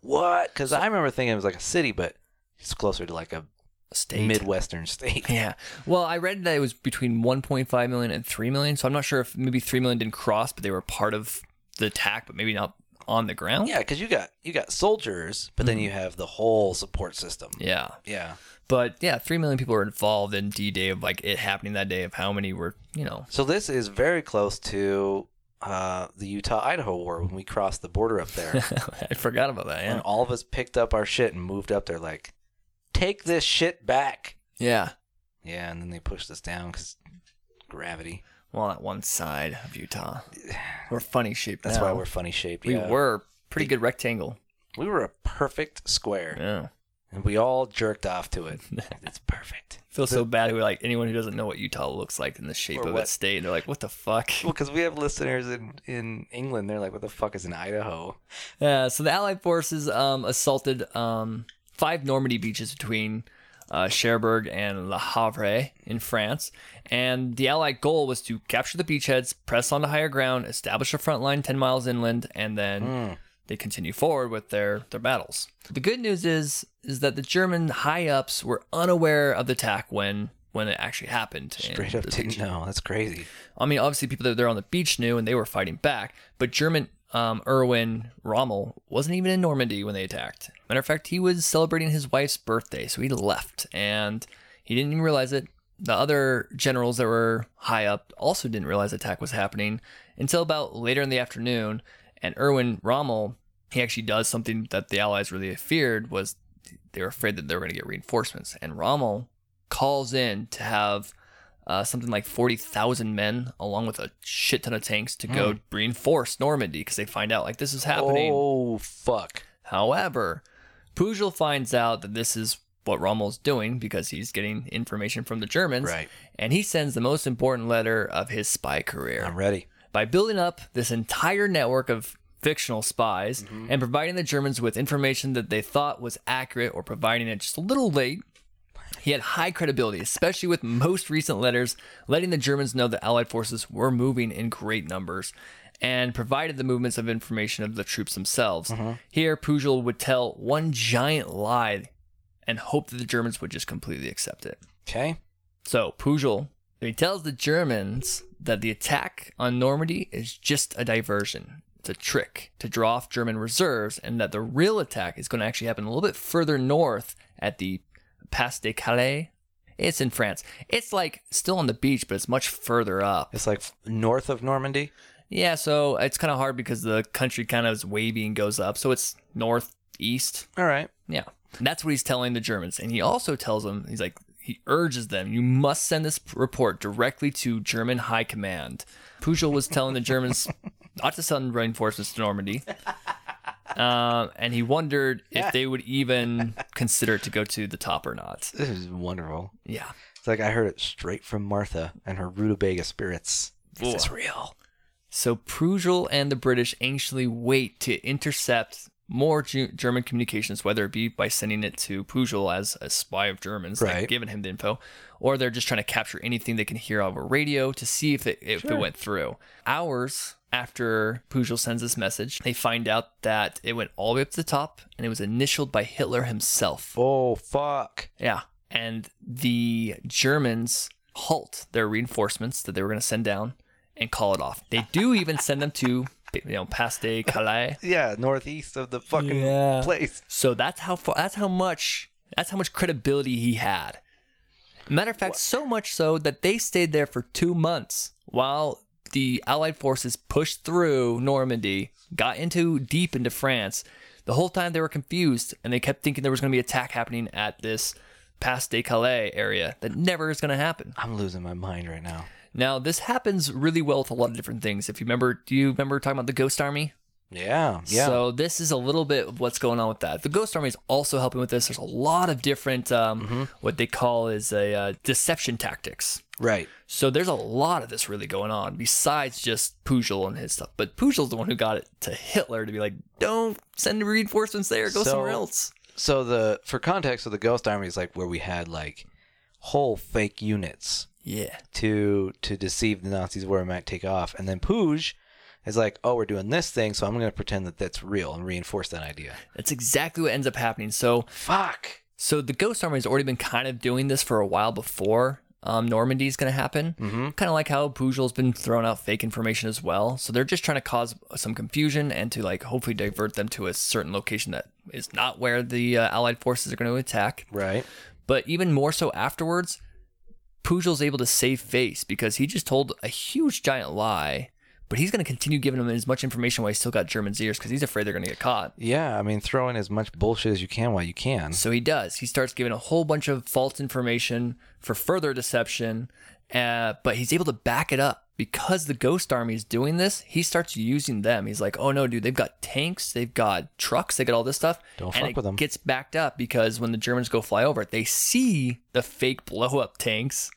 Speaker 1: What? Because I remember thinking it was like a city, but it's closer to like a
Speaker 2: state.
Speaker 1: midwestern state.
Speaker 2: Yeah. Well, I read that it was between 1.5 million and 3 million, so I'm not sure if maybe 3 million didn't cross, but they were part of the attack, but maybe not on the ground.
Speaker 1: Yeah, because you got you got soldiers, but then you have the whole support system.
Speaker 2: Mm-hmm. Yeah.
Speaker 1: Yeah.
Speaker 2: But yeah, 3 million people were involved in D Day of like it happening that day of how many were, you know.
Speaker 1: So this is very close to uh, the Utah Idaho War when we crossed the border up there,
Speaker 2: I forgot about that.
Speaker 1: and
Speaker 2: Yeah.
Speaker 1: all of us picked up our shit and moved up there. Like, take this shit back.
Speaker 2: Yeah.
Speaker 1: Yeah, and then they pushed us down because gravity.
Speaker 2: Well, that one side of Utah. We're funny shaped.
Speaker 1: That's
Speaker 2: now.
Speaker 1: why we're funny shaped.
Speaker 2: We
Speaker 1: yeah.
Speaker 2: were pretty good rectangle.
Speaker 1: We were a perfect square,
Speaker 2: Yeah.
Speaker 1: and we all jerked off to it. it's perfect.
Speaker 2: Feel so bad. We're like anyone who doesn't know what Utah looks like in the shape
Speaker 1: Or
Speaker 2: of
Speaker 1: what-
Speaker 2: its state. They're like, what the fuck?
Speaker 1: Well, because we have listeners in in England, they're like, "What the fuck is in Idaho?"
Speaker 2: Yeah, Uh, so the Allied forces um, assaulted um, five Normandy beaches between uh, Cherbourg and Le Havre in France, and the Allied goal was to capture the beachheads, press onto higher ground, establish a front line ten miles inland, and then
Speaker 1: Hmm.
Speaker 2: they continue forward with their their battles. The good news is is that the German high ups were unaware of the attack when when it actually happened. and
Speaker 1: Straight up
Speaker 2: the
Speaker 1: didn't know. That's crazy.
Speaker 2: I mean, obviously, people that were there on the beach knew, and they were fighting back. But German um, Erwin Rommel wasn't even in Normandy when they attacked. Matter of fact, he was celebrating his wife's birthday, so he left, and he didn't even realize it. The other generals that were high up also didn't realize the attack was happening until about later in the afternoon. And Erwin Rommel, he actually does something that the Allies really feared was they were afraid that they were going to get reinforcements. And Rommel calls in to have uh, something like 40,000 men, along with a shit ton of tanks, to go reinforce Normandy because they find out, like, this is happening.
Speaker 1: Hmm. Oh fuck!
Speaker 2: However, Pujol finds out that this is what Rommel's doing because he's getting information from the Germans.
Speaker 1: Right.
Speaker 2: And he sends the most important letter of his spy career.
Speaker 1: I'm ready.
Speaker 2: By building up this entire network of fictional spies and providing the Germans with information that they thought was accurate or providing it just a little late, he had high credibility, especially with most recent letters letting the Germans know that Allied forces were moving in great numbers and provided the movements of information of the troops themselves. Here, Pujol would tell one giant lie and hope that the Germans would just completely accept it.
Speaker 1: Okay.
Speaker 2: So Pujol, he tells the Germans that the attack on Normandy is just a diversion. It's a trick to draw off German reserves, and that the real attack is going to actually happen a little bit further north at the Pass de Calais. It's in France. It's like still on the beach, but it's much further up.
Speaker 1: It's like f- north of Normandy.
Speaker 2: Yeah, so it's kind of hard because the country kind of is wavy and goes up. So it's northeast,
Speaker 1: All right.
Speaker 2: yeah. That's what he's telling the Germans. And he also tells them, he's like, he urges them, you must send this report directly to German high command. Pujol was telling the Germans not to send reinforcements to Normandy. Um, and he wondered if they would even consider to go to the top or not.
Speaker 1: This is wonderful.
Speaker 2: Yeah.
Speaker 1: It's like I heard it straight from Martha and her rutabaga spirits. This
Speaker 2: Whoa.
Speaker 1: is real.
Speaker 2: So Prugel and the British anxiously wait to intercept more Ju- German communications, whether it be by sending it to Pujol as a spy of Germans, like,
Speaker 1: Right.
Speaker 2: giving him the info, or they're just trying to capture anything they can hear over radio to see if it, if it went through. Hours after Pujol sends this message, they find out that it went all the way up to the top and it was initialed by Hitler himself.
Speaker 1: Oh fuck!
Speaker 2: Yeah. And the Germans halt their reinforcements that they were going to send down and call it off. They do even send them to, you know, Passe de Calais.
Speaker 1: Yeah, northeast of the fucking
Speaker 2: Yeah.
Speaker 1: place.
Speaker 2: So that's how far, that's how much, that's how much credibility he had. Matter of fact, so much so that they stayed there for two months while the Allied forces pushed through Normandy, got into deep into France. The whole time they were confused and they kept thinking there was going to be attack happening at this Pass de Calais area that never is going to happen.
Speaker 1: I'm losing my mind right now.
Speaker 2: Now, this happens really well with a lot of different things. If you remember, do you remember talking about the Ghost Army?
Speaker 1: Yeah. Yeah.
Speaker 2: So this is a little bit of what's going on with that. The Ghost Army is also helping with this. There's a lot of different um,
Speaker 1: Mm-hmm.
Speaker 2: what they call is a uh, deception tactics.
Speaker 1: right.
Speaker 2: So there's a lot of this really going on besides just Pujol and his stuff. But Pujol's the one who got it to Hitler to be like, don't send reinforcements there, go
Speaker 1: So-
Speaker 2: somewhere else.
Speaker 1: So the for context, so the Ghost Army is like where we had like whole fake units
Speaker 2: Yeah.
Speaker 1: to to deceive the Nazis where it might take off. And then Pooj is like, oh, we're doing this thing, so I'm going to pretend that that's real and reinforce that idea.
Speaker 2: That's exactly what ends up happening. So
Speaker 1: Fuck.
Speaker 2: So the Ghost Army has already been kind of doing this for a while before, um, Normandy is going to happen. Kind of like how Pujol's been throwing out fake information as well. So they're just trying to cause some confusion and to like hopefully divert them to a certain location that is not where the uh, Allied forces are going to attack.
Speaker 1: Right.
Speaker 2: But even more so afterwards, Pujol's able to save face because he just told a huge giant lie. But he's going to continue giving them as much information while he's still got German's ears because he's afraid they're going to get caught.
Speaker 1: Yeah, I mean, throw in as much bullshit as you can while you can.
Speaker 2: So he does. He starts giving a whole bunch of false information for further deception, uh, but he's able to back it up because the Ghost Army is doing this. He starts using them. He's like, "Oh no, dude! They've got tanks. They've got trucks. They got all this stuff."
Speaker 1: Don't
Speaker 2: and
Speaker 1: fuck
Speaker 2: it
Speaker 1: with 'em.
Speaker 2: Gets backed up because when the Germans go fly over it, they see the fake blow up tanks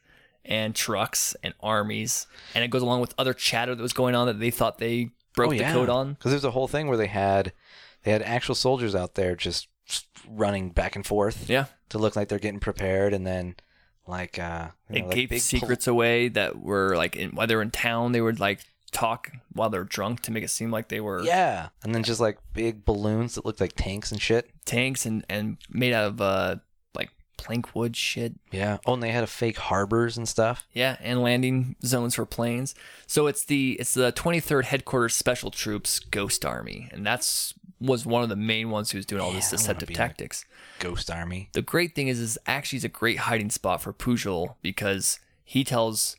Speaker 2: and trucks and armies, and it goes along with other chatter that was going on that they thought they
Speaker 1: Oh,
Speaker 2: broke the code on.
Speaker 1: Because there's a whole thing where they had they had actual soldiers out there just running back and forth
Speaker 2: Yeah.
Speaker 1: to look like they're getting prepared, and then like uh, you
Speaker 2: It
Speaker 1: know, like
Speaker 2: gave
Speaker 1: big
Speaker 2: secrets away that were like in, while they were in town, they would like talk while they're drunk to make it seem like they were
Speaker 1: bal- yeah, and then just like big balloons that looked like tanks and shit.
Speaker 2: tanks and and made out of uh like plank wood shit.
Speaker 1: Yeah. Oh, and they had a fake harbors and stuff.
Speaker 2: Yeah, and landing zones for planes. So it's the it's the 23rd Headquarters Special Troops Ghost Army, and that's was one of the main ones who was doing all
Speaker 1: Yeah, I
Speaker 2: this
Speaker 1: wanna
Speaker 2: deceptive
Speaker 1: be like-
Speaker 2: tactics.
Speaker 1: Ghost army.
Speaker 2: the great thing is, is actually is a great hiding spot for Pujol because he tells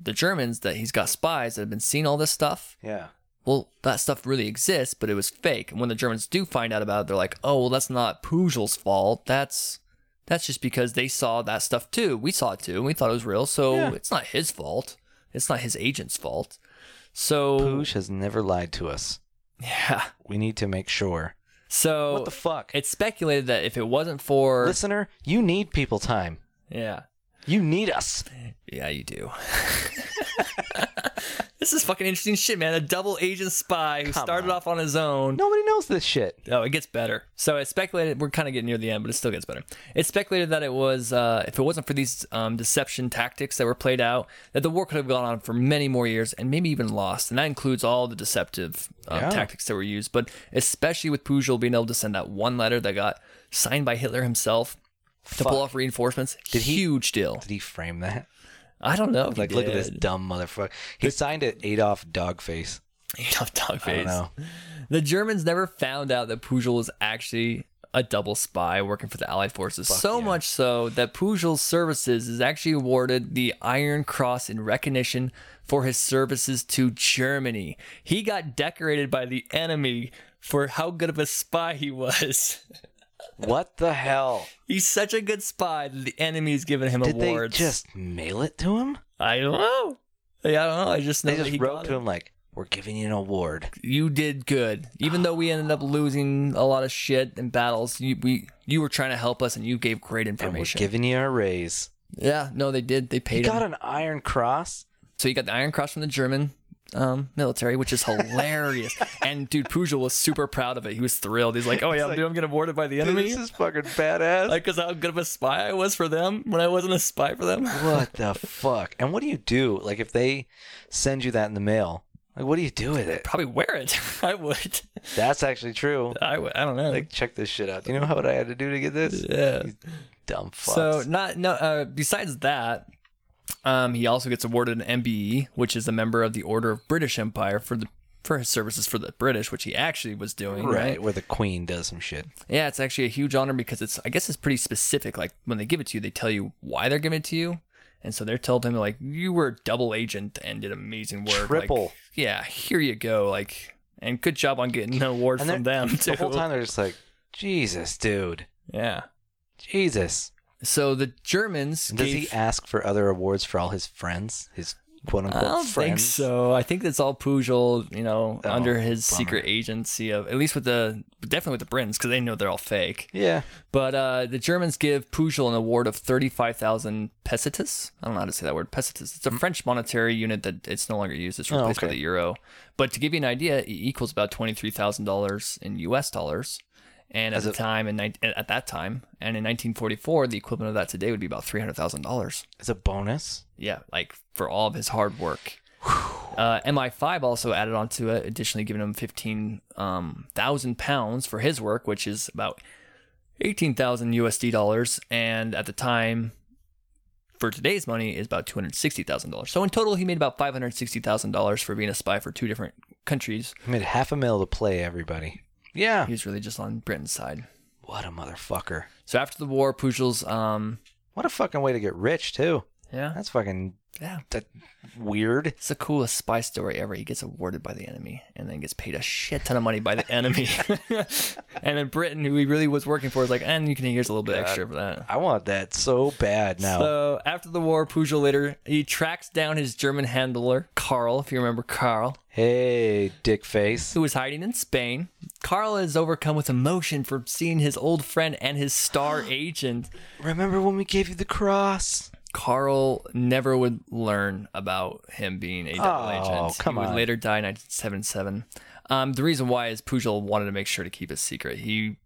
Speaker 2: the Germans that he's got spies that have been seeing all this stuff
Speaker 1: Yeah.
Speaker 2: well, that stuff really exists, but it was fake. And when the Germans do find out about it, they're like, oh, well, that's not Pujol's fault. That's that's just because they saw that stuff too. We saw it too, and we thought it was real. So
Speaker 1: Yeah.
Speaker 2: it's not his fault. It's not his agent's fault. So
Speaker 1: Poosh has never lied to us.
Speaker 2: yeah.
Speaker 1: We need to make sure.
Speaker 2: So
Speaker 1: what the fuck,
Speaker 2: it's speculated that if it wasn't for
Speaker 1: listener? You need people time.
Speaker 2: yeah,
Speaker 1: You need us.
Speaker 2: yeah, you do. this is fucking interesting shit, man. A double agent spy who
Speaker 1: Come
Speaker 2: started
Speaker 1: on.
Speaker 2: off on his own.
Speaker 1: Nobody knows this shit.
Speaker 2: Oh, it gets better. So it's speculated. We're kind of getting near the end, but it still gets better. It's speculated that it was, uh, if it wasn't for these um, deception tactics that were played out, that the war could have gone on for many more years and maybe even lost. And that includes all the deceptive um,
Speaker 1: Yeah.
Speaker 2: tactics that were used, but especially with Pujol being able to send that one letter that got signed by Hitler himself to pull off reinforcements.
Speaker 1: Did he-
Speaker 2: Huge deal.
Speaker 1: Did he frame that?
Speaker 2: I don't know. If
Speaker 1: Like,
Speaker 2: he
Speaker 1: look at this
Speaker 2: did.
Speaker 1: dumb motherfucker. He signed it Adolf Dogface.
Speaker 2: Adolf Dogface.
Speaker 1: I don't know.
Speaker 2: The Germans never found out that Pujol was actually a double spy working for the Allied forces. so
Speaker 1: yeah.
Speaker 2: much so that Pujol's services is actually awarded the Iron Cross in recognition for his services to Germany. He got decorated by the enemy for how good of a spy he was.
Speaker 1: What the hell?
Speaker 2: He's such a good spy that the enemy's giving him
Speaker 1: Did
Speaker 2: awards.
Speaker 1: they just mail it to him?
Speaker 2: I don't know. Yeah, I don't know. I just know
Speaker 1: They
Speaker 2: that he
Speaker 1: just
Speaker 2: got
Speaker 1: wrote to
Speaker 2: it.
Speaker 1: him like, "We're giving you an award."
Speaker 2: you did good. Even though we ended up losing a lot of shit in battles, you we you were trying to help us and you gave great
Speaker 1: And we're
Speaker 2: information.
Speaker 1: giving you a raise.
Speaker 2: yeah, no, they did. They
Speaker 1: He
Speaker 2: paid him.
Speaker 1: got an Iron Cross.
Speaker 2: so you got the Iron Cross from the German um, military, which is hilarious. and dude, Pujol was super proud of it. He was thrilled. He's like, "Oh yeah,
Speaker 1: like,
Speaker 2: dude, I'm getting awarded by the
Speaker 1: Dude,
Speaker 2: enemy."
Speaker 1: this is fucking badass.
Speaker 2: Like, cause how good of a spy I was for them when I wasn't a spy for them.
Speaker 1: what the fuck? And what do you do? Like, if they send you that in the mail, like, what do you do with it?
Speaker 2: Probably wear it. I would.
Speaker 1: That's actually true.
Speaker 2: I would. I don't know.
Speaker 1: Like, check this shit out. Do you know what I had to do to get this?
Speaker 2: yeah.
Speaker 1: Dumb fucks.
Speaker 2: So not no. Uh, besides that, um, he also gets awarded an MBE, which is a member of the Order of British Empire for the for his services for the British, which he actually was doing.
Speaker 1: right, where the Queen does some shit.
Speaker 2: Yeah, it's actually a huge honor because it's I guess it's pretty specific. Like when they give it to you, they tell you why they're giving it to you. And so they're telling him like you were a double agent and did amazing work. Like,
Speaker 1: Triple.
Speaker 2: yeah, here you go. Like and good job on getting an award
Speaker 1: And
Speaker 2: from
Speaker 1: they're-
Speaker 2: them too.
Speaker 1: The whole time they're just like, Jesus, dude.
Speaker 2: Yeah.
Speaker 1: Jesus.
Speaker 2: So the Germans
Speaker 1: Does he
Speaker 2: gave-
Speaker 1: ask for other awards for all his friends? His quote
Speaker 2: I
Speaker 1: unquote
Speaker 2: don't
Speaker 1: friends?
Speaker 2: think so. I think that's all Pujol, you know,
Speaker 1: Oh,
Speaker 2: under his
Speaker 1: bummer.
Speaker 2: secret agency of at least with the definitely with the Britons because they know they're all fake.
Speaker 1: Yeah.
Speaker 2: But uh, the Germans give Pujol an award of thirty-five thousand pesetas. I don't know how to say that word. Pesetas. It's a French monetary unit that it's no longer used. It's
Speaker 1: Mm. Oh,
Speaker 2: replaced by
Speaker 1: okay.
Speaker 2: the euro. But to give you an idea, it equals about twenty-three thousand dollars in U.S. dollars. And at
Speaker 1: As
Speaker 2: the
Speaker 1: a-
Speaker 2: time, in, nine- at that time, and in 1944, the equivalent of that today would be about three hundred thousand dollars.
Speaker 1: It's a bonus.
Speaker 2: Yeah, like for all of his hard work. Uh, MI5 also added on to it, additionally giving him 15,000 pounds for his work, which is about 18,000 USD dollars. And at the time, for today's money is about two hundred sixty thousand dollars. So in total, he made about five hundred sixty thousand dollars for being a spy for two different countries.
Speaker 1: I made half a mil to play everybody. Yeah.
Speaker 2: He was really just on Britain's side.
Speaker 1: What a motherfucker.
Speaker 2: So after the war, Pujel's um
Speaker 1: What a fucking way to get rich too.
Speaker 2: yeah
Speaker 1: That's fucking
Speaker 2: yeah
Speaker 1: that weird.
Speaker 2: It's the coolest spy story ever. He gets awarded by the enemy and then gets paid a shit ton of money by the enemy. and then Britain, who he really was working for, is like, and you can here's a little bit extra for that.
Speaker 1: I want that so bad now.
Speaker 2: So after the war, Pujol later he tracks down his German handler, Carl, if you remember Carl,
Speaker 1: hey, dick face.
Speaker 2: who was hiding in Spain. Carl is overcome with emotion for seeing his old friend and his star agent.
Speaker 1: Remember when we gave you the cross?
Speaker 2: Carl never would learn about him being a double
Speaker 1: Oh,
Speaker 2: agent.
Speaker 1: come
Speaker 2: he would
Speaker 1: on.
Speaker 2: later die in 1977. Um, the reason why is Pujol wanted to make sure to keep it secret. He,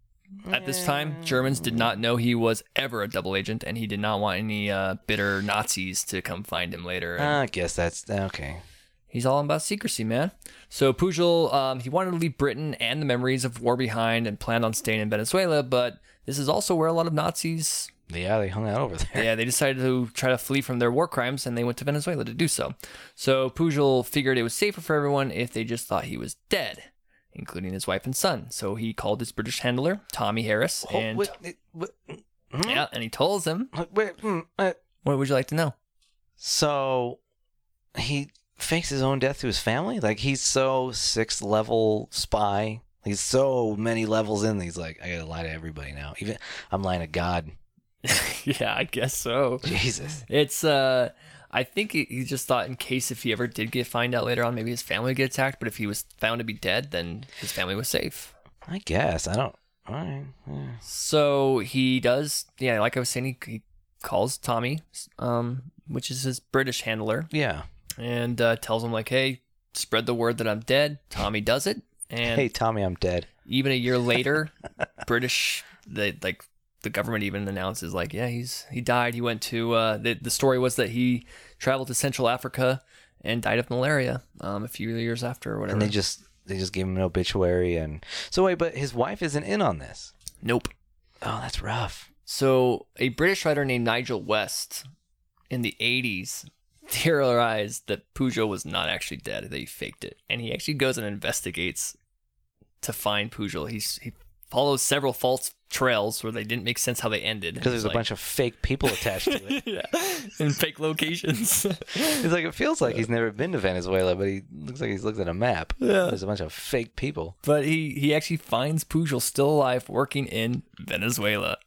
Speaker 2: at this time, Germans did not know he was ever a double agent, and he did not want any uh, bitter Nazis to come find him later. And
Speaker 1: I guess that's okay.
Speaker 2: He's all about secrecy, man. So Pujol, um, he wanted to leave Britain and the memories of war behind, and planned on staying in Venezuela. But this is also where a lot of Nazis
Speaker 1: Yeah, they hung out over there.
Speaker 2: yeah, they decided to try to flee from their war crimes and they went to Venezuela to do so. So Pujol figured it was safer for everyone if they just thought he was dead, including his wife and son. So he called his British handler, Tommy Harris,
Speaker 1: Oh,
Speaker 2: and
Speaker 1: wait, it- wait, hmm?
Speaker 2: yeah, and he tells him,
Speaker 1: Uh, wait, mm, uh,
Speaker 2: "What would you like to know?"
Speaker 1: So he fakes his own death to his family? Like he's so sixth level spy. He's so many levels in. He's like, I gotta lie to everybody now. Even I'm lying to God.
Speaker 2: yeah, I guess so.
Speaker 1: Jesus.
Speaker 2: It's uh I think he- he just thought in case if he ever did get find out later on, maybe his family would get attacked. But if he was found to be dead, then his family was safe.
Speaker 1: I guess. I don't all right. yeah.
Speaker 2: So he does, yeah. Like I was saying, he, he calls Tommy, um, which is his British handler,
Speaker 1: Yeah.
Speaker 2: and uh, tells him like, "Hey, spread the word that I'm dead." Tommy does it, and
Speaker 1: hey Tommy, I'm dead.
Speaker 2: even a year later, British, they like the government even announces like, "Yeah, he's he died. He went to uh, the the story was that he traveled to Central Africa and died of malaria um, a few years after or whatever."
Speaker 1: And they just they just gave him an obituary and so wait, but his wife isn't in on this.
Speaker 2: nope.
Speaker 1: Oh, that's rough.
Speaker 2: So, a British writer named Nigel West in the 80s theorized that Pujol was not actually dead. They faked it. And he actually goes and investigates to find Pujol. He's, he follows several false trails where they didn't make sense how they ended.
Speaker 1: Because there's a bunch of fake people attached to it.
Speaker 2: yeah, in fake locations.
Speaker 1: He's like, it feels like he's never been to Venezuela, but he looks like he's looked at a map.
Speaker 2: Yeah.
Speaker 1: There's a bunch of fake people.
Speaker 2: but he, he actually finds Pujol still alive working in Venezuela.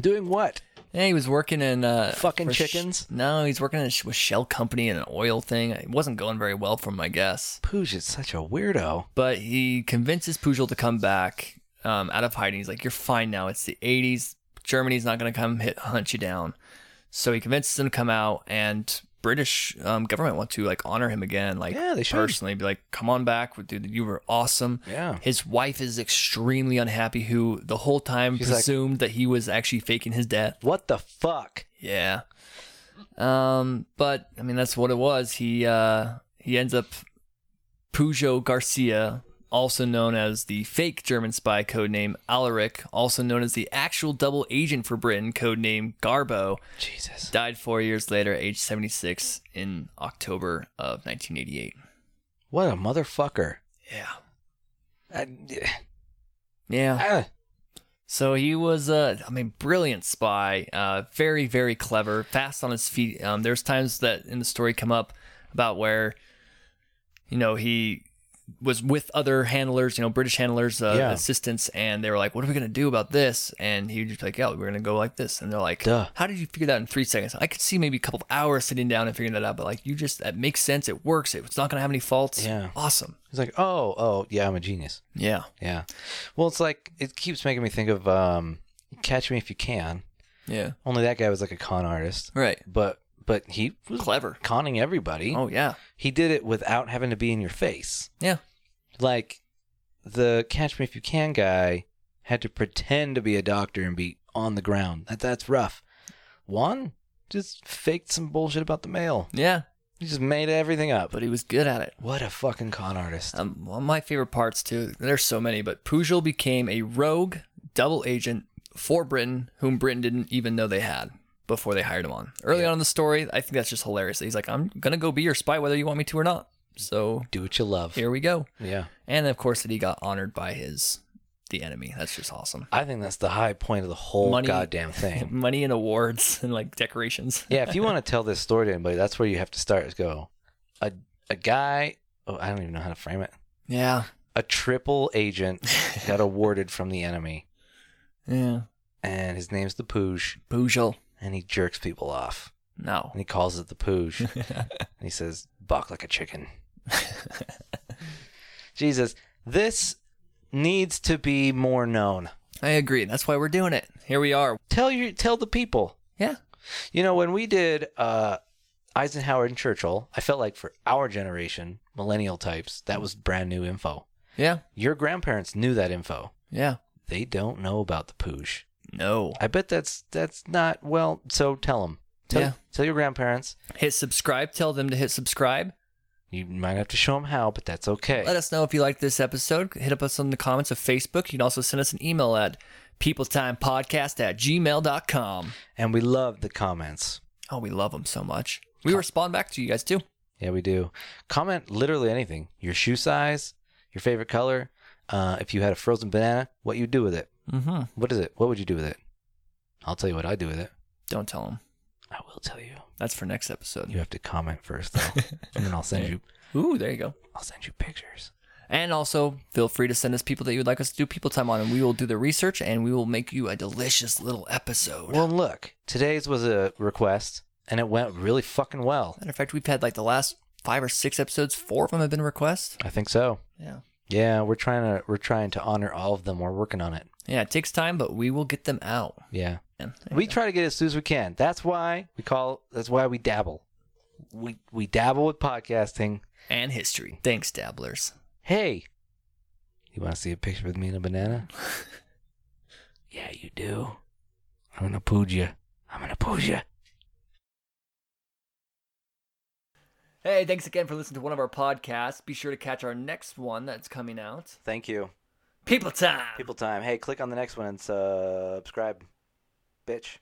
Speaker 1: Doing what?
Speaker 2: Yeah, he was working in uh,
Speaker 1: Fucking
Speaker 2: for sh-
Speaker 1: chickens?
Speaker 2: no, he's working in a sh- with Shell Company and an oil thing. It wasn't going very well for him, I guess.
Speaker 1: Pooj is such a weirdo.
Speaker 2: But he convinces Pujol to come back um, out of hiding. He's like, "You're fine now. It's the '80s. Germany's not going to come hit hunt you down." So he convinces him to come out, and British um, government want to like honor him again, like
Speaker 1: Yeah, they should.
Speaker 2: personally be like, "Come on back, dude. You were awesome."
Speaker 1: Yeah.
Speaker 2: His wife is extremely unhappy, who the whole time
Speaker 1: She's like-
Speaker 2: presumed that he was actually faking his death.
Speaker 1: What the fuck?
Speaker 2: Yeah. Um, but I mean that's what it was. He uh he ends up Pujo Garcia, also known as the fake German spy codename Alaric, also known as the actual double agent for Britain codename Garbo,
Speaker 1: Jesus.
Speaker 2: died 4 years later age 76 in October of 1988.
Speaker 1: What a motherfucker.
Speaker 2: Yeah.
Speaker 1: I,
Speaker 2: Yeah.
Speaker 1: I-
Speaker 2: So he was uh, I mean, brilliant spy, uh, very, very clever, fast on his feet. Um, there's times that in the story come up about where, you know, he was with other handlers, you know, British handlers, uh,
Speaker 1: Yeah.
Speaker 2: assistants, and they were like, "What are we gonna do about this?" And he was just like, "Yeah, we're gonna go like this." And they're like,
Speaker 1: Duh.
Speaker 2: "How did you figure that in three seconds?" I could see maybe a couple of hours sitting down and figuring that out, but like, you just that makes sense. It works. It's not gonna have any faults.
Speaker 1: Yeah.
Speaker 2: awesome.
Speaker 1: he's like, oh, oh, yeah, I'm a genius.
Speaker 2: Yeah,
Speaker 1: Yeah. Well, it's like, it keeps making me think of um, Catch Me If You Can.
Speaker 2: yeah,
Speaker 1: Only that guy was like a con artist,
Speaker 2: right.
Speaker 1: but but he was
Speaker 2: Clever.
Speaker 1: conning everybody.
Speaker 2: Oh yeah,
Speaker 1: He did it without having to be in your face.
Speaker 2: yeah.
Speaker 1: like the catch me if you can guy had to pretend to be a doctor and be on the ground that that's rough one just faked some bullshit about the mail
Speaker 2: Yeah,
Speaker 1: he just made everything up
Speaker 2: but he was good at it.
Speaker 1: what a fucking con artist
Speaker 2: Um, one of my favorite parts too. There's so many, but Pujol became a rogue double agent for Britain, whom Britain didn't even know they had. before they hired him on. Early on in the story, I think that's just hilarious. He's like, I'm gonna go be your spy whether you want me to or not. So
Speaker 1: Do what you love.
Speaker 2: here we go.
Speaker 1: Yeah.
Speaker 2: And of course that he got honored by his the enemy. That's just awesome.
Speaker 1: I think that's the high point of the whole
Speaker 2: Money-
Speaker 1: goddamn thing.
Speaker 2: Money and awards and like decorations.
Speaker 1: yeah, if you want to tell this story to anybody, that's where you have to start. Is go a a guy. Oh, I don't even know how to frame it.
Speaker 2: Yeah.
Speaker 1: A triple agent got awarded from the enemy,
Speaker 2: Yeah.
Speaker 1: and his name's the Pooge,
Speaker 2: Boojil.
Speaker 1: and he jerks people off,
Speaker 2: No.
Speaker 1: and he calls it the Pooge, and he says, "Buck like a chicken." Jesus, this needs to be more known.
Speaker 2: I agree. That's why we're doing it. Here we are.
Speaker 1: Tell your tell the people.
Speaker 2: Yeah.
Speaker 1: You know, when we did uh, Eisenhower and Churchill, I felt like for our generation, millennial types, that was brand new info.
Speaker 2: Yeah.
Speaker 1: Your grandparents knew that info.
Speaker 2: Yeah.
Speaker 1: They don't know about the poosh.
Speaker 2: No.
Speaker 1: I bet that's that's not well. So tell them. Tell,
Speaker 2: Yeah.
Speaker 1: tell your grandparents.
Speaker 2: Hit subscribe. Tell them to hit subscribe.
Speaker 1: You might have to show them how, but that's okay.
Speaker 2: Let us know if you liked this episode. Hit up us on the comments of Facebook. You can also send us an email at peopletimepodcast at gmail.com.
Speaker 1: and we love the comments.
Speaker 2: Oh, we love them so much. We respond back to you guys too.
Speaker 1: Yeah, we do. Comment literally anything. Your shoe size, your favorite color. Uh, if you had a frozen banana, what you do with it?
Speaker 2: Mm-hmm.
Speaker 1: What is it? What would you do with it? I'll tell you what I do with it.
Speaker 2: Don't tell them.
Speaker 1: I will tell you.
Speaker 2: That's for next episode.
Speaker 1: You have to comment first though, and then I'll send you.
Speaker 2: Ooh, there you go.
Speaker 1: I'll send you pictures.
Speaker 2: And also, feel free to send us people that you would like us to do people time on, and we will do the research and we will make you a delicious little episode.
Speaker 1: Well, look, today's was a request, and it went really fucking well.
Speaker 2: Matter of fact, we've had like the last five or six episodes, four of them have been requests.
Speaker 1: I think so.
Speaker 2: Yeah.
Speaker 1: Yeah, we're trying to we're trying to honor all of them. We're working on it.
Speaker 2: Yeah, it takes time, but we will get them out.
Speaker 1: Yeah,
Speaker 2: Man, there
Speaker 1: we
Speaker 2: you go.
Speaker 1: try to get it as soon as we can. That's why we call. That's why we dabble. We we dabble with podcasting.
Speaker 2: and history. Thanks, dabblers.
Speaker 1: Hey, you want to see a picture with me and a banana? yeah, you do. I'm gonna poo you. I'm gonna poo you.
Speaker 2: Hey, thanks again for listening to one of our podcasts. Be sure to catch our next one that's coming out.
Speaker 1: Thank you.
Speaker 2: People time.
Speaker 1: People time. Hey, click on the next one and subscribe, bitch.